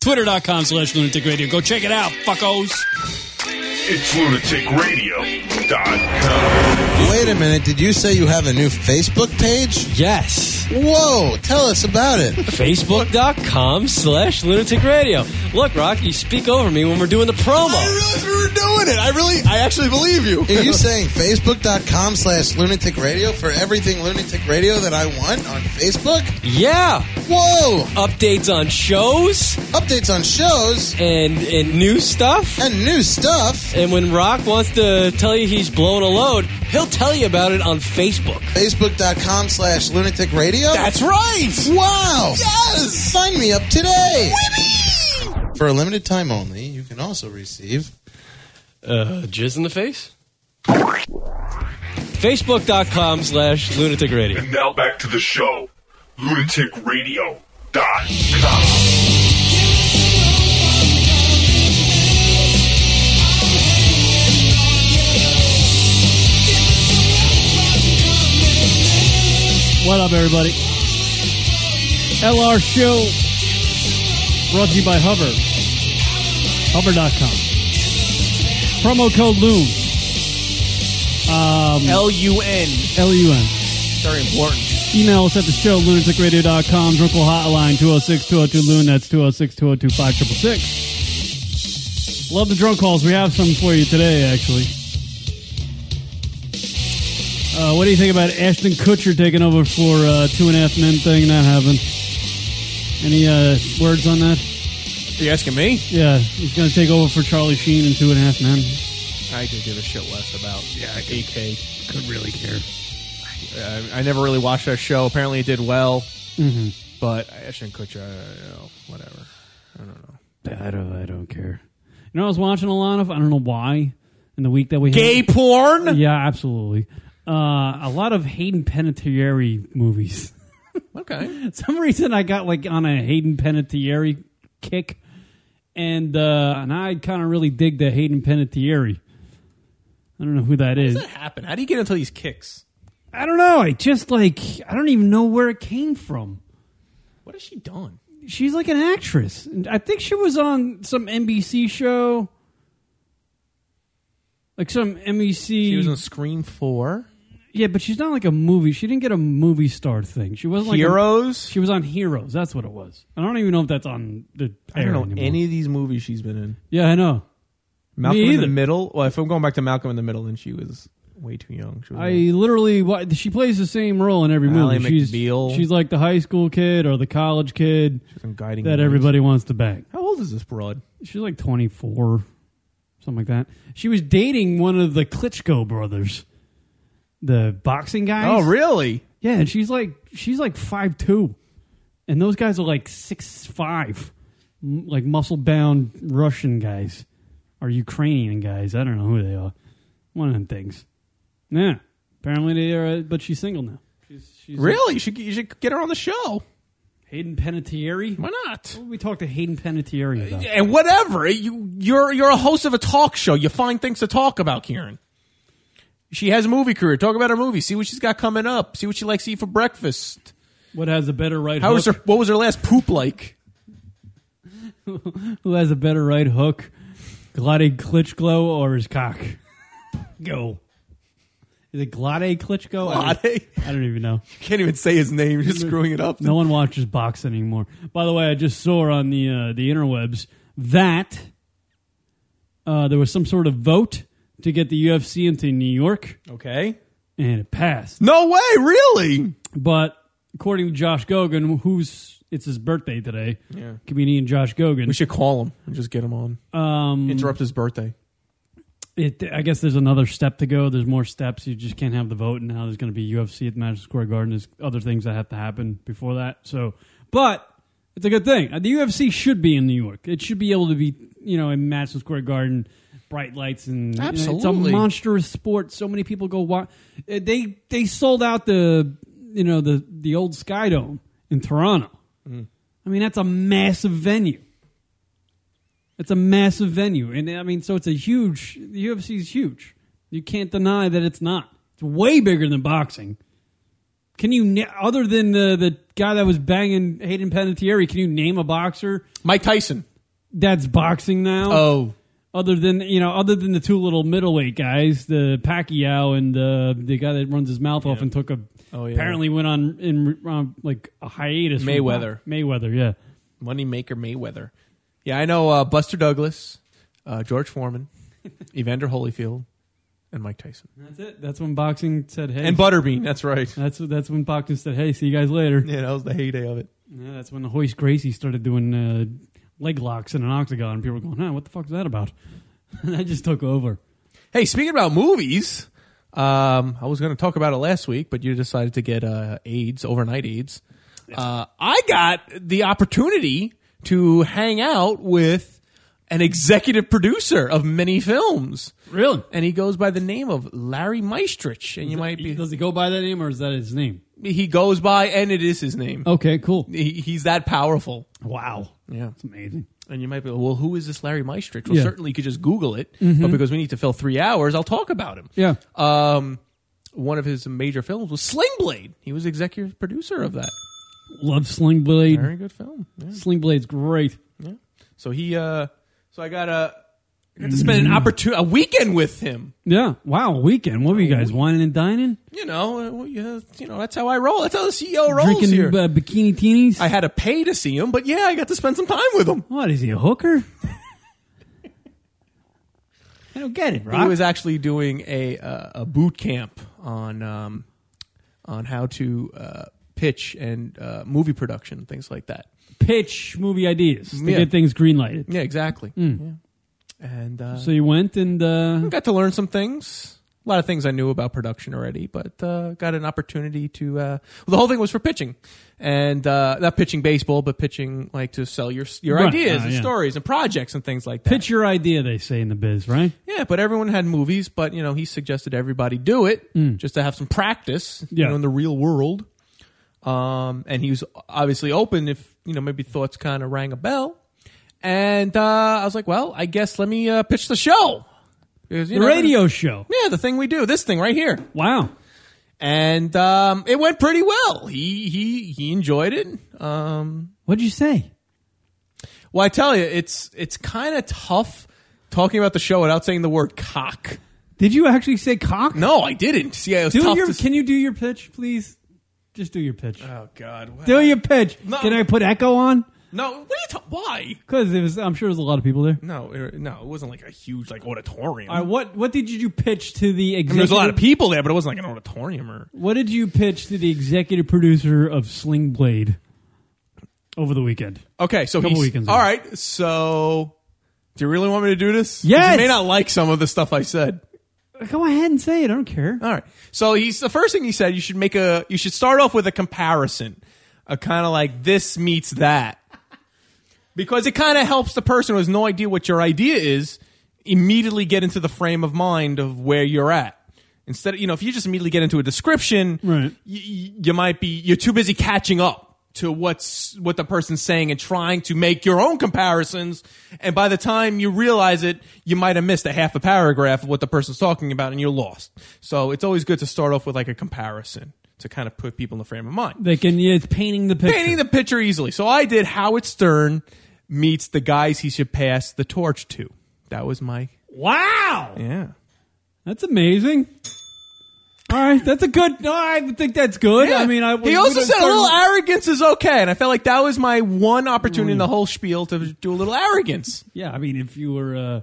S4: Twitter.com slash lunatic radio. Go check it out, fuckos.
S11: It's lunaticradio.com.
S22: Wait a minute. Did you say you have a new Facebook page?
S4: Yes.
S22: Whoa. Tell us about it.
S20: Facebook.com slash lunatic radio. Look, Rock, you speak over me when we're doing the promo.
S8: we were doing it. I really, I actually believe you.
S22: Are you saying facebook.com slash lunatic radio for everything lunatic radio that I want on Facebook?
S20: Yeah.
S22: Whoa.
S20: Updates on shows.
S22: Updates on shows.
S20: And and new stuff.
S22: And new stuff.
S20: And when Rock wants to tell you he's blowing a load, he'll tell you about it on Facebook.
S22: Facebook.com slash lunatic radio?
S20: That's
S22: right. Wow. Yes. Sign me up today. For a limited time only, you can also receive
S20: Uh, jizz in the face? Facebook.com slash lunatic radio.
S11: And now back to the show. Lunaticradio.com.
S1: What up, everybody? LR Show brought to you by Hover. Hover.com. Promo code LUN. Um,
S12: L-U-N.
S1: L-U-N.
S12: Very important.
S1: Email us at the show, lunaticradio.com, Drunkle Hotline, 206-202-LUN. That's 206-202-5666. Love the drunk calls. We have some for you today, actually. Uh, what do you think about Ashton Kutcher taking over for uh, Two and a Half Men thing? Not happened. Any uh, words on that?
S12: Are you asking me?
S1: Yeah, he's going to take over for Charlie Sheen in Two and a Half Men.
S12: I could give a shit less about E yeah, AK.
S1: Could really care.
S12: I, I never really watched that show. Apparently, it did well.
S1: Mhm.
S12: but Ashton Kutcher, uh, you know, whatever. I don't know.
S1: I don't. I don't care. You know, I was watching a lot of. I don't know why. In the week that we
S12: Gay porn.
S1: Yeah, absolutely. Uh, a lot of Hayden Panettiere movies.
S12: Okay.
S1: some reason I got like on a Hayden Panettiere kick, and uh, and I kind of really dig the Hayden Panettiere. I don't know who that is.
S12: What happened? How do you get into these kicks?
S1: I don't know. I just like I don't even know where it came from.
S12: What has she done?
S1: She's like an actress. And I think she was on some NBC show, like some NBC.
S12: She was on Scream Four.
S1: Yeah, but she's not like a movie. She didn't get a movie star thing. She wasn't like a-
S12: Heroes?
S1: she was on Heroes. That's what it was. I don't even know if that's on the.
S12: I don't
S1: air
S12: know
S1: anymore.
S12: any of these movies she's been in.
S1: Yeah, I know.
S12: Malcolm
S1: Me
S12: in the
S1: either.
S12: Middle. Well, if I'm going back to Malcolm in the Middle, then she was way too young. She was
S1: I literally wa- she plays the same role in every
S12: Ally
S1: movie. She's
S12: McBeal.
S1: she's like the high school kid or the college kid
S12: in Guiding
S1: that
S12: Light.
S1: everybody wants to bang.
S12: How old is this broad?
S1: She's like twenty four, something like that. She was dating one of the Klitschko brothers, the boxing guys.
S12: Oh, really?
S1: Yeah, and she's like she's like five two, and those guys are like six five, like muscle bound Russian guys or Ukrainian guys. I don't know who they are. One of them things. Yeah, apparently they are. uh, But she's single now. She's, she's
S12: Really? You should, you should get her on the show.
S1: Hayden Panettiere.
S12: Why not?
S1: What did we talk to Hayden Panettiere about?
S12: And whatever you you're you're a host of a talk show. You find things to talk about, Kieran. She has a movie career. Talk about her movie. See what she's got coming up. See what she likes to eat for breakfast.
S1: What has a better right
S12: How was
S1: hook?
S12: her? What was her last poop like?
S1: Who has a better right hook, Glade Klitschko or his cock? Go. Is it Glade Klitschko? I don't-
S12: Glade?
S1: I don't even know.
S12: Can't even say his name. You're screwing it up.
S1: No one watches boxing anymore. By the way, I just saw on the uh, the interwebs that uh, there was some sort of vote to get the UFC into New York.
S12: Okay,
S1: and it passed.
S12: No way, really.
S1: But according to Josh Gogan, who's it's his birthday today.
S12: Yeah.
S1: comedian Josh Gogan.
S12: We should call him and just get him on.
S1: Um,
S12: Interrupt his birthday.
S1: it, I guess there's another step to go. There's more steps. You just can't have the vote, and now there's going to be UFC at Madison Square Garden. There's other things that have to happen before that. So, but it's a good thing. Uh, The UFC should be in New York. It should be able to be, you know, in Madison Square Garden, bright lights, and you know, it's a
S12: Absolutely.
S1: monstrous sport. So many people go watch. They they sold out the you know the the old Sky Dome in Toronto.
S12: Mm.
S1: I mean, that's a massive venue. It's a massive venue, and I mean, so it's a huge. The UFC is huge. You can't deny that it's not. It's way bigger than boxing. Can you, na- other than the the guy that was banging Hayden Panettiere, can you name a boxer?
S12: Mike Tyson.
S1: That's boxing now.
S12: Oh.
S1: Other than you know, other than the two little middleweight guys, the Pacquiao and uh, the guy that runs his mouth off and took a
S12: Oh, yeah.
S1: apparently went on in um, like a hiatus. from-
S12: Mayweather.
S1: Mayweather, yeah.
S12: Moneymaker Mayweather. Yeah, I know uh, Buster Douglas, uh, George Foreman, Evander Holyfield, and Mike Tyson.
S1: That's it. That's when boxing said hey.
S12: And Butterbean, that's right.
S1: That's that's when boxing said hey. See you guys later.
S12: Yeah, that was the heyday of it.
S1: Yeah, that's when the Hoist Gracie started doing uh, leg locks in an octagon, and people were going, "Huh, what the fuck's that about?" and I just took over.
S12: Hey, speaking about movies, um, I was going to talk about it last week, but you decided to get uh, AIDS, overnight AIDS. Uh, I got the opportunity to hang out with an executive producer of many films.
S1: Really?
S12: And he goes by the name of Larry Maestrich. And you might be.
S1: Does he go by that name or is that his name?
S12: He goes by, and it is his name.
S1: Okay, cool.
S12: He, he's that powerful.
S1: Wow.
S12: Yeah. It's
S1: amazing.
S12: And you might be, well, who is this Larry Maestrich? Well,
S1: Yeah.
S12: certainly you could just Google it,
S1: Mhm.
S12: but because we need to fill three hours, I'll talk about him.
S1: Yeah.
S12: Um, one of his major films was Sling Blade. He was executive producer of that.
S1: Love Sling Blade.
S12: Very good film. Yeah.
S1: Sling Blade's great.
S12: So he, uh, so I got a, I got to spend an opportunity, a weekend with him.
S1: Yeah. Wow. Weekend. What were you guys whining and dining?
S12: You know, uh, well, yeah, you know that's how I roll. That's how the CEO rolls
S1: Drinking
S12: here.
S1: uh, bikini teenies.
S12: I had to pay to see him, but yeah, I got to spend some time with him.
S1: What is he a hooker? I don't get it,
S12: He
S1: Rock.
S12: was actually doing a uh, a boot camp on um, on how to uh, pitch and uh, movie production things like that.
S1: Pitch movie ideas to
S12: Yeah.
S1: get things greenlighted.
S12: Yeah, exactly.
S1: Mm.
S12: Yeah. And uh,
S1: So you went and uh,
S12: got to learn some things. a lot of things I knew about production already, but uh, got an opportunity to. Uh, well, the whole thing was for pitching, and uh, not pitching baseball, but pitching like to sell your your
S1: Right.
S12: ideas
S1: Ah,
S12: and
S1: yeah.
S12: stories and projects and things like that.
S1: Pitch your idea, they say in the biz, right?
S12: Yeah, but everyone had movies, but you know he suggested everybody do it just to have some practice, you
S1: Yeah.
S12: know, in the real world. Um, and he was obviously open if you know maybe thoughts kind of rang a bell. And uh, I was like, well, I guess let me uh, pitch the show. Because, you
S1: The
S12: know,
S1: radio show.
S12: yeah, the thing we do, this thing right here. Wow. And um, it went pretty well. He he he enjoyed it. Um, What'd you say? Well, I tell you, it's it's kind of tough talking about the show without saying the word cock. Did you actually say cock? No, I didn't. See, I was
S1: Do
S12: tough
S1: your,
S12: to
S1: Can you do your pitch, please? Just do your pitch.
S12: Oh God!
S1: Do your pitch.
S12: No.
S1: Can I put echo on?
S12: No, what are you ta- why?
S1: Because it was. I'm sure there's a lot of people there.
S12: No, it, no, it wasn't like a huge like auditorium.
S1: All right, what what did you pitch to the
S12: I mean, there's
S1: executive?
S12: a lot of people there, but it wasn't like an auditorium or
S1: What did you pitch to the executive producer of Sling Blade over the weekend?
S12: Okay, so
S1: couple
S12: he's,
S1: weekends.
S12: all right. So, do you really want me to do this? 'Cause
S1: Yes!
S12: You may not like some of the stuff I said.
S1: Go ahead and say it. I don't care.
S12: All right. So he's the first thing he said. You should make a. You should start off with a comparison, a kind of like this meets that, because it kind of helps the person who has no idea what your idea is immediately get into the frame of mind of where you're at. Instead, of, you know, if you just immediately get into a description, right. you might be you're too busy catching up to what's what the person's saying and trying to make your own comparisons and by the time you realize it you might have missed a half a paragraph of what the person's talking about and you're lost so it's always good to start off with like a comparison to kind of put people in the frame of mind
S1: They can. Yeah, it's painting the picture.
S12: painting the picture easily so i did howard stern meets the guys he should pass the torch to that was my
S1: Wow,
S12: yeah
S1: that's amazing. All right, that's a good. No, I think that's good.
S12: Yeah.
S1: I mean, I
S12: he also
S1: would've
S12: said a little
S1: started-
S12: arrogance is okay, and I felt like that was my one opportunity in the whole spiel to do a little arrogance.
S1: Yeah, I mean, if you were, uh,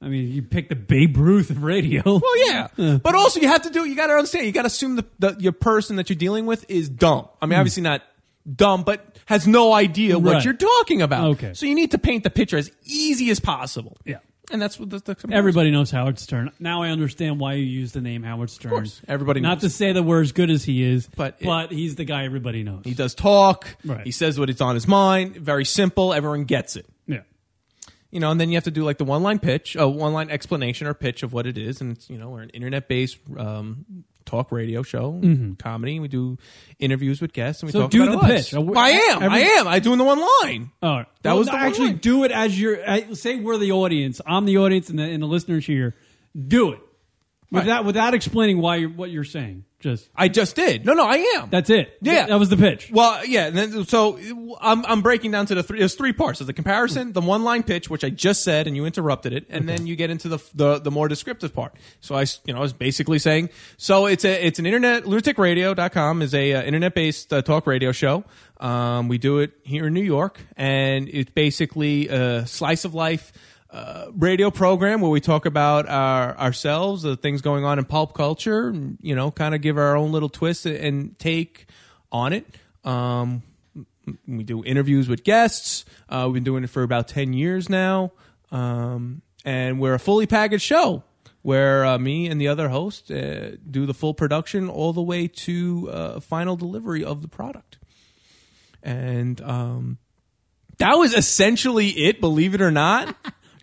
S1: I mean, you picked the Babe Ruth of radio.
S12: Well, yeah, but also you have to do. You got to understand. You got to assume the, the your person that you're dealing with is dumb. I mean,
S1: Hmm.
S12: obviously not dumb, but has no idea
S1: Right.
S12: what you're talking about.
S1: Okay.
S12: so you need to paint the picture as easy as possible. Yeah, and that's what the, the
S1: Everybody knows Howard Stern. Now I understand why you use the name Howard Stern.
S12: course, everybody
S1: Not to
S12: knows.
S1: say that we're as good as he is,
S12: but
S1: but he's the guy everybody knows.
S12: He does talk.
S1: Right.
S12: He says what it's on his mind. Very simple. Everyone gets it.
S1: Yeah.
S12: You know, and then you have to do like the one line pitch, a one line explanation or pitch of what it is, and it's you know we're an internet based um, talk radio show,
S1: Mhm.
S12: comedy. We do interviews with guests, and we
S1: So
S12: talk
S1: do
S12: about
S1: the
S12: us.
S1: pitch. Are we-
S12: Well, I am.
S1: every-
S12: I am. I doing the one line.
S1: All right.
S12: That
S1: Well,
S12: was the one
S1: actually
S12: line.
S1: do it as your I- say we're the audience. I'm the audience, and the, and the listeners here. Do it without without explaining why you're, what you're saying. Just
S12: I just did. No, no, I am.
S1: That's it.
S12: Yeah,
S1: that was the pitch.
S12: Well, yeah. And then, so I'm I'm breaking down to the three. There's three parts. There's the comparison, the one line pitch, which I just said, and you interrupted it, and then you get into the, the the more descriptive part. So I s- you know I was basically saying so it's a it's an internet lunaticradio.com is a uh, internet based uh, talk radio show. Um, we do it here in New York, and it's basically a slice of life uh, radio program where we talk about our, ourselves, the things going on in pulp culture, and, you know, kind of give our own little twist and take on it. Um, m- we do interviews with guests. Uh, we've been doing it for about 10 years now. Um, and we're a fully packaged show where uh, me and the other host uh, do the full production all the way to uh, final delivery of the product. And um, that was essentially it, believe it or not.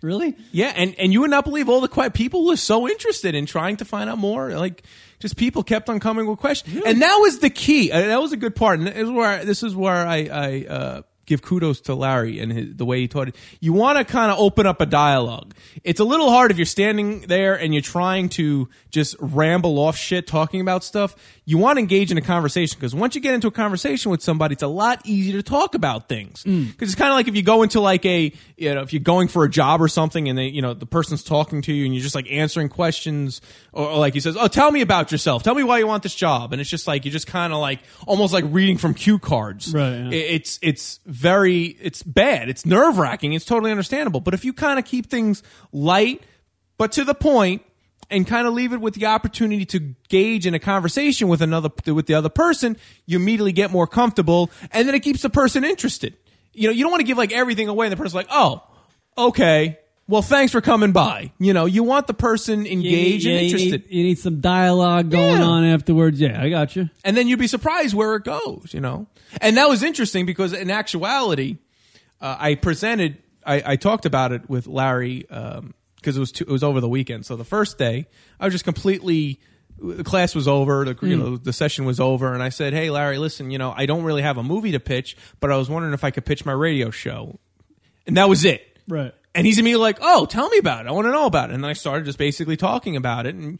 S1: really?
S12: Yeah, and, and you would not believe all the que- people were so interested in trying to find out more. Like, just people kept on coming with questions, and that was the key. Uh, that was a good part, and this is where this is where I, I uh, give kudos to Larry and his, the way he taught it. You want to kind of open up a dialogue. It's a little hard if you're standing there and you're trying to just ramble off shit talking about stuff. You want to engage in a conversation because once you get into a conversation with somebody, it's a lot easier to talk about things
S1: Mm.
S12: because it's kind of like if you go into like a you know if you're going for a job or something and they you know the person's talking to you and you're just like answering questions or, or like he says oh tell me about yourself tell me why you want this job and it's just like you're just kind of like almost like reading from cue cards
S1: Right, yeah.
S12: It- it's it's very it's bad it's nerve wracking it's totally understandable but if you kind of keep things light but to the point and kind of leave it with the opportunity to gauge in a conversation with another with the other person you immediately get more comfortable and then it keeps the person interested you know you don't want to give like everything away and the person's like oh okay well, thanks for coming by. You know, you want the person engaged
S1: yeah,
S12: and
S1: you
S12: interested.
S1: need- You need, some dialogue going
S12: Yeah.
S1: on afterwards. Yeah, I got you.
S12: and then you'd be surprised where it goes you know and that was interesting because in actuality uh, i presented I, I talked about it with larry because it was two, it was over the weekend so the first day i was just completely the class was over the, you
S5: Mm.
S12: know, the session was over and i said hey larry listen you know i don't really have a movie to pitch but i was wondering if i could pitch my radio show and that was it
S1: Right.
S12: and he's immediately like, "Oh, tell me about it. I want to know about it." And then I started just basically talking about it and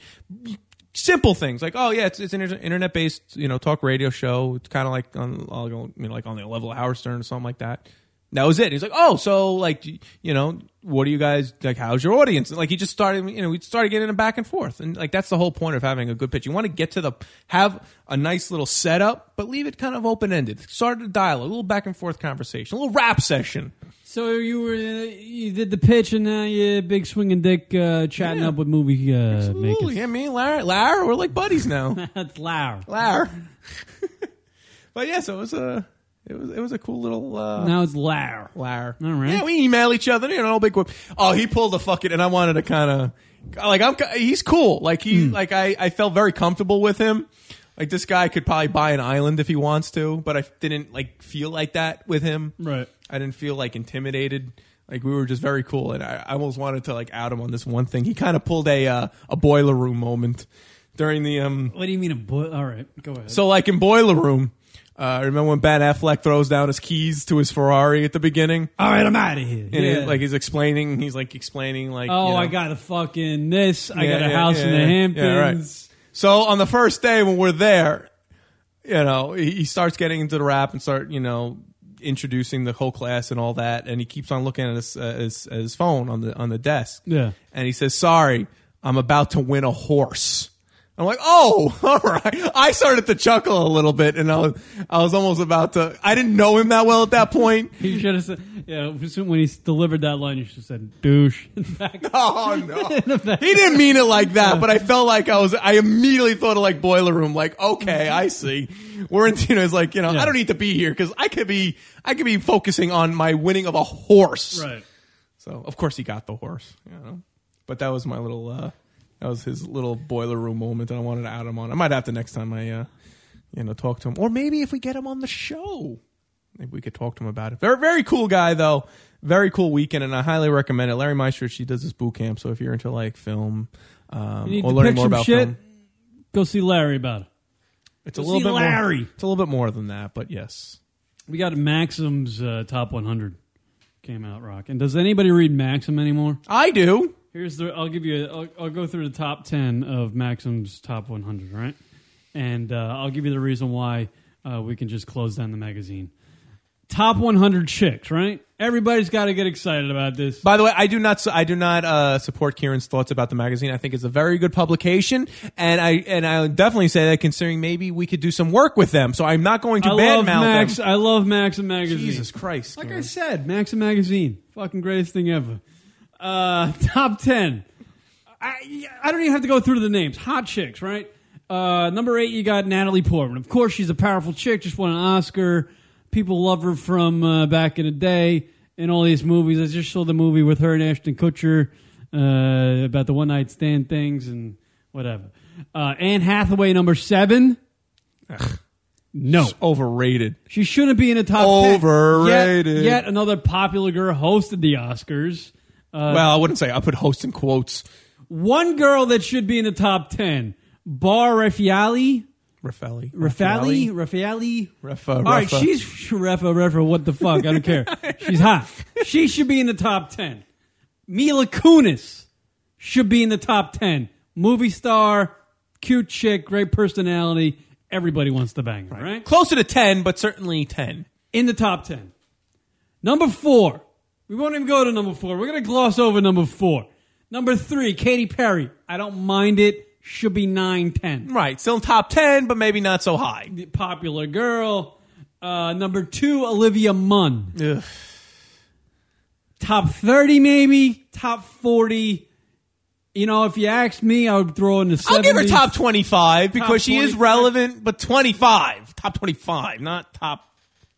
S12: simple things like, "Oh yeah, it's, it's an inter- internet-based you know talk radio show. It's kind of like on I'll go, you know like on the level of Howard Stern or something like that." And that was it. He's like, "Oh, so like y- you know what do you guys like? How's your audience?" And, like he just started you know we started getting it back and forth and like that's the whole point of having a good pitch. You want to get to the have a nice little setup, but leave it kind of open ended. Start a dialogue, a little back and forth conversation, a little rap session.
S1: So you were uh, you did the pitch and now you big swinging dick uh, chatting up with movie uh, makers.
S12: Absolutely. Yeah, me and Lara, Lara, we're like buddies now.
S1: That's Lara.
S12: Lara. but yeah, so it was a, it was it was a cool little. Uh,
S1: Now it's Lara.
S12: Lara.
S1: All right.
S12: Yeah, we email each other. You know, no big whip. Oh, he pulled the fucking, and I wanted to kind of like I'm. He's cool. Like
S1: Hmm.
S12: he, like I, I felt very comfortable with him. Like this guy could probably buy an island if he wants to, but I didn't like feel like that with him.
S1: Right.
S12: I didn't feel like intimidated. Like we were just very cool, and I, I almost wanted to like out him on this one thing. He kind of pulled a uh, a boiler room moment during the um.
S1: What do you mean a boy? All right, go ahead.
S12: So, like in Boiler Room, uh, remember when Ben Affleck throws down his keys to his Ferrari at the beginning?
S1: All right, I'm outta here.
S12: And he-
S1: Yeah.
S12: like he's explaining, he's like explaining, like,
S1: oh,
S12: you know-
S1: I got a fucking this. I
S12: Yeah,
S1: got a
S12: yeah,
S1: house
S12: yeah,
S1: in the
S12: yeah.
S1: Hamptons.
S12: Yeah, right. So on the first day when we're there, you know, he, he starts getting into the rap and start, you know, introducing the whole class and all that, and he keeps on looking at his uh, his, at his phone on the on the desk.
S1: Yeah.
S12: and he says, "Sorry, I'm about to win a horse." I'm like, oh, all right. I started to chuckle a little bit, and I was, I was almost about to. I didn't know him that well at that point.
S1: You should have said, yeah, when he delivered that line, you should have said, douche.
S12: Oh no, he didn't mean it like that. But I felt like I was. I immediately thought of like boiler room. Like, okay, I see. Warrantino is like, you know, I don't need to be here because I could be. I could be focusing on my winning of a horse.
S1: Right.
S12: So of course he got the horse. You know, but that was my little. uh That was his little boiler room moment, and I wanted to add him on. I might have to next time I, uh you know, talk to him, or maybe if we get him on the show. Maybe we could talk to him about it. Very, very cool guy though. Very cool weekend, and I highly recommend it. Larry Meister, she does this boot camp, so if you're into like film um,
S1: You need
S12: or
S1: to
S12: learning
S1: pitch
S12: more
S1: some
S12: about
S1: shit?
S12: film,
S1: Go see Larry about it.
S12: it's a
S1: Go
S12: little
S1: see
S12: bit
S1: Larry.
S12: More, it's a little bit more than that, but yes,
S1: We got Maxim's uh, top 100 came out rocking. Does anybody read Maxim anymore?
S12: I do.
S1: Here's the. I'll give you. A, I'll, I'll go through the top 10 of Maxim's top 100. Right, and uh, I'll give you the reason why uh, we can just close down the magazine. Top 100 chicks. Right. Everybody's got to get excited about this.
S12: By the way, I do not su- I do not uh, support Kieran's thoughts about the magazine. I think it's a very good publication, and I and I would definitely say that considering maybe we could do some work with them. So I'm not going to
S1: I love
S12: badmouth
S1: Max.
S12: them.
S1: I love Maxim magazine.
S12: Jesus Christ!
S1: Like I said, Maxim magazine, fucking greatest thing ever. Uh, top ten. I I don't even have to go through the names. Hot chicks, right? Uh, number eight, you got Natalie Portman. Of course, she's a powerful chick. Just won an Oscar. People love her from uh, back in the day in all these movies. I just saw the movie with her and Ashton Kutcher uh, about the one night stand things and whatever. Uh, Anne Hathaway, number seven. No,
S12: overrated.
S1: She shouldn't be in the top 10.
S12: Overrated.
S1: Yet, yet another popular girl hosted the Oscars. Uh,
S12: well, I wouldn't say I put host in quotes.
S1: one girl that should be in the top ten, Bar Raffaelli.
S12: Raffaelli.
S1: Raffaelli. Raffaelli.
S12: Raffa,
S1: All right,
S12: Raffa.
S1: she's Rafa Rafa. What the fuck? I don't care. She's hot. She should be in the top ten. Mila Kunis should be in the top ten. Movie star, cute chick, great personality. Everybody wants to bang her, right?
S12: Closer to ten, but certainly ten.
S1: in the top 10. Number four. We won't even go to number four. We're going to gloss over number four. Number three, Katy Perry. I don't mind it. Should be 9, 10.
S12: Right. Still in top 10, but maybe not so high.
S1: Popular girl. Uh, number two, Olivia Munn. Top 30, maybe. Top 40. You know, if you asked me, I would throw in the 70s.
S12: I'll give her top twenty-five because
S1: Top
S12: she is
S1: 25.
S12: relevant, but twenty-five, top twenty-five, not top,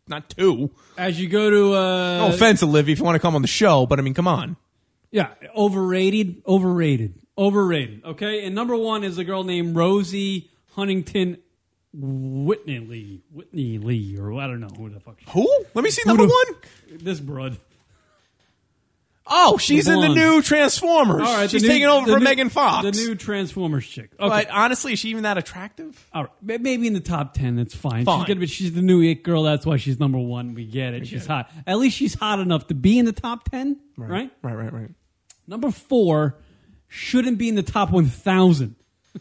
S12: not two.
S1: As you go to, uh,
S12: no offense, Olivia, if you want to come on the show, but I mean, come on.
S1: Yeah, overrated, overrated, overrated. Okay, and number one is a girl named Rosie Huntington Whitney Lee, Whitney Lee, or I don't know who the fuck. She
S12: Who? Let me see number one.
S1: This broad.
S12: Oh, she's in the
S1: blonde.
S12: new Transformers.
S1: All right,
S12: she's
S1: the new-
S12: taking over
S1: the
S12: for
S1: new-
S12: Megan Fox.
S1: The new Transformers chick. Okay.
S12: But honestly, is she even that attractive?
S1: All right, ma- maybe in the top ten, that's fine.
S12: Fine.
S1: She's gonna be, she's the new it girl. That's why she's number one. We get it. she's hot. At least she's hot enough to be in the top ten, right? Right,
S12: right, right. right.
S1: Number four shouldn't be in the top one thousand.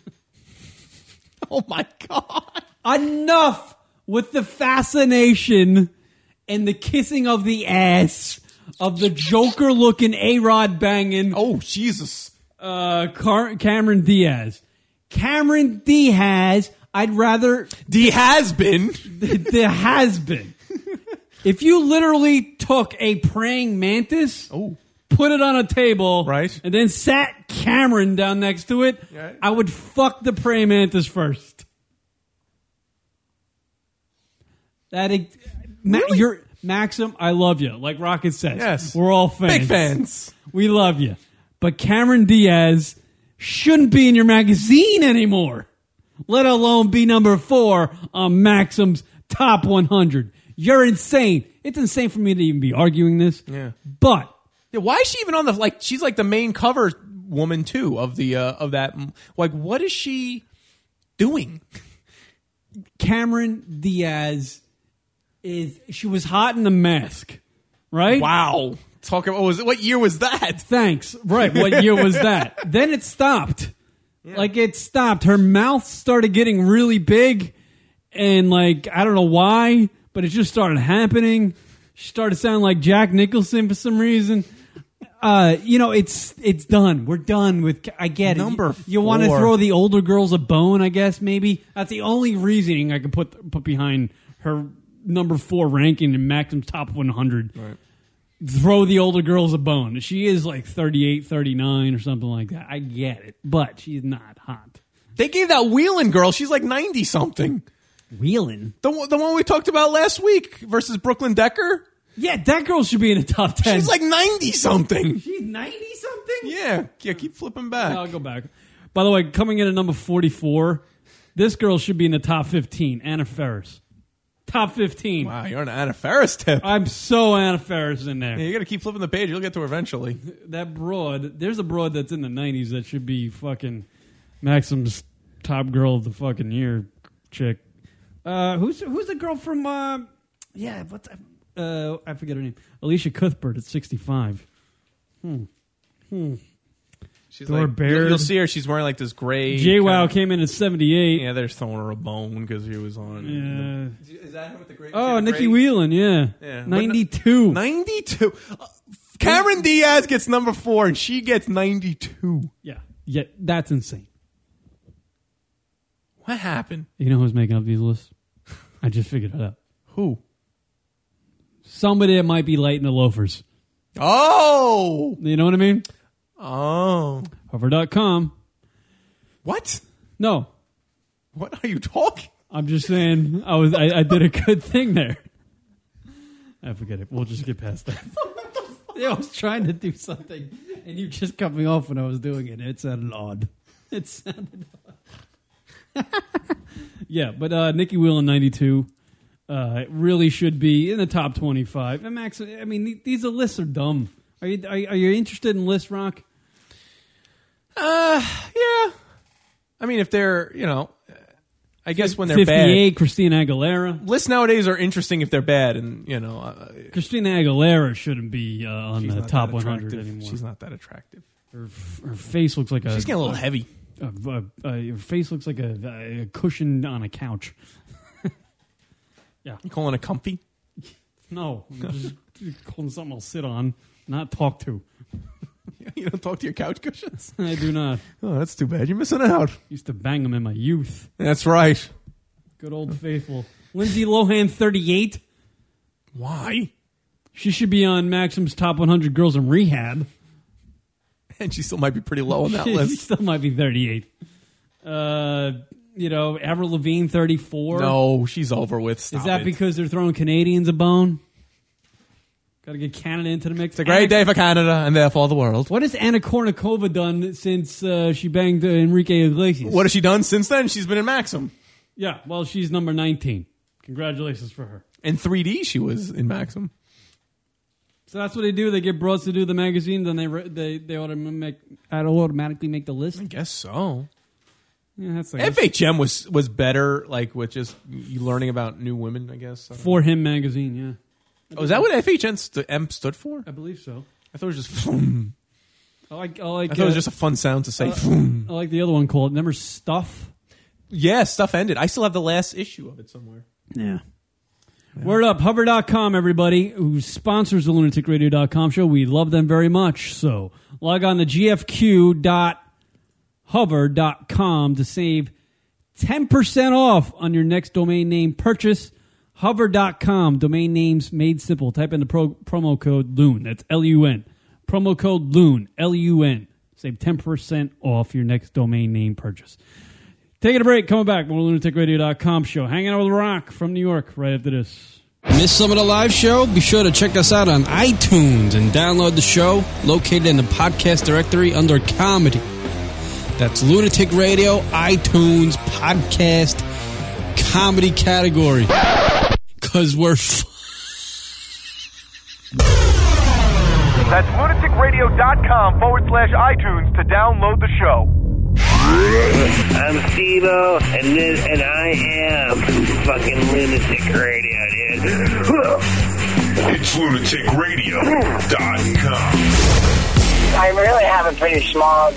S12: oh my
S1: god! Enough with the fascination and the kissing of the ass of the Joker looking A Rod banging.
S12: Oh Jesus!
S1: Uh, Car- Cameron Diaz. Cameron Diaz. I'd rather
S12: D has been
S1: the has been. If you literally took a praying mantis,
S12: Oh.
S1: put it on a table, right, and then sat Cameron down next to it,
S12: Right.
S1: I would fuck the praying mantis first. That ex- Ma- you're Maxim, I love you. Like Rocket says, yes, we're all fans,
S12: Big fans.
S1: We love you, but Cameron Diaz shouldn't be in your magazine anymore. Let alone be number four on Maxim's top 100. You're insane. It's insane for me to even be arguing this.
S12: Yeah.
S1: But
S12: Yeah, why is she even on the like? She's like the main cover woman too of the uh, of that. Like, what is she doing?
S1: Cameron Diaz is she was hot in the mask, right?
S12: Wow. Talk about what was what year was that?
S1: Thanks. Right. What year was that? then it stopped. Like it stopped. Her mouth started getting really big and like I don't know why, but it just started happening. She started sounding like Jack Nicholson for some reason. Uh, you know, it's it's done. We're done with. Ca- I get it.
S12: Number
S1: You, want to
S12: four.
S1: throw the older girls a bone? I guess maybe that's the only reasoning I could put put behind her number four ranking in Maxim's top one hundred throw the older girls a bone. She is like 38, 39 or something like that. I get it, but she's not hot.
S12: They gave that Wheelan girl. She's like ninety something.
S1: Wheelan,
S12: the one- the one we talked about last week versus Brooklyn Decker.
S1: Yeah, that girl should be in the top ten.
S12: She's like ninety something.
S1: She's 90 something?
S12: Yeah, yeah. Keep flipping back.
S1: I'll go back. By the way, coming in at number 44, this girl should be in the top 15, Anna Ferris. Top 15.
S12: Wow, you're an Anna Ferris tip.
S1: I'm so Anna Ferris in there.
S12: Yeah, you got to keep flipping the page. You'll get to her eventually.
S1: That broad, there's a broad that's in the 90s that should be fucking Maxim's top girl of the fucking year chick. Uh, who's who's the girl from? Uh, yeah, what's uh, I forget her name. Alicia Cuthbert at 65. Hmm. Hmm.
S12: She's
S1: Dora
S12: like,
S1: Baird.
S12: You'll, you'll see her. She's wearing like this gray.
S1: JWoww came in at 78.
S12: Yeah, they're throwing her a bone because he was on.
S1: Yeah.
S12: Is that her with the great?
S1: Oh, Nikki Wheelan, yeah.
S12: Yeah.
S1: 92.
S12: 92. Uh, Cameron Diaz gets number four, and she gets ninety-two.
S1: Yeah. Yeah, that's insane.
S12: What happened?
S1: You know who's making up these lists? I just figured it out.
S12: Who?
S1: Somebody that might be light in the loafers.
S12: Oh.
S1: You know what I mean?
S12: Oh.
S1: Hover.com.
S12: What?
S1: No.
S12: What are you talking?
S1: I'm just saying I was I, I did a good thing there. I forget it. We'll just get past that. Yeah, I was trying to do something and you just cut me off when I was doing it. It sounded odd. It sounded odd. yeah, but uh Nikki Whelan ninety two. Uh, really should be in the top twenty five. And Max I mean the- these are lists are dumb. Are you are, you- are you interested in list rock?
S12: Uh, yeah. I mean, if they're, you know, I guess when they're bad.
S1: 58, Christina Aguilera.
S12: Lists nowadays are interesting if they're bad, and you know, uh,
S1: Christina Aguilera shouldn't be uh, on
S12: she's
S1: the
S12: not
S1: top
S12: that
S1: 100
S12: attractive.
S1: anymore.
S12: She's not that attractive.
S1: Her, her face looks like a.
S12: She's getting a little heavy.
S1: A, a, a- her face looks like a, a cushion on a couch. yeah.
S12: You calling a comfy?
S1: No, I'm just calling something I'll sit on, not talk to.
S12: You don't talk to your couch cushions.
S1: I do not.
S12: Oh, that's too bad. You're missing out.
S1: Used to bang them in my youth.
S12: That's right.
S1: Good old faithful. Lindsay Lohan, 38.
S12: Why?
S1: She should be on Maxim's top 100 girls in rehab.
S12: And she still might be pretty low on that
S1: She
S12: list.
S1: still might be 38. Uh, you know, Avril Lavigne, 34.
S12: No, she's over with.
S1: Is
S12: Stop
S1: that
S12: it.
S1: because they're throwing Canadians a bone? Got to get Canada into the mix. It's
S12: a great day for Canada and therefore the world.
S1: What has Anna Kournikova done since uh, she banged uh, Enrique Iglesias?
S12: What has she done since then? She's been in Maxim.
S1: Yeah, well, she's number 19. Congratulations for her.
S12: In 3D, she was in Maxim.
S1: So that's what they do. They get bros to do the magazine, then they re- they they autom- make, auto- automatically make the list. I
S12: guess so.
S1: Yeah, that's like
S12: FHM was was better, like with just you learning about new women. I guess. I don't
S1: for
S12: know.
S1: him magazine. Yeah.
S12: Oh, is that what FHM stu- M stood for?
S1: I believe so.
S12: I thought it was just. I
S1: like. I like.
S12: thought it was
S1: uh,
S12: just a fun sound to say.
S1: Uh, I like the other one called Remember Stuff.
S12: yeah, stuff ended. I still have the last issue of it somewhere.
S1: Yeah. Word up, hover.com, everybody, who sponsors the lunaticradio.com show. We love them very much. So log on to gfq.hover.com to save 10% off on your next domain name purchase. Hover.com, domain names made simple. Type in the pro- promo code LUN. That's L U N. Promo code LUN, L U N. Save 10% off your next domain name purchase. Taking a break, coming back. More lunaticradio.com show. Hanging out with Rock from New York right after this.
S4: Miss some of the live show? Be sure to check us out on iTunes and download the show located in the podcast directory under comedy. That's Lunatic Radio, iTunes, podcast, comedy category. Because we're f-
S23: That's lunaticradio.com forward slash iTunes to download the show.
S5: I'm Steve and this, and I am fucking lunatic radio, dude.
S11: It's lunaticradio.com.
S5: I really have a pretty small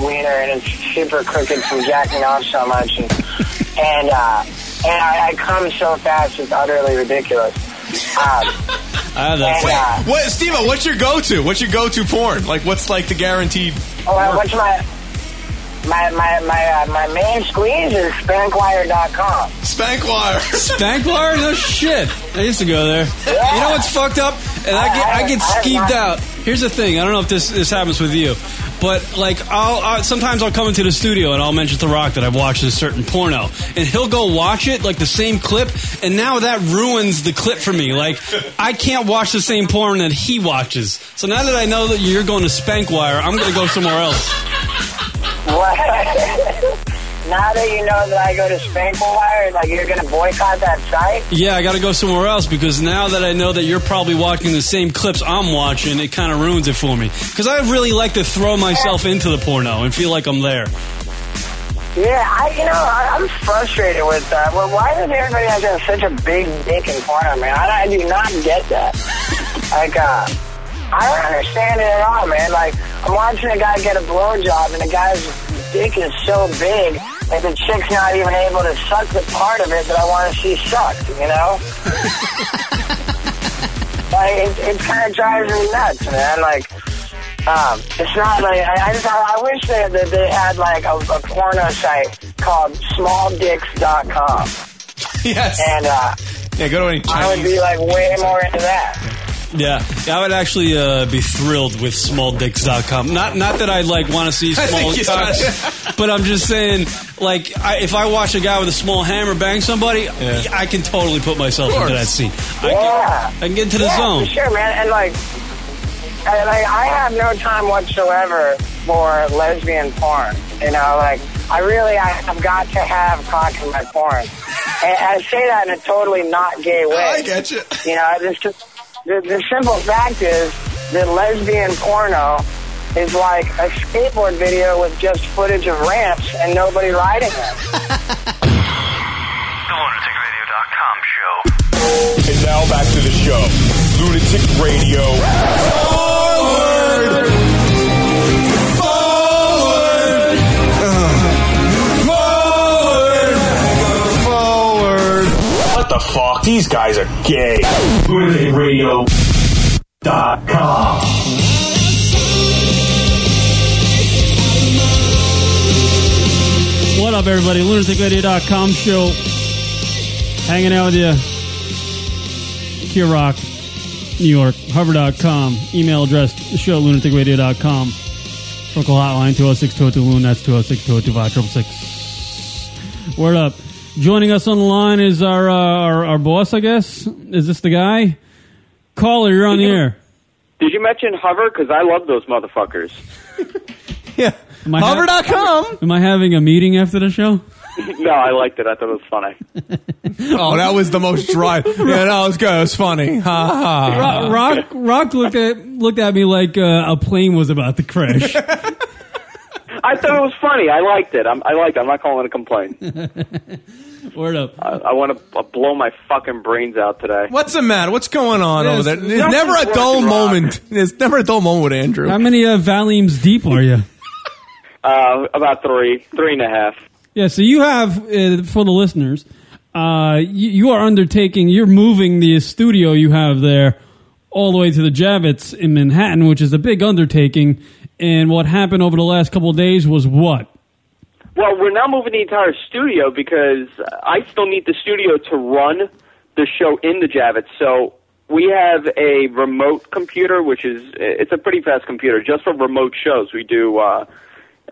S5: wiener, and it's super crooked from jacking off so much, and and, uh, and I, I come so fast, it's utterly ridiculous. Um,
S12: I
S5: that's-
S12: Wait,
S5: Yeah.
S12: what, Steve? What's your go-to? What's your go-to porn? Like, what's like the guaranteed?
S5: Oh, uh, what's my my my my uh, my main squeeze is spankwire.com.
S12: Spankwire.
S4: Spankwire? No shit. I used to go there. You know what's fucked up? And I get I get skeeved out. Here's the thing. I don't know if this this happens with you, but like I'll, i sometimes I'll come into the studio and I'll mention to Rock that I've watched a certain porno, and he'll go watch it like the same clip, and now that ruins the clip for me. Like I can't watch the same porn that he watches. So now that I know that you're going to Spankwire, I'm going to go somewhere else.
S5: What? now that you know that I go to spankwire, like you're gonna boycott that site.
S4: Yeah, I got to go somewhere else because now that I know that you're probably watching the same clips I'm watching, it kind of ruins it for me. Because I really like to throw myself into the porno and feel like I'm there.
S5: Yeah, I you know I, I'm frustrated with that. Well, why does everybody have to have such a big dick in porno, man? I, I do not get that. like, uh, I don't understand it at all, man. Like, I'm watching a guy get a blowjob, and the guy's dick is so big that the chick's not even able to suck the part of it that I want to see sucked. You know? like, it, it kind of drives me nuts, man. Like. Um, it's not like I, I just I, I wish that that they had like a, a porno site called smalldicks.com.
S12: Yes.
S5: And uh,
S12: Yeah, go to any Chinese.
S5: I would be like way more into that.
S4: Yeah, I would actually uh, be thrilled with smalldicks.com. Not not that I like want to see
S17: I
S4: small
S17: think you
S4: cocks, but I'm just saying, like, I, if I watch a guy with a small hammer bang somebody, I can totally put myself into that scene. I,
S5: Yeah.
S4: can, I can get into the
S5: yeah,
S4: zone.
S5: For sure, man. And like, and, like, I have no time whatsoever for lesbian porn. You know, like, I really, I have got to have cock in my porn. And I say that in a totally not gay way. I
S12: get you.
S5: You know, it's just, the, the simple fact is that lesbian porno is like a skateboard video with just footage of ramps and nobody riding them.
S23: lunaticradio.com show.
S11: And now back to the show. Lunatic Radio. Forward! Forward! Forward! Forward! What the fuck? These guys are gay. LunaticRadio.com.
S1: What up, everybody? LunaticRadio.com show. Hanging out with you. Q Rock, New York, Harvard.com. Email address, the show, lunaticradio.com. Local hotline, 206 202 Loon. That's 206 202 Word up. Joining us on the line is our, uh, our, our boss, I guess. Is this the guy? Caller, you're on the air.
S10: Did you mention Hover? Because I love those motherfuckers.
S1: Am I ha-
S10: Hover.com.
S1: Am I having a meeting after the show?
S10: no, I liked it. I thought it was funny.
S12: Oh, that was the most dry. Yeah, that was good. It was funny. Ha ha.
S1: Rock, Rock, Rock looked at looked at me like uh, a plane was about to crash.
S10: I thought it was funny. I liked it. I'm, I liked it. I'm not calling it a complaint.
S1: Word up.
S10: I, I want to uh, blow my fucking brains out today.
S12: What's the matter? What's going on
S10: There's
S12: over there? There's
S10: nothing
S12: never a
S10: working,
S12: dull
S10: Rock.
S12: moment. There's never a dull moment with Andrew.
S1: How many uh, Valiums deep are you?
S10: Uh, about three, three and a half.
S1: Yeah, so you have uh, for the listeners, uh, you, you are undertaking. You're moving the studio you have there all the way to the Javits in Manhattan, which is a big undertaking. And what happened over the last couple of days was what?
S10: Well, we're now moving the entire studio because I still need the studio to run the show in the Javits. So we have a remote computer, which is it's a pretty fast computer just for remote shows. We do uh,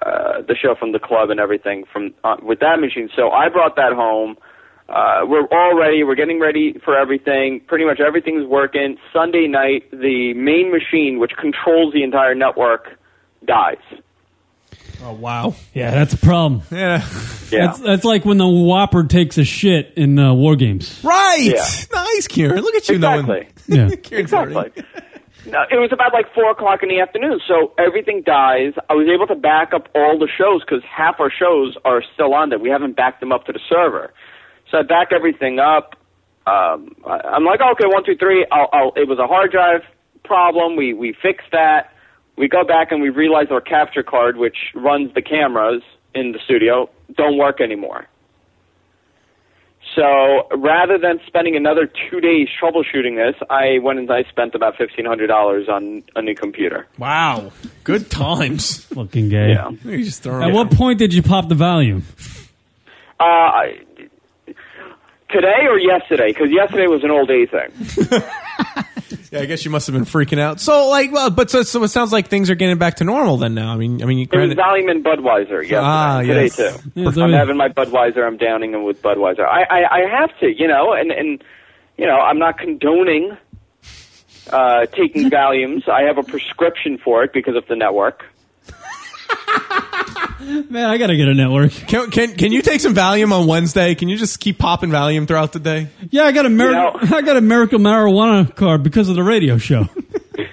S10: uh, the show from the club and everything from uh, with that machine. So I brought that home. Uh, we're all ready. We're getting ready for everything. Pretty much everything's working. Sunday night, the main machine, which controls the entire network, dies.
S12: Oh wow.
S1: Yeah, that's a problem.
S12: Yeah.
S10: Yeah.
S1: That's, that's like when the Whopper takes a shit in uh, War Games.
S12: Right.
S10: Yeah.
S12: Nice, Kieran. Look at you
S10: exactly.
S1: Yeah.
S10: exactly. No, it was about like four o'clock in the afternoon, so everything dies. I was able to back up all the shows because half our shows are still on there. We haven't backed them up to the server, so I back everything up. Um, I, I'm like, okay, one, two, three. I'll, I'll, it was a hard drive problem. We we fixed that. We go back and we realize our capture card, which runs the cameras in the studio, don't work anymore. So rather than spending another two days troubleshooting this, I went and I spent about fifteen hundred dollars on a new computer.
S12: Wow. Good times.
S1: Fucking gay.
S10: Yeah.
S12: You just throw
S1: At
S12: it.
S1: what point did you pop the volume?
S10: Uh, I- today or yesterday? Because yesterday was an old day thing.
S12: Yeah, I guess you must have been freaking out. So, like, well, but so, so it sounds like things are getting back to normal then. Now, I mean, I mean, you
S10: It was
S12: granted,
S10: Valium and Budweiser yesterday.
S12: Ah,
S10: today
S12: yes.
S10: too.
S12: Yeah, it's
S10: I'm
S12: always-
S10: having my Budweiser. I'm downing them with Budweiser. I, I, I have to, you know, and and you know, I'm not condoning uh, taking Valiums. I have a prescription for it because of the network.
S1: Man, I gotta get a network.
S12: Can, can can you take some Valium on Wednesday? Can you just keep popping Valium throughout the day?
S1: Yeah, I got a mer- I got a miracle marijuana card because of the radio show.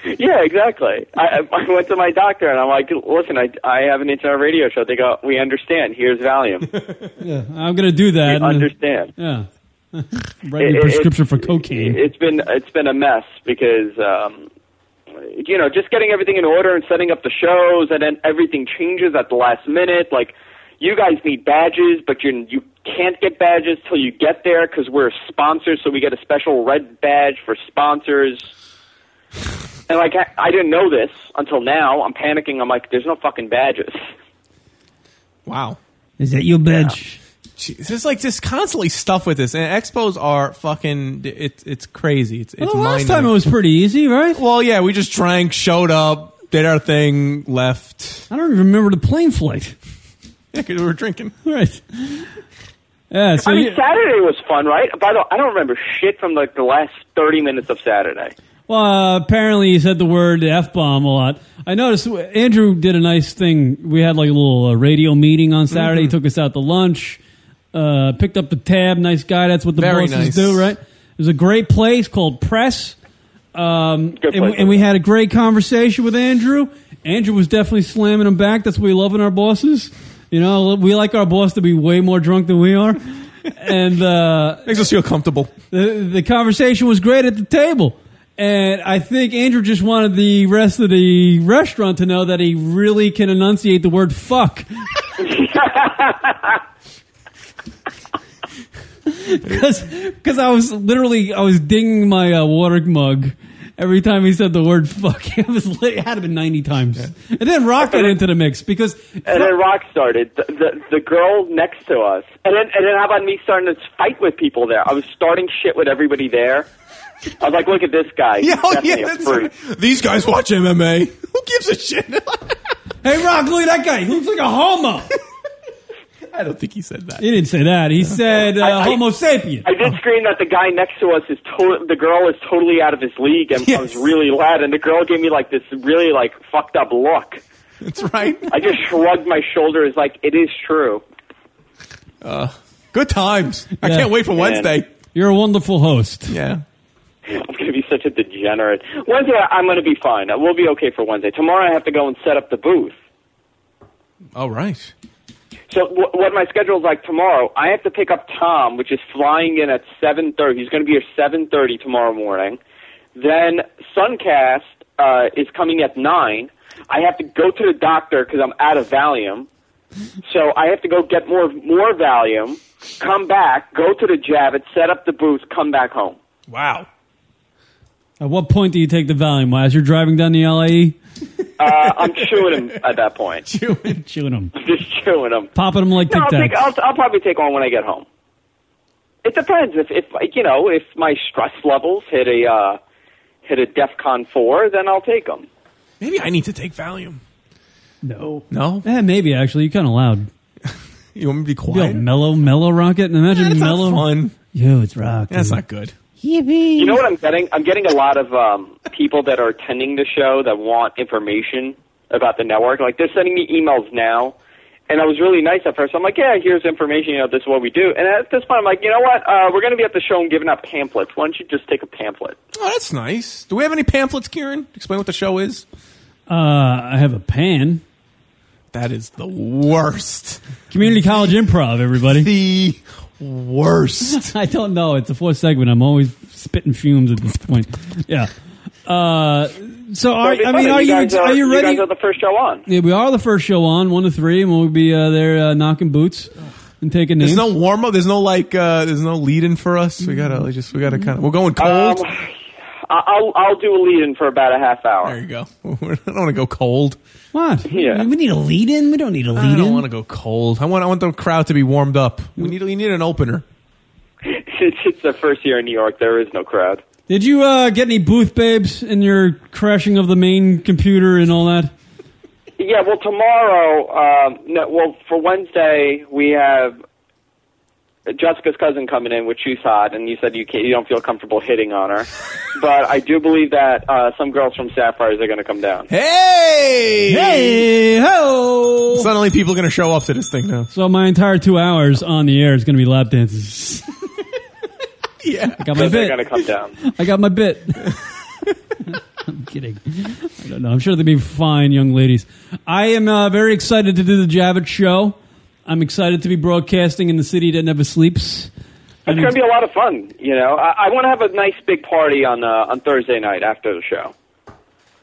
S10: Yeah, exactly. I, I I went to my doctor and I'm like, listen, I, I have an internet radio show. They go, we understand. Here's Valium.
S1: yeah, I'm gonna do that.
S10: We understand.
S1: Yeah. Write me
S10: It-
S1: a
S10: it-
S1: prescription for cocaine.
S10: It's been it's been a mess because um, you know just getting everything in order and setting up the shows and then everything changes at the last minute. Like you guys need badges, but you you can't get badges till you get there because we're sponsors, so we get a special red badge for sponsors. And like I, I didn't know this until now. I'm panicking. I'm like, there's no fucking badges.
S12: Wow.
S1: Is that your badge?
S12: Jeez, there's like just constantly stuff with this, and expos are fucking. It's it's crazy. It's, it's
S1: Well, the last
S12: mind-numbing.
S1: time it was pretty easy, right?
S12: Well, yeah, we just drank, showed up, did our thing, left.
S1: I don't even remember the plane flight.
S12: Yeah, 'cause we were drinking.
S1: Right. Yeah. So
S10: I mean,
S1: you-
S10: Saturday was fun, right? By the way, I don't remember shit from like the last 30 minutes of Saturday.
S1: Well, uh, apparently he said the word f bomb a lot. I noticed w- Andrew did a nice thing. We had like a little uh, radio meeting on Saturday. He
S12: Mhm.
S1: took us out to lunch, uh, picked up the tab. Nice guy. That's what the
S12: Very
S1: bosses
S12: nice.
S1: do, right? It was a great place called Press. Um,
S10: Good
S1: and,
S10: place.
S1: and we had a great conversation with Andrew. Andrew was definitely slamming him back. That's what we love in our bosses. You know, we like our boss to be way more drunk than we are. and uh,
S12: makes us feel comfortable.
S1: The, the conversation was great at the table. And I think Andrew just wanted the rest of the restaurant to know that he really can enunciate the word fuck. Because I was literally, I was dinging my uh, water mug every time he said the word fuck. It, was, it had to been 90 times. And then Rock got into the mix because
S10: And then rock started. The, the the girl next to us, and then and then how about me starting to fight with people there? I was starting shit with everybody there. I was like, look at this guy. He's
S12: Yeah, oh,
S10: definitely
S12: yeah,
S10: a
S12: that's
S10: freak.
S12: These guys watch MMA.
S1: Hey, Rock, look at that guy. He looks like a homo.
S12: I don't think he said that.
S1: He didn't say that. He said uh,
S10: I- I-
S1: Homo sapien.
S10: I did scream that the guy next to us is to- the girl is totally out of his league, and I was really loud. And the girl gave me like this really like fucked up look.
S12: That's right.
S10: I just shrugged my shoulders, like it is true.
S12: Uh, good times. I
S1: Yeah.
S12: can't wait for Wednesday.
S1: You're a wonderful host.
S12: Yeah.
S10: I'm going to be such a degenerate. Wednesday, I'm going to be fine. We'll be okay for Wednesday. Tomorrow, I have to go and set up the booth.
S12: All right.
S10: So w- what my schedule's like tomorrow, I have to pick up Tom, which is flying in at 7.30. He's going to be here 7.30 tomorrow morning. Then Suncast uh, is coming at 9. I have to go to the doctor because I'm out of Valium. So I have to go get more more Valium, come back, go to the Javits, set up the booth, come back home.
S12: Wow.
S1: At what point do you take the Valium? As you're driving down the E? LAE,
S10: Uh, I'm chewing him at that point.
S1: Chewing, chewing them,
S10: I'm just chewing them.
S1: popping them like
S10: No,
S1: Tic
S10: I'll,
S1: Tacs.
S10: take, I'll, I'll probably take one when I get home. It depends if, if like, you know, if my stress levels hit a uh, hit a DefCon four, then I'll take them.
S12: Maybe I need to take Valium.
S1: No.
S12: No?
S1: Eh, maybe actually. You're kind of loud.
S12: you want me to be
S1: quiet? mellow, mellow rocket. And imagine
S10: Yeah, that's not
S1: mellow.
S12: fun.
S1: Yo, it's rock.
S10: That's
S1: dude.
S10: not
S12: good.
S10: You know what I'm getting? I'm getting a lot of um, people that are attending the show that want information about the network. Like they're sending me emails now, and I was really nice at first. I'm like, yeah, here's information. You know, this is what we do. And at this point, I'm like, you know what? Uh, we're going to be at the show and giving out pamphlets. Why don't you just take a pamphlet?
S12: Oh, that's nice. Do we have any pamphlets, Kieran? Explain what the show is.
S1: Uh, I have a pan.
S12: That is the worst.
S1: Community college improv, everybody.
S12: The worst.
S1: I don't know. It's a fourth segment. I'm always spitting fumes at this point. Yeah. Uh, so are,
S10: That'd be
S1: I mean,
S10: funny.
S1: are you,
S10: guys
S1: are, you ready?
S10: guys are the first show on.
S1: yeah, we are the first show on one to three, and we'll be uh, there uh, knocking boots and taking names.
S12: There's no warm up. There's no like. Uh, there's no lead in for us. We gotta like, just. We gotta kind of. We're going cold.
S10: Um, I- I'll I'll do a lead in for about a half hour. There
S12: you go. I don't want to go cold.
S1: What?
S10: Yeah.
S1: We need a lead in. We don't need a lead
S12: I don't
S1: in.
S12: want to go cold. I want. I want the crowd to be warmed up. We need. We need an opener.
S10: It's, it's the first year in New York. There is no crowd.
S1: Did you uh, get any booth babes in your crashing of the main computer and all that?
S10: Yeah, well, tomorrow, um, no, well, for Wednesday, we have Jessica's cousin coming in, which she's hot, and you said you can't, you don't feel comfortable hitting on her. but I do believe that uh, some girls from Sapphires are going to come down.
S12: Hey!
S1: Hey! Ho!
S12: Suddenly people are going to show up to this thing now.
S1: So my entire two hours on the air is going to be lap dances.
S12: yeah.
S1: I got my
S10: they're
S1: bit.
S10: going to come down.
S1: I got my bit. I'm kidding. I don't know. I'm sure they'll be fine, young ladies. I am uh, very excited to do the Javits show. I'm excited to be broadcasting in the city that never sleeps.
S10: It's going to be a lot of fun, you know. I, I want to have a nice big party on uh, on Thursday night after the show.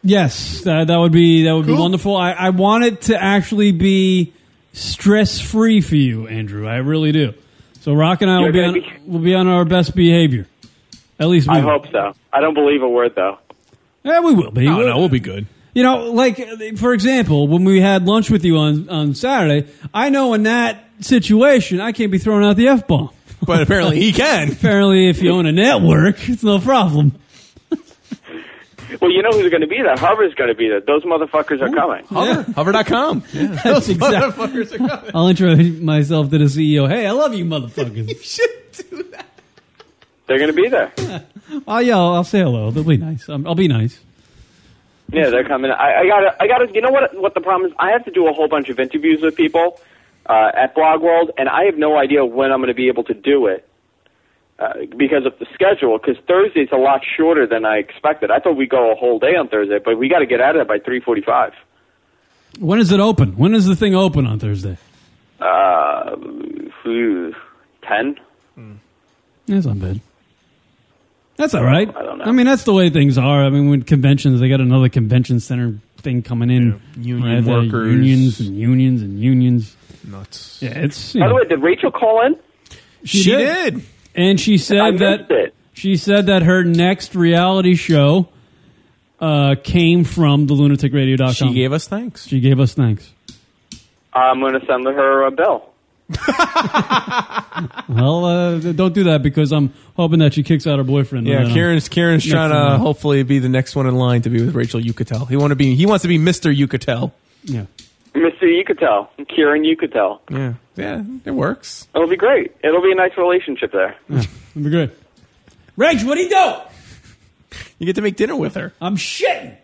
S1: Yes, that, that would be that would be wonderful. I, I want it to actually be stress free for you, Andrew. I really do. So Rock and I will
S10: You're
S1: be
S10: gonna
S1: on will be on our best behavior. At least we
S10: I
S1: will.
S10: hope so. I don't believe a word though.
S1: Yeah, we will be.
S12: No, no, we'll be good.
S1: You know, like uh, for example, when we had lunch with you on on Saturday, I know in that situation I can't be throwing out the f bomb.
S12: But apparently he can.
S1: apparently, if you own a network, it's no problem.
S10: Well, you know who's going to be there? Harvard's going to be there. Those motherfuckers are coming.
S12: Hover, Hover.com.
S1: That's exact-
S12: motherfuckers are coming.
S1: I'll introduce myself to the CEO. Hey, I love you, motherfuckers.
S10: They're going to be there.
S1: oh yeah, I'll, I'll say hello. They'll be nice. i I'll be nice.
S10: Yeah, they're coming. I, I gotta, I gotta. You know what? What the problem is? I have to do a whole bunch of interviews with people uh, at Blog World, and I have no idea when I'm going to be able to do it uh, because of the schedule. Because Thursday's a lot shorter than I expected. I thought we'd go a whole day on Thursday, but we got to get out of there by 3:45.
S1: When is it open? When is the thing open on Thursday?
S10: Uh, phew, ten.
S1: Hmm. That's not bad. That's all right.
S10: I don't know.
S1: mean, that's the way things are. I mean, when conventions, they got another convention center thing coming in. Right,
S12: Union
S1: the
S12: workers.
S1: unions and unions and unions.
S12: Nuts.
S1: Yeah, it's. you
S10: By the
S1: know,
S10: way, did Rachel call in?
S1: she did. and she said
S10: I missed
S1: that
S10: it.
S1: she said that her next reality show uh, came from the lunaticradio.com.
S12: She gave us thanks.
S1: She gave us thanks.
S10: I'm going to send her a bill.
S1: Well, uh, don't do that because I'm hoping that she kicks out her boyfriend.
S12: Yeah,
S1: And then I'm
S12: Kieran's Kieran's
S1: next
S12: trying
S1: in
S12: to
S1: line.
S12: hopefully be the next one in line to be with Rachel Yucatel. He want to be he wants to be Mr. Yucatel.
S1: Yeah.
S10: Mister, you could tell. Kieran, you could tell.
S12: Yeah. Yeah, it works.
S10: It'll be great. It'll be a nice relationship there.
S1: That'd be great. Reg, what do you do?
S12: You get to make dinner with her.
S1: I'm shitting.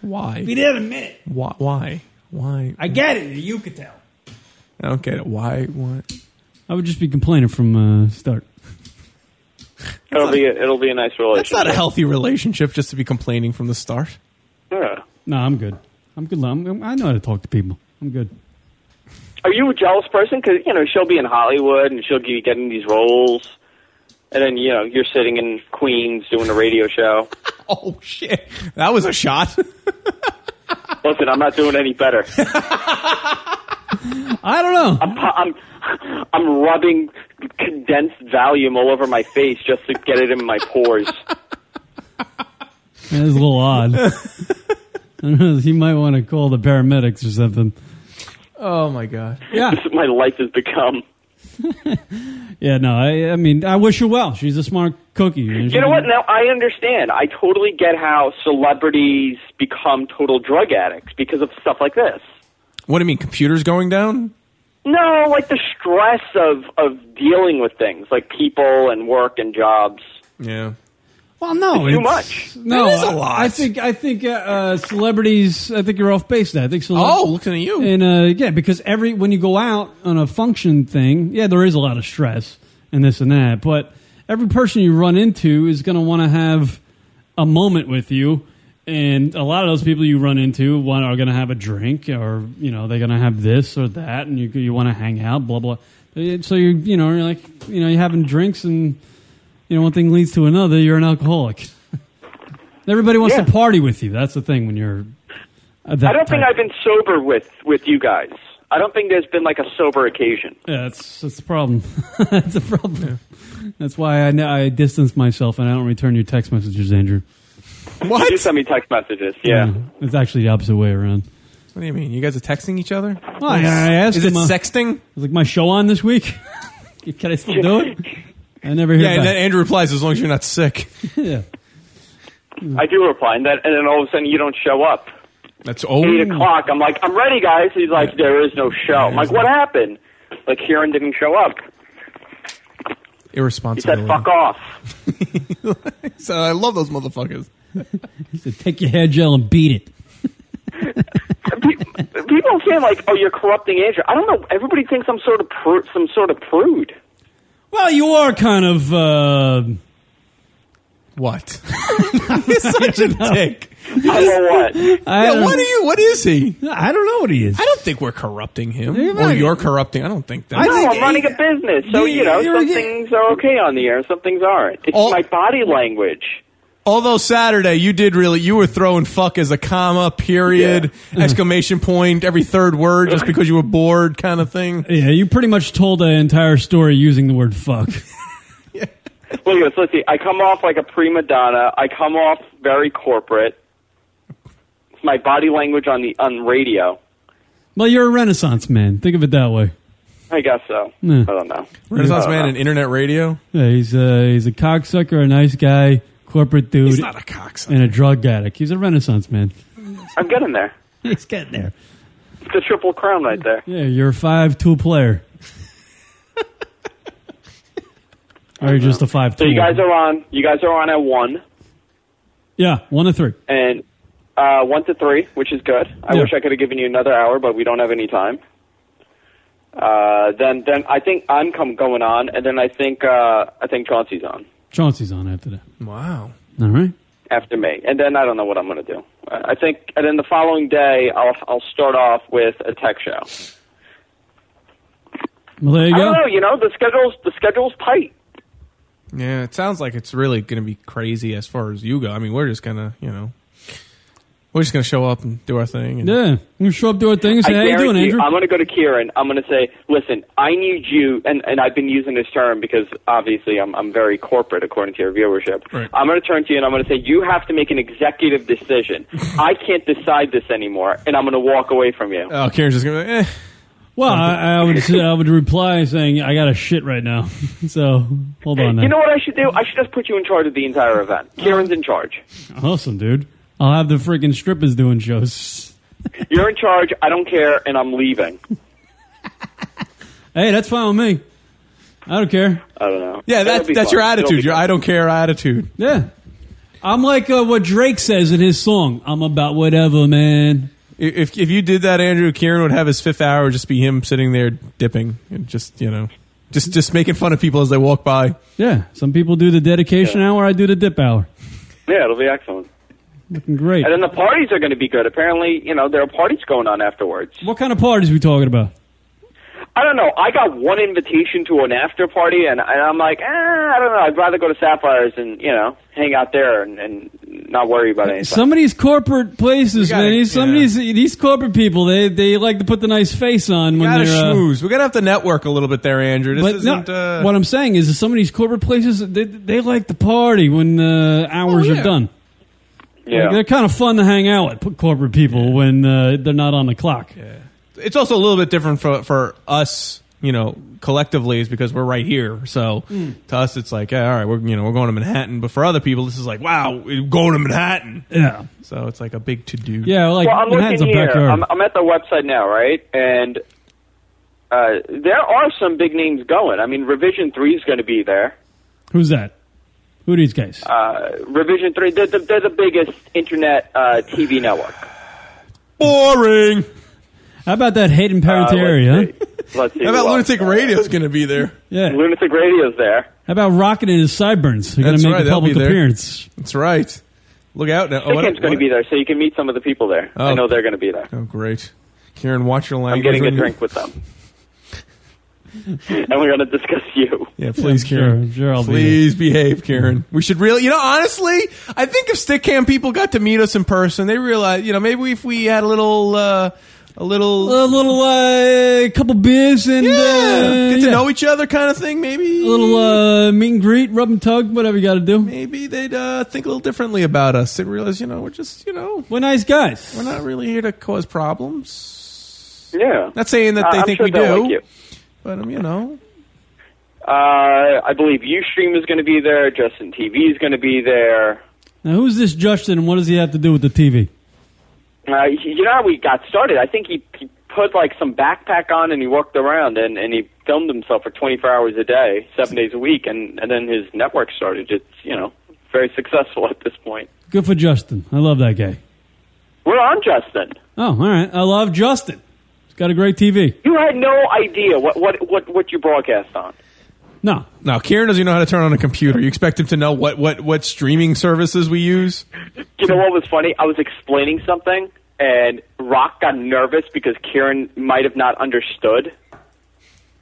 S12: Why?
S1: Be there in a minute.
S12: Why? Why? Why?
S1: I get it. You could tell.
S12: I don't get it. Why? What?
S1: I would just be complaining from uh, start.
S10: It'll be a, it'll be a nice
S12: It's
S10: relationship.
S12: not a healthy relationship just to be complaining from the start.
S10: Yeah.
S1: No, I'm good. I'm good. I'm, I know how to talk to people. I'm good.
S10: Are you a jealous person? Because you know she'll be in Hollywood and she'll be getting these roles, and then you know you're sitting in Queens doing a radio show.
S12: oh shit! That was a shot.
S10: Listen, I'm not doing any better.
S1: I don't know.
S10: I'm, pu- I'm I'm rubbing condensed volume all over my face just to get it in my pores.
S1: That is a little odd. I don't know, he might want to call the paramedics or something.
S12: Oh my god! Yeah.
S10: This is what my life has become.
S1: Yeah, no, I, I mean, I wish her well. She's a smart cookie.
S10: You know what? Now I understand. I totally get how celebrities become total drug addicts because of stuff like this.
S12: What do you mean? Computers going down?
S10: No, like the stress of of dealing with things like people and work and jobs.
S12: Yeah.
S1: Well, no,
S10: It's too
S1: it's-
S10: much.
S1: No,
S10: That is a
S1: I-
S10: lot.
S1: I think I think uh, uh, celebrities. I think you're off base. There, I think. Cele-
S12: Oh, looking at you.
S1: And uh, yeah, because every when you go out on a function thing, yeah, there is a lot of stress and this and that. But every person you run into is going to want to have a moment with you, and a lot of those people you run into one are going to have a drink, or you know they're going to have this or that, and you you want to hang out, blah blah. So you you know you're like you know you're having drinks and you know, one thing leads to another. You're an alcoholic. Everybody wants to party with you. That's the thing when you're. uh, that
S10: I don't think
S1: type.
S10: I've been sober with with you guys. I don't think there's been like a sober occasion.
S1: Yeah, that's that's the problem. that's the problem. That's why I n- I distance myself and I don't return your text messages, Andrew.
S10: What? You do send me text messages. Yeah.
S1: it's actually the opposite way around.
S12: What do you mean? You guys are texting each other?
S1: Well, I, I asked
S12: Is
S1: him,
S12: it
S1: uh,
S12: sexting?
S1: I was like, my show on this week? Can I still do it? I never hear
S12: Yeah, and
S1: back.
S12: then Andrew replies, "As long as you're not sick."
S1: yeah.
S10: Mm. I do reply, and, that, and then all of a sudden you don't show up.
S12: That's oh.
S10: Eight o'clock. I'm like, I'm ready, guys. He's like, there is no show. I'm like, what happened? Like, Kieran didn't show up. He
S12: Irresponsible.
S10: said, fuck off.
S12: So I love those motherfuckers.
S1: He said, take your hair gel and beat it.
S10: People are saying like, oh, you're corrupting Andrew. I don't know. Everybody thinks I'm sort of pru- some sort of prude.
S1: Well, you are kind of. Uh,
S12: what? He's such a dick.
S10: I know what.
S1: I
S12: yeah,
S1: don't-
S12: what are you? What is he?
S1: I don't know what he is.
S12: I don't think we're corrupting him.
S1: You're
S12: Or
S1: right.
S12: you're corrupting. I don't think that.
S10: no, I'm running a business, so
S12: Yeah,
S10: you know
S12: you're-
S10: some
S12: yeah.
S10: things are okay on the air, and some things aren't. It's my body language.
S12: Although Saturday you did really you were throwing fuck as a comma, period, exclamation point, every third word just because you were bored kind of thing.
S1: Yeah, you pretty much told the entire story using the word fuck.
S10: Look at this. Let's see. I come off like a prima donna. I come off very corporate. It's my body language on the on radio.
S1: Well, you're a renaissance man. Think of it that way.
S10: I guess so.
S1: Yeah.
S10: I don't know. I
S12: Renaissance
S10: don't
S12: man
S10: know.
S12: and internet radio.
S1: Yeah, he's a he's a cocksucker, a nice guy, corporate dude.
S12: He's not a cocksucker.
S1: and a drug addict. He's a renaissance man.
S10: I'm getting there.
S1: He's getting there.
S10: It's the triple crown right there.
S1: Yeah, you're a five two player. or you're just a five two.
S10: So you guys are on. You guys are on at one
S1: yeah, one to three.
S10: and uh, one to three, which is good. I
S1: Yeah.
S10: wish I could have given you another hour, but we don't have any time. Uh, then, then I think I'm come going on, and then I think uh, I think Chauncey's on
S1: Chauncey's on after that.
S12: Wow.
S1: All right.
S10: after me, and then I don't know what I'm going to do. I I think, and then the following day I'll I'll start off with a tech show.
S1: Well, there you
S10: I
S1: go.
S10: don't know. You know, the schedule's the schedule's tight.
S12: Yeah, it sounds like it's really gonna be crazy as far as you go. I mean, we're just gonna, you know we're just gonna show up and do our thing and
S1: Yeah, we show up to our thing and say, "How you doing,
S10: guarantee
S1: Andrew?"
S10: I'm going to go to Kieran. I'm going to say, listen, I need you, and, and I've been using this term because obviously I'm, I'm very corporate according to your viewership.
S13: Right.
S10: I'm going to turn to you and I'm going to say, you have to make an executive decision. I can't decide this anymore, and I'm going to walk away from you.
S12: Oh, Karen's just gonna be like, eh.
S1: Well, I, I would say- I would reply saying, "I got a shit right now," so hold on. Now.
S10: you know what I should do? I should just put you in charge of the entire event. Kieran's in charge.
S1: Awesome, dude. I'll have the freaking strippers doing shows.
S10: You're in charge. I don't care, and I'm leaving.
S1: Hey, that's fine with me. I don't care.
S10: I don't know.
S12: Yeah, that's that's your attitude. Your I don't care attitude.
S1: Yeah. I'm like uh, what Drake says in his song. I'm about whatever, man.
S12: If if you did that, Andrew, Kieran would have his fifth hour just be him sitting there dipping and just you know, just just making fun of people as they walk by.
S1: Yeah. Some people do the dedication hour. I do the dip hour.
S10: Yeah, it'll be excellent.
S1: Looking great.
S10: And then the parties are going to be good. Apparently, you know, there are parties going on afterwards.
S1: What kind of parties we talking about?
S10: I don't know. I got one invitation to an after party, and, and I'm like, eh, I don't know. I'd rather go to Sapphires and you know hang out there and, and not worry about anything.
S1: Some of these corporate places, man. These, Some of these these corporate people, they they like to put the nice face on when
S12: Gotta
S1: they're. uh,
S12: schmooze. We're gonna have to network a little bit there, Andrew. This
S1: but no,
S12: isn't uh,
S1: what I'm saying is, that some of these corporate places, they they like to party when uh, hours
S12: Oh, yeah.
S1: are done.
S12: Yeah.
S1: Like, they're kind of fun to hang out with corporate people when uh, they're not on the clock.
S12: it's also a little bit different for for us. You know, collectively is because we're right here. So
S1: Mm.
S12: to us, it's like, eh, all right, we're you know we're going to Manhattan. But for other people, this is like, wow, we're going to Manhattan.
S1: Yeah.
S12: So it's like a big to do.
S10: well, I'm looking here. I'm, I'm at the website now, right? And uh, there are some big names going. I mean, Revision Three is going to be there.
S1: Who's that? Who are these guys?
S10: Uh, Revision Three, they're the, they're the biggest internet uh, TV network.
S12: Boring.
S1: How about that Hayden Panettiere? huh?
S10: Let's see.
S12: How
S10: who
S12: about
S10: else.
S12: Lunatic Radio's going to be there?
S1: Yeah.
S10: Lunatic Radio's there.
S1: How about Rocket and his sideburns? They're going to make a
S12: they'll be
S1: public
S12: there.
S1: appearance.
S12: That's right. Look out now. Oh, what-
S10: Sickham's going to
S12: what-
S10: be there, so you can meet some of the people there. I
S12: Oh.
S10: know they're going to be there.
S12: Oh, great. Karen, watch your
S10: I'm
S12: language.
S10: getting a
S12: when you-
S10: drink with them. and we're going to discuss you.
S12: Yeah, please,
S1: sure,
S12: Karen.
S1: sure I'll be
S12: please behave, Karen. We should really, you know, honestly, I think if stick cam people got to meet us in person, they realize, you know, maybe if we had a little, uh, a
S1: a
S12: little,
S1: little, uh, couple beers and uh,
S12: get to
S1: yeah.
S12: know each other, kind of thing, maybe.
S1: A little uh, meet and greet, rub and tug, whatever you got to do.
S12: Maybe they'd uh, think a little differently about us and realize, you know, we're just, you know,
S1: we're nice guys.
S12: We're not really here to cause problems.
S10: Yeah.
S12: Not saying that
S10: Uh,
S12: they
S10: I'm
S12: think
S10: sure
S12: we
S10: they'll
S12: do,
S10: like you.
S12: but um, you know,
S10: Uh, I believe Ustream is going to be there. Justin TV is going to be there.
S1: Now, who's this Justin and what does he have to do with the TV?
S10: Uh, y- you know how we got started? I think he, he put like some backpack on and he walked around and, and he filmed himself for 24 hours a day, seven days a week, and, and then his network started. It's you know very successful at this point.
S1: Good for Justin. I love that guy.
S10: We're on Justin.
S1: Oh, all right. I love Justin. He's got a great TV.
S10: You had no idea what what what, what you broadcast on.
S1: No.
S12: no. Kieran doesn't even know how to turn on a computer. You expect him to know what what what streaming services we use?
S10: You know what was funny? I was explaining something, and Rock got nervous because Kieran might have not understood.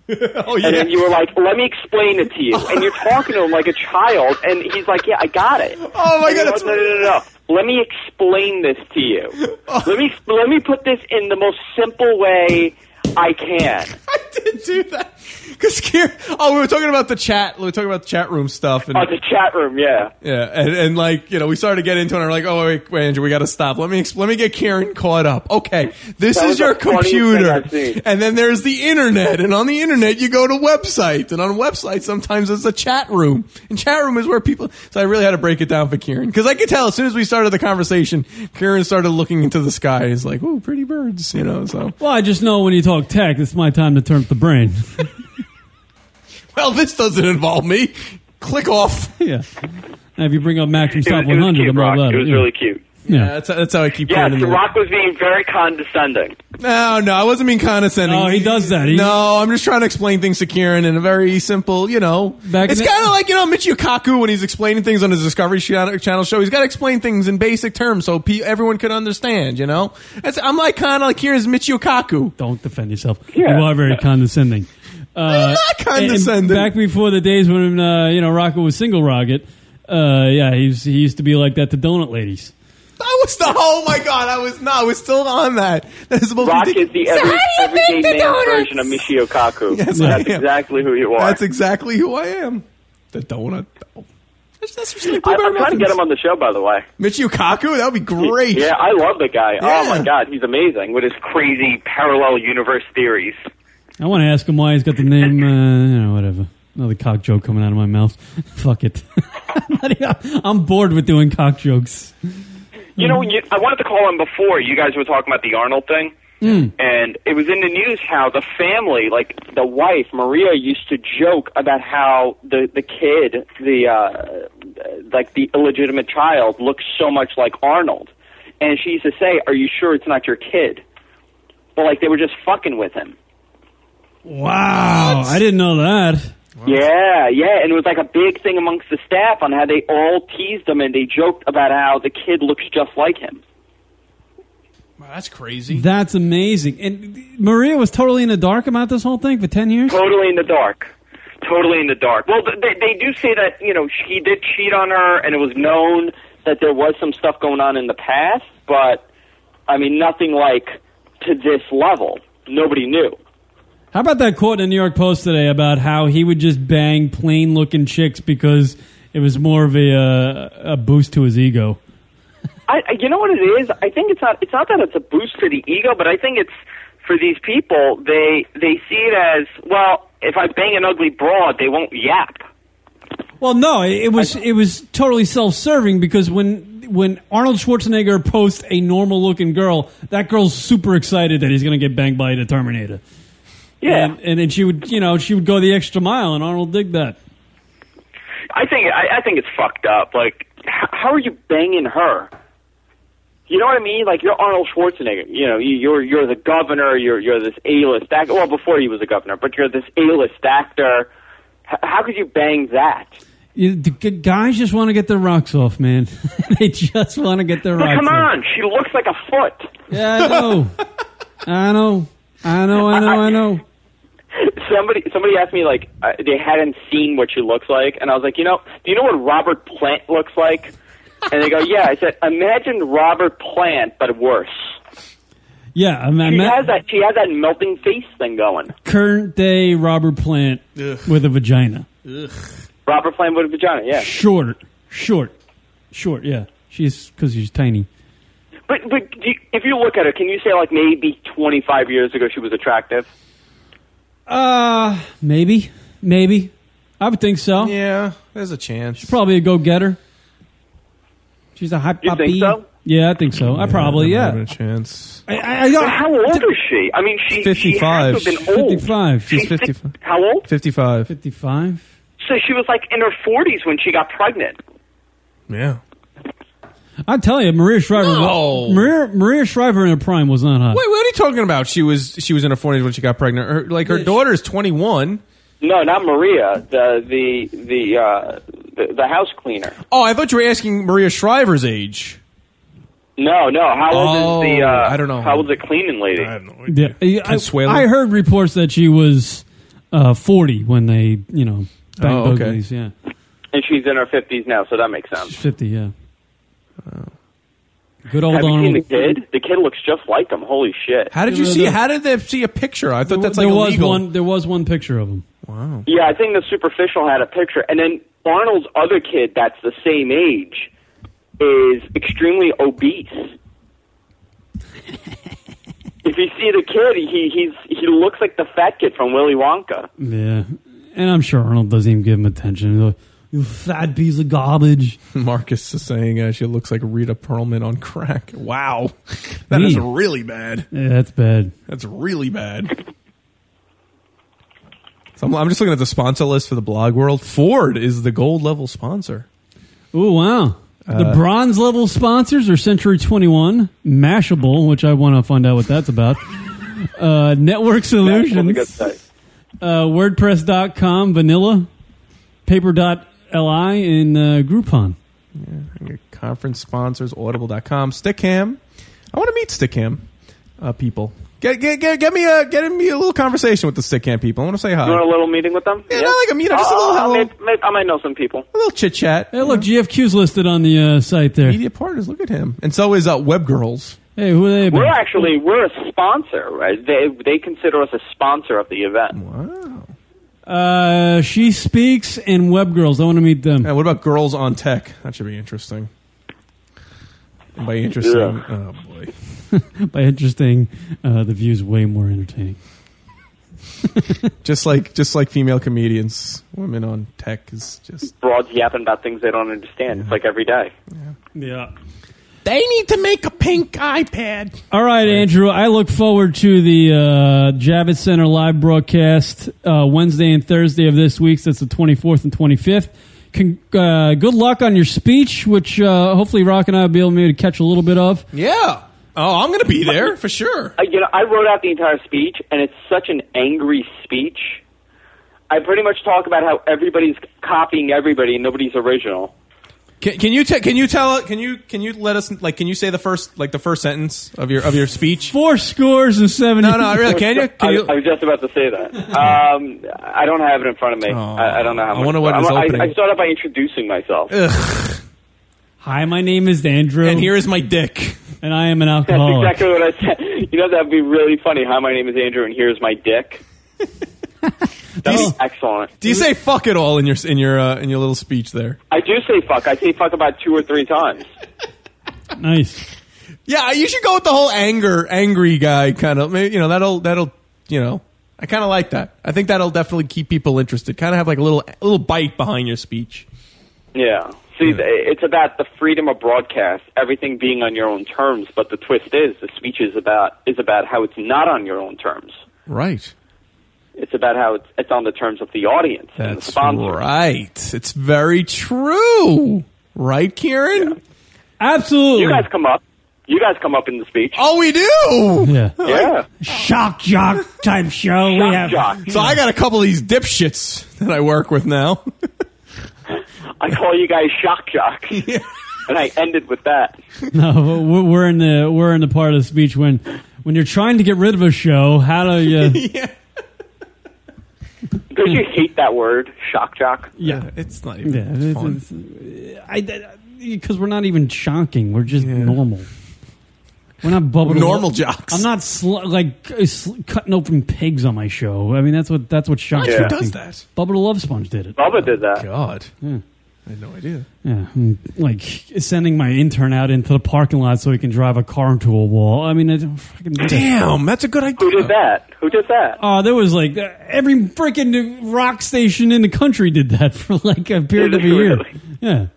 S12: oh,
S10: And then you were like, "Let me explain it to you," and you're talking to him like a child, and he's like, "Yeah, I got it."
S12: Oh
S10: my god! No, no, no, no. Let me explain this to you. Let me let me put this in the most simple way I can.
S12: didn't do that because Kieran. Oh, we were talking about the chat. We were talking about the chat room stuff. And,
S10: Oh, the chat room, yeah.
S12: yeah, and, and like you know, we started to get into it. and We're like, oh wait, wait Andrew, we got to stop. Let me ex- let me get Karen caught up. Okay, this
S10: That
S12: is
S10: was
S12: your
S10: the funniest thing
S12: computer,
S10: I've seen.
S12: and then there's the internet, and on the internet you go to websites, and on websites sometimes it's a chat room, and chat room is where people. So I really had to break it down for Karen because I could tell as soon as we started the conversation, Karen started looking into the sky. He's like, oh, pretty birds, you know. So
S1: Well, I just know when you talk tech, it's my time to turn up the brain.
S12: well, this doesn't involve me. Click off.
S1: yeah. Now, if you bring up Maximum
S10: It was-
S1: Top
S10: it was
S1: 100,
S10: cute,
S1: I'm all
S10: Rock.
S1: about
S10: It was
S1: yeah.
S10: really cute.
S1: Yeah.
S12: that's, that's how I uh, keep.
S10: Yes,
S12: Karen in the loop.
S10: Rock was being very condescending.
S12: No, no, I wasn't being condescending.
S1: Oh, he does that. He-
S12: no, I'm just trying to explain things to Kieran in a very simple, you know.
S1: Back
S12: it's
S1: in the-
S12: kind of like you know Michio Kaku when he's explaining things on his Discovery Channel Channel show. He's got to explain things in basic terms so pe- everyone could understand. You know, That's, I'm like kind of like Kieran's Michio Kaku.
S1: Don't defend yourself. You are very condescending. Uh,
S12: not condescending.
S1: and Back before the days when uh, you know Rocket was single Rocket, uh, yeah, he, was, he used to be like that to donut ladies.
S12: I was the oh my god, I was not. I was still on that. That's the most
S10: Rock is the
S12: ridiculous-
S10: every, everyday man version of Michio Kaku.
S12: Yes, I
S10: That's
S12: am.
S10: exactly who you are.
S12: That's exactly who I am. The donut. That's, that's just like
S10: I,
S12: blueberry
S10: I'm trying to get
S12: muffins.
S10: him on the show, by the way.
S12: Michio Kaku, that would be great.
S10: Yeah, I love the guy. Oh
S12: Yeah.
S10: my god, he's amazing with his crazy parallel universe theories.
S1: I want to ask him why he's got the name, uh, you know, whatever. Another cock joke coming out of my mouth. Fuck it. I'm bored with doing cock jokes.
S12: Mm-hmm.
S10: You know, you, I wanted to call him before you guys were talking about the Arnold thing.
S1: Hmm.
S10: and it was in the news how the family, like the wife Maria, used to joke about how the the kid, the uh, like the illegitimate child, looks so much like Arnold, and she used to say, "Are you sure it's not your kid?" But like they were just fucking with him.
S1: Wow, I didn't know that.
S10: Yeah, yeah, and it was like a big thing amongst the staff on how they all teased him and they joked about how the kid looks just like him.
S12: Wow, that's crazy.
S1: That's amazing. And Maria was totally in the dark about this whole thing for ten years.
S10: Totally in the dark. Totally in the dark. Well, th- they, they do say that, you know, he did cheat on her, and it was known that there was some stuff going on in the past, but, I mean, nothing like to this level. Nobody knew.
S1: How about that quote in the New York Post today about how he would just bang plain looking chicks because it was more of a uh, a boost to his ego.
S10: I, I- you know what it is? I think it's not. It's not that it's a boost to the ego, but I think it's for these people. They they see it as well. If I bang an ugly broad, they won't yap.
S1: Well, no, it, it was it was totally self serving because when when Arnold Schwarzenegger posts a normal looking girl, that girl's super excited that he's going to get banged by the Terminator.
S10: Yeah.
S1: and, and then she would you know she would go the extra mile, and Arnold dig that.
S10: I think I, I think it's fucked up. Like, h- how are you banging her? You know what I mean? Like you're Arnold Schwarzenegger. You know, you, you're you're the governor. You're you're this A-list actor. Well, before he was a governor, but you're this A-list actor. H- how could you bang that?
S1: You, the g- guys just want to get their rocks off, man. they just want to get their
S10: But
S1: rocks
S10: come
S1: off.
S10: on, she looks like a foot.
S1: Yeah, I know. I know. I know. I know. I know.
S10: Somebody somebody asked me like uh, they hadn't seen what she looks like, and I was like, you know, do you know what Robert Plant looks like? And they go, yeah. I said, imagine Robert Plant, but worse.
S1: Yeah, I
S10: She
S1: mean,
S10: has that she has that melting face thing going.
S1: current day Robert Plant
S10: Ugh.
S1: with a vagina.
S10: Ugh. Robert Plant with a vagina, yeah.
S1: Short, short, short. Yeah, she's because she's tiny.
S10: But but do you, if you look at her, can you say like maybe 25 years ago she was attractive?
S1: Uh maybe, maybe. I would think so.
S12: Yeah, there's a chance.
S1: She's probably a go getter. She's a high
S10: You think so?
S1: Yeah, I think so. I probably
S12: I
S1: yeah.
S12: have a chance.
S1: I, I, I don't,
S10: how old is she? I mean, she she has to have been old.
S1: 55.
S10: She's 55. How old?
S12: 55.
S1: 55.
S10: So she was like in her 40s when she got pregnant.
S12: Yeah.
S1: I tell you, Maria Shriver. Maria, Maria Shriver in her prime was not hot.
S12: Wait, what are you talking about? She was she was in her 40s when she got pregnant. Her, like her daughter is 21.
S10: No, not Maria. The the the uh, the, the house cleaner.
S12: Oh, I thought you were asking Maria Shriver's age.
S10: No, no. How old is the?
S12: Oh,
S10: Uh,
S12: I don't know.
S10: How old's the cleaning lady?
S1: Yeah, I,
S12: Consuelo?
S1: I heard reports that she was uh, forty when they, you know, banged
S10: Oh,
S1: those
S10: okay.
S1: ladies, Yeah,
S10: And she's in her 50s now, so that makes sense.
S1: fifty. Yeah. Good old
S10: Have you seen the
S1: Arnold.
S10: kid? The kid looks just like him. Holy shit!
S12: How did you see? How did they see a picture? I thought that's like
S1: there was
S12: illegal.
S1: one. There was one picture of him. Wow.
S10: Yeah, I think the superficial had a picture, and then Arnold's other kid, that's the same age, is extremely obese. if you see the kid, he he's he looks like the fat kid from Willy Wonka.
S1: Yeah, and I'm sure Arnold doesn't even give him attention. He's like, you fat piece of garbage.
S12: Marcus is saying uh, she looks like Rita Perlman on crack. Wow, that is
S1: Me.
S12: really bad.
S1: Yeah, that's bad.
S12: That's really bad. So I'm, I'm just looking at the sponsor list for the blog world. Ford is the gold level sponsor.
S1: Oh wow. The
S12: Uh,
S1: bronze level sponsors are Century 21, Mashable, which I want to find out what that's about, uh, Network Solutions, uh, WordPress.com, Vanilla, Paper.li, and uh, Groupon.
S12: Your conference sponsors, audible.com, Stickham. I want to meet Stickham uh, people. Get, get, get, get me a get me a little conversation with the Stickham people. I want to say hi.
S10: You want a little meeting with them? Yeah,
S12: Uh-huh. not like a meeting, just a little hello.
S10: I, may, may, I might know some people.
S12: a little chit chat.
S1: Hey, look, GFQ's listed on the uh, site there.
S12: Media partners, look at him. And so is uh, Web Girls.
S1: Hey, who are they?
S10: We're
S1: about?
S10: actually we're a sponsor. Right? They they consider us a sponsor of the event.
S1: Uh, she speaks and web girls. I want to meet them.
S12: And what about girls on tech? That should be interesting. And by interesting,
S1: Yeah.
S12: oh boy.
S1: By interesting, uh, the view's way more entertaining.
S12: Just like just like female comedians, women on tech is just
S10: Broads yapping about things they don't understand. It's like every day.
S1: Yeah.
S8: They need to make a pink iPad.
S1: All right, Andrew. I look forward to the uh, Javits Center live broadcast uh, Wednesday and Thursday of this week. That's the 24th and 25th. Con- uh, good luck on your speech, which uh, hopefully Rock and I will be able maybe to catch a little bit of.
S12: Yeah. Oh, I'm going to be there for sure.
S10: I, you know, I wrote out the entire speech, and it's such an angry speech. I pretty much talk about how everybody's copying everybody, and nobody's original.
S12: Can, can you t- can you tell can you can you let us like can you say the first like the first sentence of your of your speech?
S1: Four scores and seven.
S12: No, no, really. Can you? Can
S10: I,
S12: you?
S10: I was just about to say that. Um, I don't have it in front of me.
S12: Oh,
S10: I, I don't know how.
S1: I
S10: much-
S1: wonder what
S10: I'm-
S1: his
S10: I,
S1: opening-
S10: I started by introducing myself.
S1: Hi, my name is Andrew, and
S12: here is my dick,
S1: and I am an
S10: That's
S12: Oh.
S1: alcoholic.
S10: exactly what I said. You know, that'd be really funny. Hi, my name is Andrew, and here's my dick. That's excellent.
S12: Do you say fuck it all in your in your uh, in your little speech there?
S10: I do say fuck. I say fuck about two or three times.
S1: Nice.
S12: Yeah, you should go with the whole anger angry guy kind of. Maybe you know that'll that'll you know. I kind of like that. I think that'll definitely keep people interested. Kind of have like a little little bite behind your speech.
S10: Yeah. See,
S12: Hmm.
S10: th it's about the freedom of broadcast, everything being on your own terms. But the twist is, the speech is about is about how it's not on your own terms.
S12: Right.
S10: It's about how it's, it's on the terms of the audience and the
S12: That's
S10: sponsor.
S12: right. It's very true. Right, Kieran?
S1: Absolutely.
S10: You guys come up. You guys come up in the speech.
S12: Oh, we do.
S1: Yeah.
S10: Yeah.
S1: Shock jock type show. we have.
S12: So I got a couple of these dipshits that I work with now.
S10: I call you guys shock jock. And I ended with that.
S1: No, we're we're in the we're in the part of the speech when when you're trying to get rid of a show. How do you?
S10: Don't you hate that word, shock jock?
S1: Yeah,
S12: it's not
S1: Yeah, it's- it's- I because we're not even shocking. We're just normal. We're not bubbling.
S12: Normal jocks.
S1: I'm not sl- like uh, sl- cutting open pigs on my show. I mean, that's what that's what shocks.
S10: Who
S1: me.
S10: does that?
S1: Bubba the Love Sponge did it.
S10: Bubba did that.
S12: God. Hmm. I had no idea.
S1: Yeah, I'm, like sending my intern out into the parking lot so he can drive a car into a wall. I mean, I don't fucking
S12: Damn, that's a good idea.
S10: Who did that? Who did that?
S1: Oh, there was like uh, every freaking rock station in the country did that for like a period of a year. Yeah, It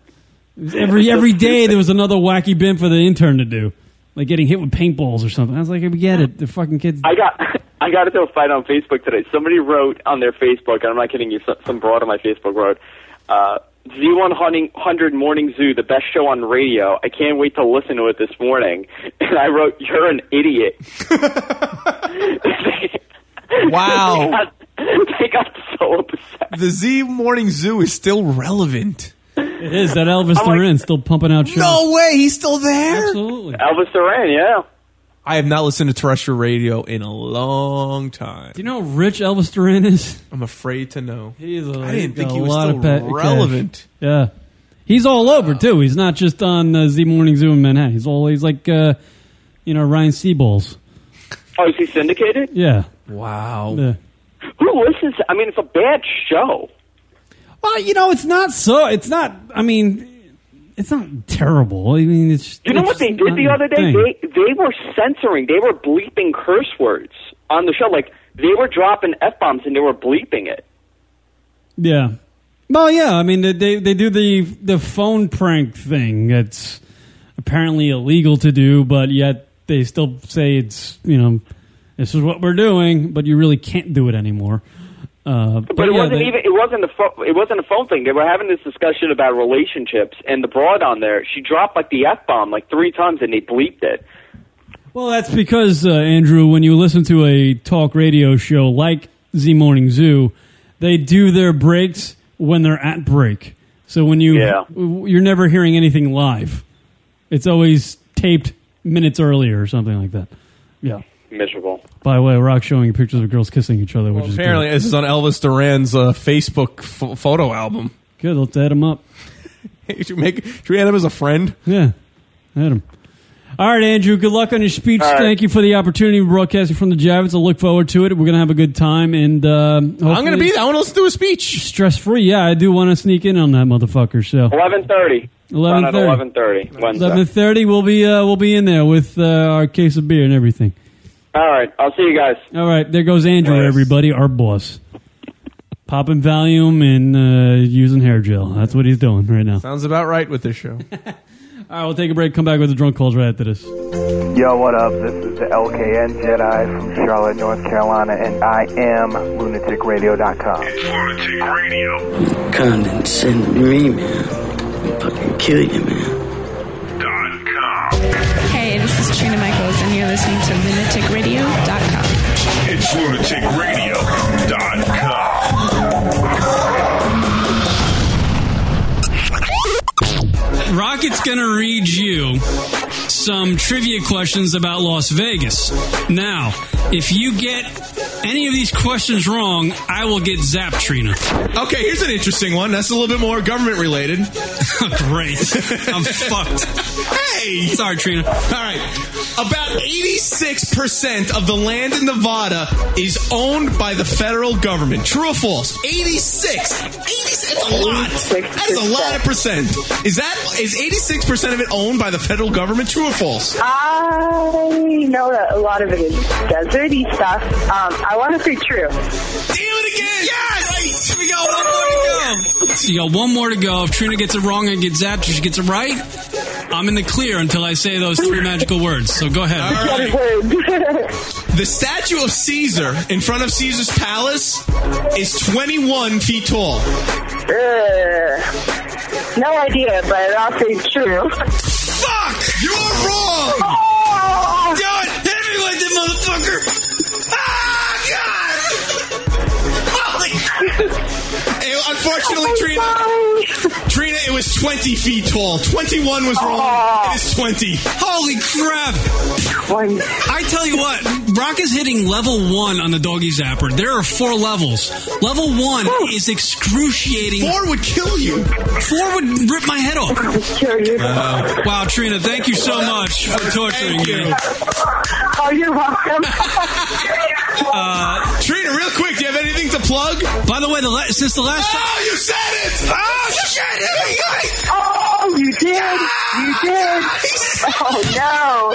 S1: was every every day there was another wacky bin for the intern to do, like getting hit with paintballs or something. I was like, we get it. The fucking kids.
S10: I got I got into a fight on Facebook today. Somebody wrote on their Facebook, and I'm not kidding you, so- some broad on my Facebook wrote, uh, Z100 Morning Zoo, the best show on radio. I can't wait to listen to it this morning. And I wrote, You're an idiot.
S12: Wow.
S10: they got so upset.
S12: The Z Morning Zoo is still relevant.
S1: It is that Elvis Duran still pumping out shows.
S12: No way, he's still there.
S1: Absolutely.
S10: Elvis Duran, yeah.
S12: I have not listened to terrestrial radio in a long time. Do
S1: you know how rich Elvis Duran is?
S12: I'm afraid to know.
S1: He's a,
S12: I didn't
S1: he's got
S12: think he
S1: a
S12: was
S1: lot
S12: still
S1: of pet cash.
S12: relevant.
S1: Yeah, he's all over too. He's not just on uh, Z Morning Zoo in Manhattan. He's always like, uh, you know, Ryan Seaballs.
S10: Oh, is he syndicated?
S1: Yeah.
S12: Wow.
S1: Yeah.
S10: Who listens? I mean, it's a bad show.
S1: Well, you know, it's not so. Oh, It's not. I mean, it's not terrible. I mean, it's.
S10: You know
S1: it's
S10: what they
S1: just
S10: did
S1: not
S10: the
S1: a
S10: other day?
S1: thing.
S10: They they were censoring. They were bleeping curse words on the show. Like they were dropping f bombs and they were bleeping it.
S1: Yeah. Well, yeah. I mean, they- they they do the the phone prank thing. That's apparently illegal to do, but yet they still say it's you know this is what we're doing, but you really can't do it anymore. Uh, but,
S10: But, it
S1: yeah,
S10: wasn't
S1: they-
S10: even it wasn't a pho- it wasn't a phone thing. They were having this discussion about relationships, and the broad on there she dropped like the f bomb like three times, and they bleeped it.
S1: Well, that's because uh, Andrew, when you listen to a talk radio show like Z Morning Zoo, they do their breaks when they're at break. So when you
S10: Yeah.
S1: you're never hearing anything live. It's always taped minutes earlier or something like that. Yeah.
S10: Miserable.
S1: By the way, Rock showing pictures of girls kissing each other, which is
S12: Apparently, this is on Elvis Duran's uh, Facebook ph photo album.
S1: good. Good, let's add them up.
S12: should, we make, should we add him as a friend?
S1: Yeah, add him. All right, Andrew. Good luck on your speech.
S12: All right.
S1: Thank you for the opportunity of broadcasting from the Javits. I look forward to it. We're gonna have a good time, and um,
S12: I'm going to be there. I want to listen to a speech.
S1: stress free. Yeah, I do want to sneak in on that motherfucker. So
S10: Eleven thirty.
S1: 11:30.
S10: Eleven thirty.
S1: eleven thirty, we'll be uh, we'll be in there with uh, our case of beer and everything.
S10: All right. I'll see you guys.
S1: All right, there goes Andrew. Everybody, our boss, popping Valium and uh, using hair gel. That's what he's doing right now.
S12: Sounds about right with this show.
S1: All right, we'll take a break. Come back with the drunk calls right after this.
S13: Yo, what up? This is the LKN Jedi from Charlotte, North Carolina, and I am lunaticradio.com.
S17: Lunatic Radio.
S13: Condon, send me, man. fucking kill you, man.
S15: Hey, this is Trina Michaels, and you're listening to lunaticradio.com.
S17: It's lunaticradio.com.
S4: Rocket's going to read you some trivia questions about Las Vegas. Now, if you get any of these questions wrong, I will get zapped, Trina.
S12: Okay, here's an interesting one. That's a little bit more government related.
S4: Great. I'm fucked.
S12: Hey!
S4: Sorry, Trina. All
S12: right. About 86% of the land in Nevada is owned by the federal government. True or false? 86. 86 that's a lot. That is a lot of percent. Is that is 86% of it owned by the federal government? True or false?
S5: I know that a lot of it is deserty stuff. Um, I want to say true.
S17: Yes! Here we go, one more to go.
S4: So you got one more to go. If Trina gets it wrong and gets zapped, if she gets it right, I'm in the clear until I say those three magical words. So go ahead.
S12: The statue of Caesar in front of Caesar's palace is 21 feet tall.
S5: Uh, no idea, but I'll say true.
S17: Fuck! You're wrong!
S5: Oh!
S17: Do it! Hit me with it, motherfucker! Ah, God! Holy
S12: It- unfortunately, Trina, Trina, it was 20 feet tall. 21 was wrong. It is 20.
S4: Holy crap! I tell you what, Brock is hitting level one on the doggy zapper. There are four levels. Level one is excruciating.
S12: Four would kill you.
S4: Four would rip my head off.
S17: Wow.
S4: Wow, Trina, thank you so much for torturing me.
S5: Oh, you're welcome.
S4: Uh,
S12: Trina, real quick, do you have anything to plug?
S4: By the way, the la- since the last time.
S17: Oh, you said it! Oh, shit! Here we go!
S5: Oh, you did. You did. Oh,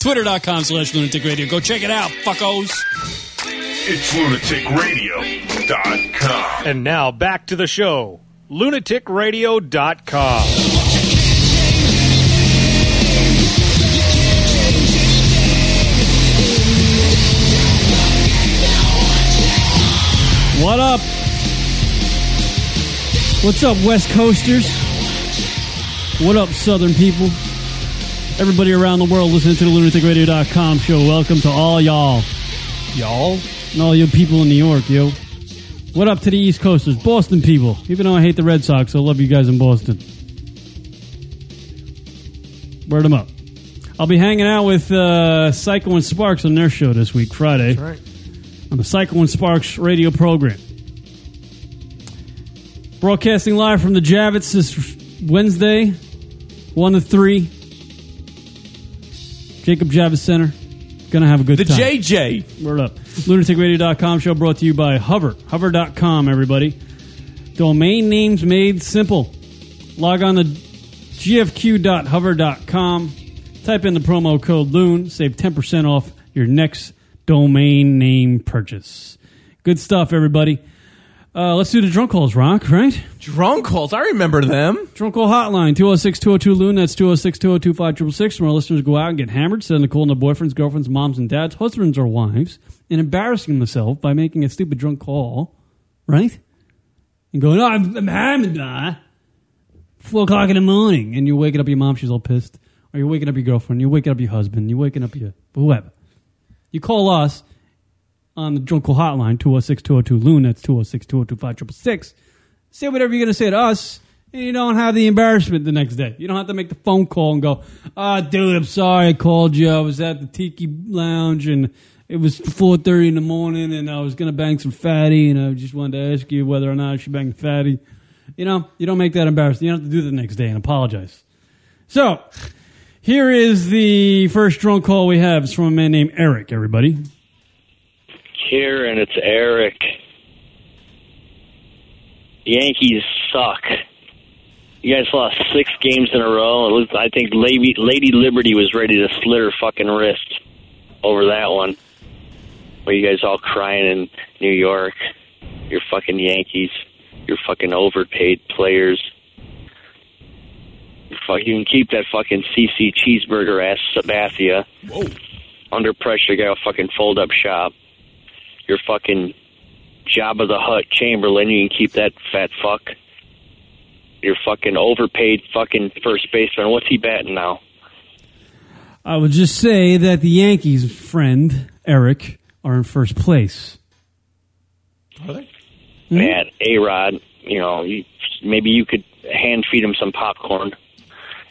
S4: Twitter.com slash lunatic radio. Go check it out, fuckos.
S17: It's lunaticradio.com.
S24: And now back to the show. LunaticRadio.com.
S1: What up? What's up, West Coasters? What up, Southern people? Everybody around the world listening to the lunaticradio.com show. Welcome to all y'all. Y'all? And all you people in New York, yo. What up to the East Coasters? Boston people. Even though I hate the Red Sox, I love you guys in Boston. Word them up. I'll be hanging out with uh, Psycho and Sparks on their show this week, Friday.
S12: That's right.
S1: On the Psycho and Sparks radio program. Broadcasting live from the Javits this Wednesday, 1 to 3. Jacob Javits Center. Gonna have a good
S12: The
S1: time.
S12: JJ.
S1: Word up. LunaticRadio.com show brought to you by Hover. Hover.com, everybody. Domain names made simple. Log on to gfq.hover.com. Type in the promo code LUN. Save 10% off your next domain name purchase. Good stuff, everybody. Uh, let's do the drunk calls, Rock, right?
S12: Drunk calls. I remember them.
S1: Drunk call hotline 206 202 Loon. That's 206 202 5666. Where our listeners go out and get hammered, sitting in the cold in their boyfriends, girlfriends, moms, and dads, husbands, or wives, and embarrassing themselves by making a stupid drunk call, right? And going, oh, I'm, I'm hammered, uh, 4 o'clock in the morning. And you're waking up your mom, she's all pissed. Or you're waking up your girlfriend, you're waking up your husband, you're waking up your whoever. You call us on the drunk call hotline 206 202 Loon. That's 206 202 5666. Say whatever you're going to say to us, and you don't have the embarrassment the next day. You don't have to make the phone call and go, "Ah, dude, I'm sorry I called you. I was at the Tiki Lounge and it was 4:30 in the morning, and I was going to bang some fatty, and I just wanted to ask you whether or not I should bang the fatty." You know, you don't make that embarrassing. You don't have to do that the next day and apologize. So here is the first drunk call we have. It's from a man named Eric, everybody.
S6: Here, and it's Eric. Yankees suck. You guys lost six games in a row. It looked- I think Lady, Lady Liberty was ready to slit her fucking wrist over that one. Were you guys all crying in New York? You're fucking Yankees. You're fucking overpaid players. You Fuck, you can keep that fucking CC cheeseburger ass Sabathia. Under pressure, you gotta fucking fold up shop. You're fucking Job of the Hut Chamberlain. You can keep that fat fuck. You're fucking overpaid fucking first baseman. What's he batting now?
S1: I would just say that the Yankees' friend, Eric, are in first place. Hmm?
S6: Matt, A Rod, you know, you, maybe you could hand feed him some popcorn.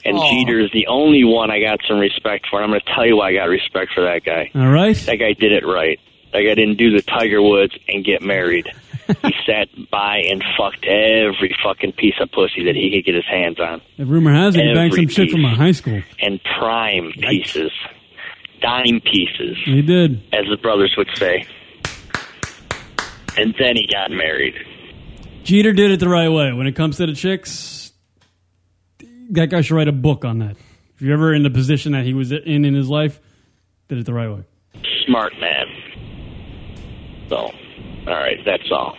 S6: And
S1: Aw.
S6: Jeter is the only one I got some respect for. And I'm going to tell you why I got respect for that guy.
S1: All right.
S6: That guy did it right. That guy didn't do the Tiger Woods and get married. he sat by and fucked every fucking piece of pussy that he could get his hands on.
S1: The rumor has it he banged some
S6: Every
S1: chick from
S6: piece.
S1: a high school.
S6: And prime pieces. Dime pieces
S1: He did.
S6: as the brothers would say. And then he got married.
S1: Jeter did it the right way. When it comes to the chicks, that guy should write a book on that. If you're ever in the position that he was in in his life, did it the right way.
S6: Smart man. So, all right, that's all.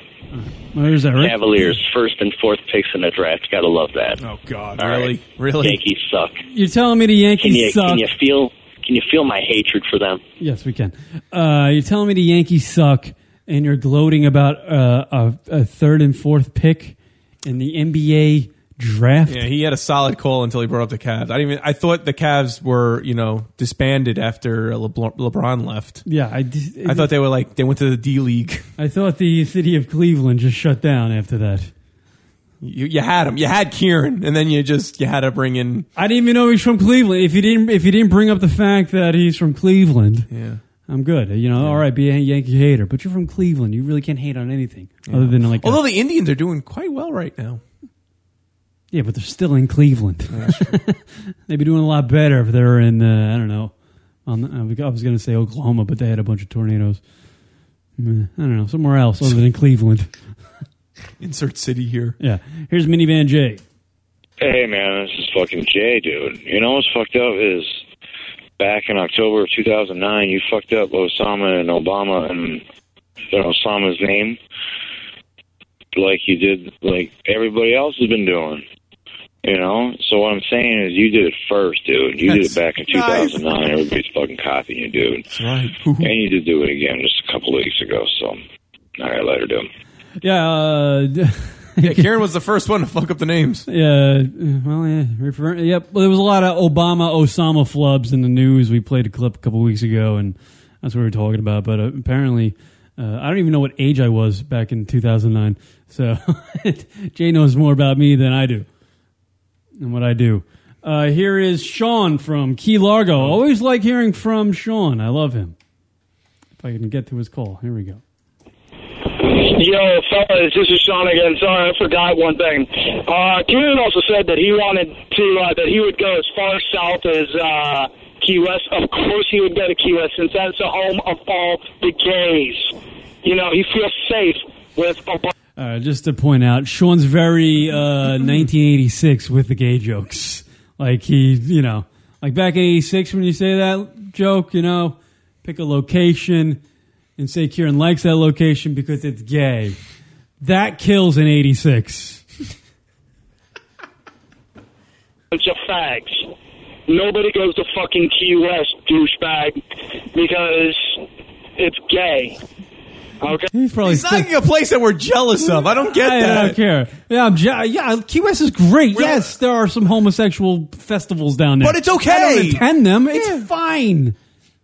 S1: Well, there's Eric.
S6: Cavaliers, first and fourth picks in the draft. Gotta love that. Oh
S12: God,
S6: really, really. Yankees suck.
S1: You're telling me the
S6: Can
S1: Yankees
S6: you
S1: suck?
S6: can you feel can you feel my hatred for them?
S1: Yes, we can. Uh, you're telling me the Yankees suck, and you're gloating about uh, a, a third and fourth pick in the NBA draft.
S12: Yeah, he had a solid call until he brought up the Cavs. I didn't even. I thought the Cavs were you know disbanded after LeBron, LeBron left.
S1: Yeah, I did-
S12: I thought they were like they went to the D League.
S1: I thought the city of Cleveland just shut down after that.
S12: You you had him. You had Kieran, and then you just you had to bring in.
S1: I didn't even know he's from Cleveland. If you didn't, if you didn't bring up the fact that he's from Cleveland,
S12: Yeah.
S1: I'm good. You know, all right, be a Yankee hater, but you're from Cleveland. You really can't hate on anything other than like, a-
S12: Although the Indians are doing quite well right now.
S1: yeah, but they're still in Cleveland. They'd be doing a lot better if they were in, uh, I don't know, on, I was going to say Oklahoma, but they had a bunch of tornadoes. Mm, I don't know, somewhere else other than Cleveland.
S12: Insert city here.
S1: Yeah, here's Minivan J.
S14: Hey man, this is fucking Jay, dude. You know what's fucked up is back in October of 2009, you fucked up Osama and Obama and you know, Osama's name like you did, like everybody else has been doing. You know, so what I'm saying is you did it first, dude. You did it back in 2009. Everybody's fucking copying you, dude. That's
S12: right.
S14: and you did do it again just a couple weeks ago. So, all right, later, dude.
S1: Yeah, uh,
S12: yeah, Kieran was the first one to fuck up the names.
S1: Yeah, well, yeah. Refer- yep. Well, there was a lot of Obama Osama flubs in the news. We played a clip a couple weeks ago, and that's what we were talking about. But uh, apparently, uh, I don't even know what age I was back in 2009. So Jay knows more about me than I do, and what I do. Uh, here is Sean from Key Largo. Always like hearing from Sean. I love him. If I can get to his call, here we go.
S18: Yo, fellas, this is Sean again. Sorry, I forgot one thing. Uh, Kieran also said that he wanted to uh, that he would go as far south as uh, Key West. Of course, he would go to Key West since that's the home of all the gays. You know, he feels safe with.
S1: Uh, just to point out, Sean's very uh, 1986 with the gay jokes. Like he, you know, like back in '86 when you say that joke, you know, pick a location and say Kieran likes that location because it's gay. That kills in '86.
S18: bunch of fags. Nobody goes to fucking Key West, douchebag, because it's gay. Okay.
S1: He's probably
S12: He's not a place that we're jealous of. I don't get
S1: I,
S12: that.
S1: don't care. Yeah, I'm ja- yeah. Key West is great. Yes, there are some homosexual festivals down there,
S12: But it's okay.
S1: I don't attend them. It's fine.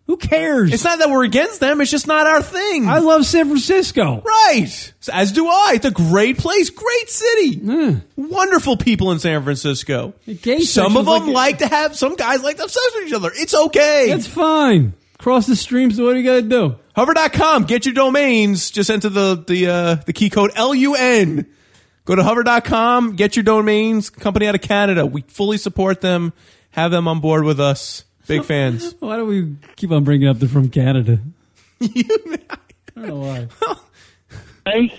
S1: Who cares?
S12: It's not that we're against them. It's just not our thing. I
S1: love San Francisco.
S12: Right. So, As do I. It's a great place. Great city. Wonderful people in San Francisco.
S1: gay
S12: some of
S1: section's like-
S12: them like, to have, some guys like to have sex with each other. It's okay.
S1: It's fine. Cross the streams. What do you got to do?
S12: Hover.com. Get your domains. Just enter the, the, uh, the key code LUN. Go to hover.com. Get your domains. Company out of Canada. We fully support them. Have them on board with us. Big fans.
S1: Why do we keep on bringing up the from Canada? I don't know why.
S18: And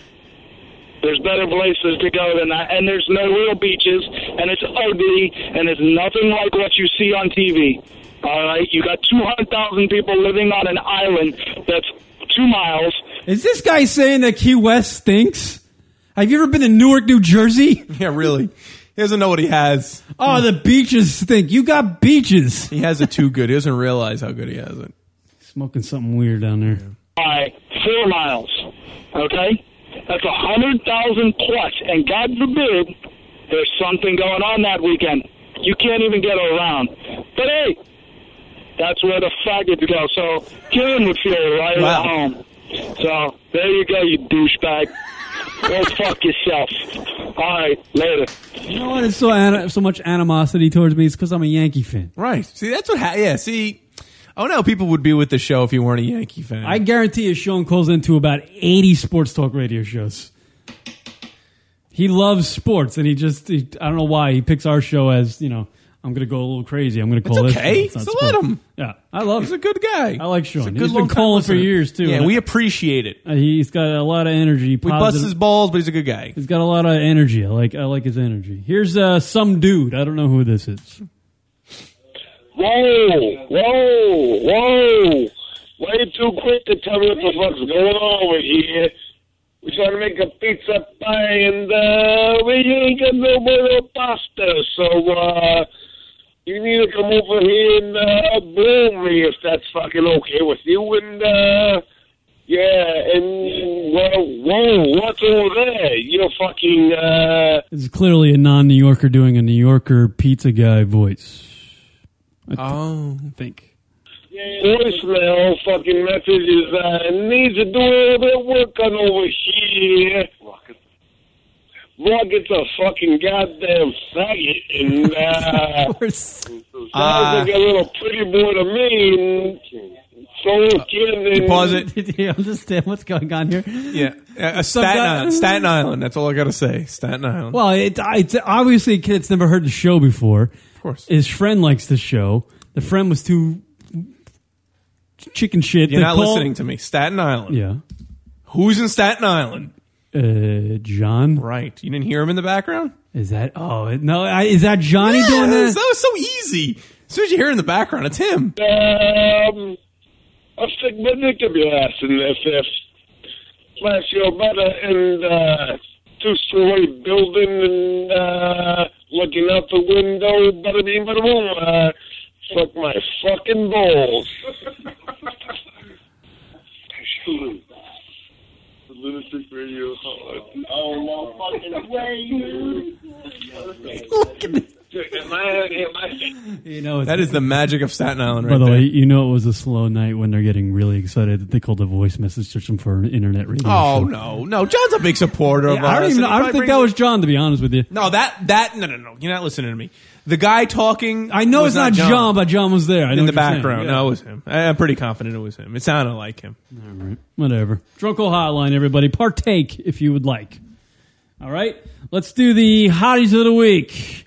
S18: there's better places to go than that, and there's no real beaches, and it's ugly, and it's nothing like what you see on TV. All right, you got 200,000 people living on an island that's two miles.
S1: Is this guy saying that Key West stinks? Have you ever been to Newark, New Jersey?
S12: Yeah, really. He doesn't know what he has.
S1: Oh, the beaches stink. You got beaches.
S12: He has it too good. He doesn't realize how good he has it.
S1: Smoking something weird down there.
S18: by four miles. Okay, that's a hundred thousand plus, and God forbid there's something going on that weekend. You can't even get around. But hey, that's where the faggots go. So Kieran would feel right
S17: Wow.
S18: at home. So there you go, you douchebag. Go fuck yourself. All right, later.
S1: You know what? It's so ana- so much animosity towards me. It's because I'm a Yankee fan.
S12: Right. See, that's what. Ha- yeah. See, oh no, people would be with the show if you weren't a Yankee fan.
S1: I guarantee you, Sean calls into about 80 sports talk radio shows. He loves sports, and he just, he, I don't know why, he picks our show as, you know, I'm going to go a little crazy. I'm going to
S12: It's
S1: call this.
S12: okay.
S1: It's not
S12: So
S1: sports.
S12: let him.
S1: Yeah, I love
S12: He's a good guy.
S1: I like Sean.
S12: He's a good
S1: he's been
S12: long-time
S1: calling
S12: listener.
S1: for years, too.
S12: Yeah,
S1: And
S12: we
S1: I-
S12: appreciate it.
S1: uh, He's got a lot of energy.
S12: We bust his balls, but he's a good guy.
S1: He's got a lot of energy. I like, I like his energy. Here's uh, some dude. I don't know who this is.
S18: Whoa, whoa, whoa. Way too quick to tell me what the fuck's going on over here. We're trying to make a pizza pie and uh, we ain't got no more pasta. So uh, you need to come over here and uh, bloom me if that's fucking okay with you. And uh, yeah, and well, whoa, what's over there? You're fucking. Uh,
S1: This is clearly a non New Yorker doing a New Yorker pizza guy voice.
S12: Oh,
S1: I think.
S18: voicemail fucking message is uh, needs to do a little bit of work on over here. Rocket's a fucking goddamn faggot, and uh,
S17: Uh,
S18: sounds like a little pretty boy to me. And so is Ken. And
S12: pause it.
S1: Did you understand what's going on here?
S12: Yeah, uh,
S1: Some
S12: Staten
S1: guy-
S12: Island. Staten Island. That's all I gotta say. Staten Island.
S1: Well, it, it's obviously a kid that's never heard the show before. Of
S12: course.
S1: His friend likes the show. The friend was too chicken shit.
S12: You're
S1: to
S12: not
S1: call-
S12: listening to me. Staten Island.
S1: Yeah.
S12: Who's in Staten Island?
S1: Uh, John.
S12: Right. You didn't hear him in the background.
S1: Is that? Oh no! I, is that Johnny
S12: Yeah,
S1: doing that?
S12: That was so easy. As soon as you hear in the background, it's him.
S18: Um, I'll stick my dick up your ass and if if smash your butter in the two-story building and uh, looking out the window, bada bing, bada boom, uh, fuck my fucking balls.
S17: Lunatic Radio. Oh, no fucking way, dude. Am I, am I,
S1: you know,
S12: That is the magic of Staten Island, right
S1: By the
S12: there.
S1: way, you know it was a slow night when they're getting really excited that they called a voice message system for an internet radio.
S12: Oh
S1: show.
S12: no, no! John's a big supporter
S1: Yeah,
S12: of
S1: I
S12: ours,
S1: don't even.
S12: and he
S1: I don't
S12: probably
S1: think
S12: brings
S1: that
S12: it-
S1: was John. To be honest with you,
S12: No, that that no no no. You're not listening to me. The guy talking.
S1: I know it's not John. but John was there. I know
S12: in the
S1: what you're saying.
S12: background.
S1: Yeah.
S12: No, it was him. I, am pretty confident it was him. It sounded like him.
S1: All right. Whatever. Drunkle Hotline, everybody. Partake if you would like. All right. Let's do the hotties of the week. Hmm.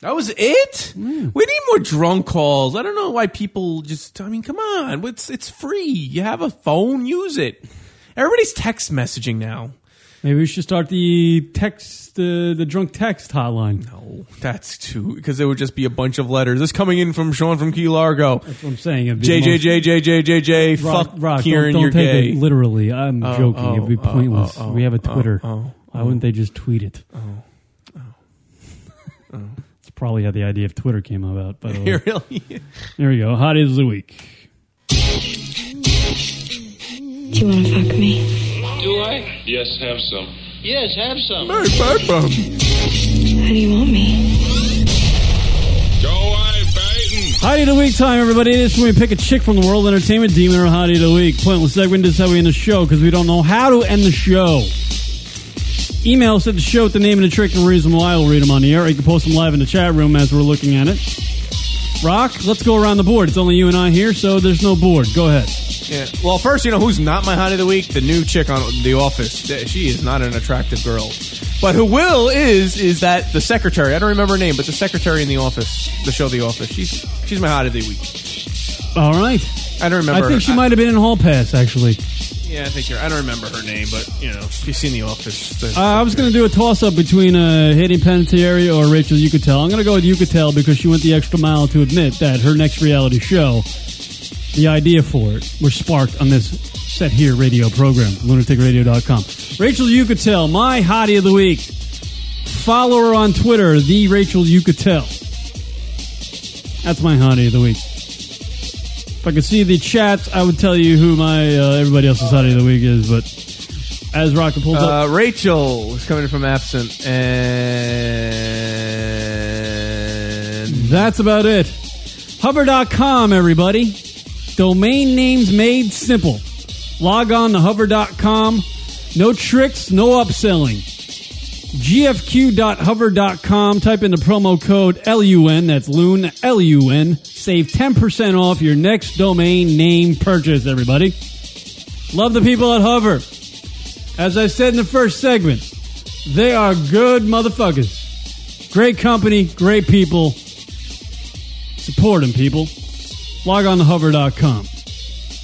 S12: That was it. We need more drunk calls. I don't know why people just. I mean, come on. It's it's free. You have a phone. Use it. Everybody's text messaging now.
S1: Maybe we should start the text, uh, the drunk text hotline.
S12: No. That's too because it would just be a bunch of letters. This coming in from Sean from Key Largo.
S1: That's what I'm saying. It'd be the most-
S12: JJJJJJJ.
S1: Rock,
S12: Fuck
S1: Rock,
S12: Kieran.
S1: don't,
S12: you're
S1: don't
S12: gay.
S1: take it literally. I'm
S12: Oh,
S1: joking.
S12: oh,
S1: It'd be
S12: oh,
S1: pointless.
S12: oh,
S1: we have a
S12: oh,
S1: Twitter.
S12: oh,
S1: Why wouldn't they just tweet it?
S12: oh.
S1: It's probably how the idea of Twitter came about. By the way,
S12: really?
S1: there we go. Hotties of the week.
S15: Do you want to fuck me?
S9: Do I? Yes, have some. Yes, have some.
S15: How do you want me?
S1: Hottie of the week time, everybody. It is when we pick a chick from the world of entertainment demon or hottie of the week. Pointless segment is how we end the show because we don't know how to end the show. Email us at the show with the name and the trick and reason why. We'll read them on the air. You can post them live in the chat room as we're looking at it. Rock, let's go around the board. It's only you and I here, so there's no board. Go ahead.
S12: Yeah. Well, first, you know who's not my hottie of the week? The new chick on The Office. Th- She is not an attractive girl. But who will is is that the secretary? I don't remember her name, but the secretary in the office, the show The Office. She's she's my hot of the week.
S1: All right.
S12: I don't remember.
S1: I think
S12: her.
S1: she might have been in Hall Pass, actually.
S12: Yeah, I think you're. I don't remember her name, but you know, if you've seen The Office.
S1: Uh,
S12: the-
S1: I was going to do a toss up between uh, Hayden Panettiere or Rachel Yucatel. I'm going to go with Yucatel because she went the extra mile to admit that her next reality show, the idea for it, was sparked on this set here radio program, lunaticradio.com. Rachel Yucatel, my hottie of the week. Follow her on Twitter, the Rachel Yucatel. That's my hottie of the week. If I could see the chat, I would tell you who my uh, everybody else's hottie of the week is. But as Rocket pulls up,
S12: Uh, Rachel is coming from absent, and
S1: That's about it. Hover.com, everybody. Domain names made simple. Log on to hover.com. No tricks, no upselling. GFQ.hover.com. Type in the promo code LUN, that's LUN, LUN. Save 10% off your next domain name purchase, everybody. Love the people at Hover. As I said in the first segment, they are good motherfuckers. Great company, great people. Support them, people. Log on to hover.com.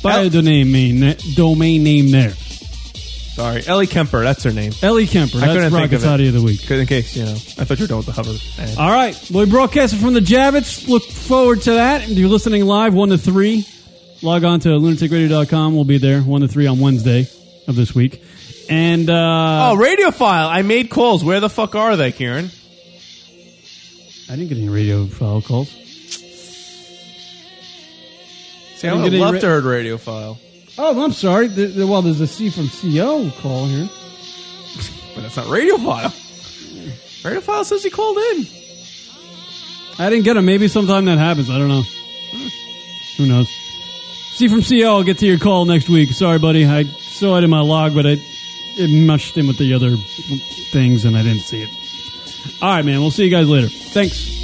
S1: Buy a domain name, domain name there. E
S12: sorry, Ellie Kemper. That's her name.
S1: Ellie Kemper.
S12: I couldn't
S1: That's
S12: think
S1: Rocket's
S12: of it.
S1: Hottie of the Week.
S12: In case you know, I thought you were done with the hover. Eh. And-
S1: All right. Well, we broadcasted from the Javits. Look forward to that. If you're listening live, 1 to 3, log on to lunaticradio.com. We'll be there 1 to 3 on Wednesday of this week. And, uh.
S12: oh, radio file. I made calls. Where the fuck are they, Kieran?
S1: I didn't get any radio file calls.
S12: See, I
S1: Didn't
S12: would
S1: get any
S12: love
S1: ra-
S12: to heard radio file,
S1: Oh, I'm sorry. The, the, well, there's a C from CO call here.
S12: but that's not radio file. Radio file says he called in.
S1: I didn't get him. Maybe sometime that happens. I don't know. Who knows? See from CO. I'll get to your call next week. Sorry, buddy. I saw it in my log, but I it mushed in with the other things, and I didn't see it. All right, man. We'll see you guys later. Thanks.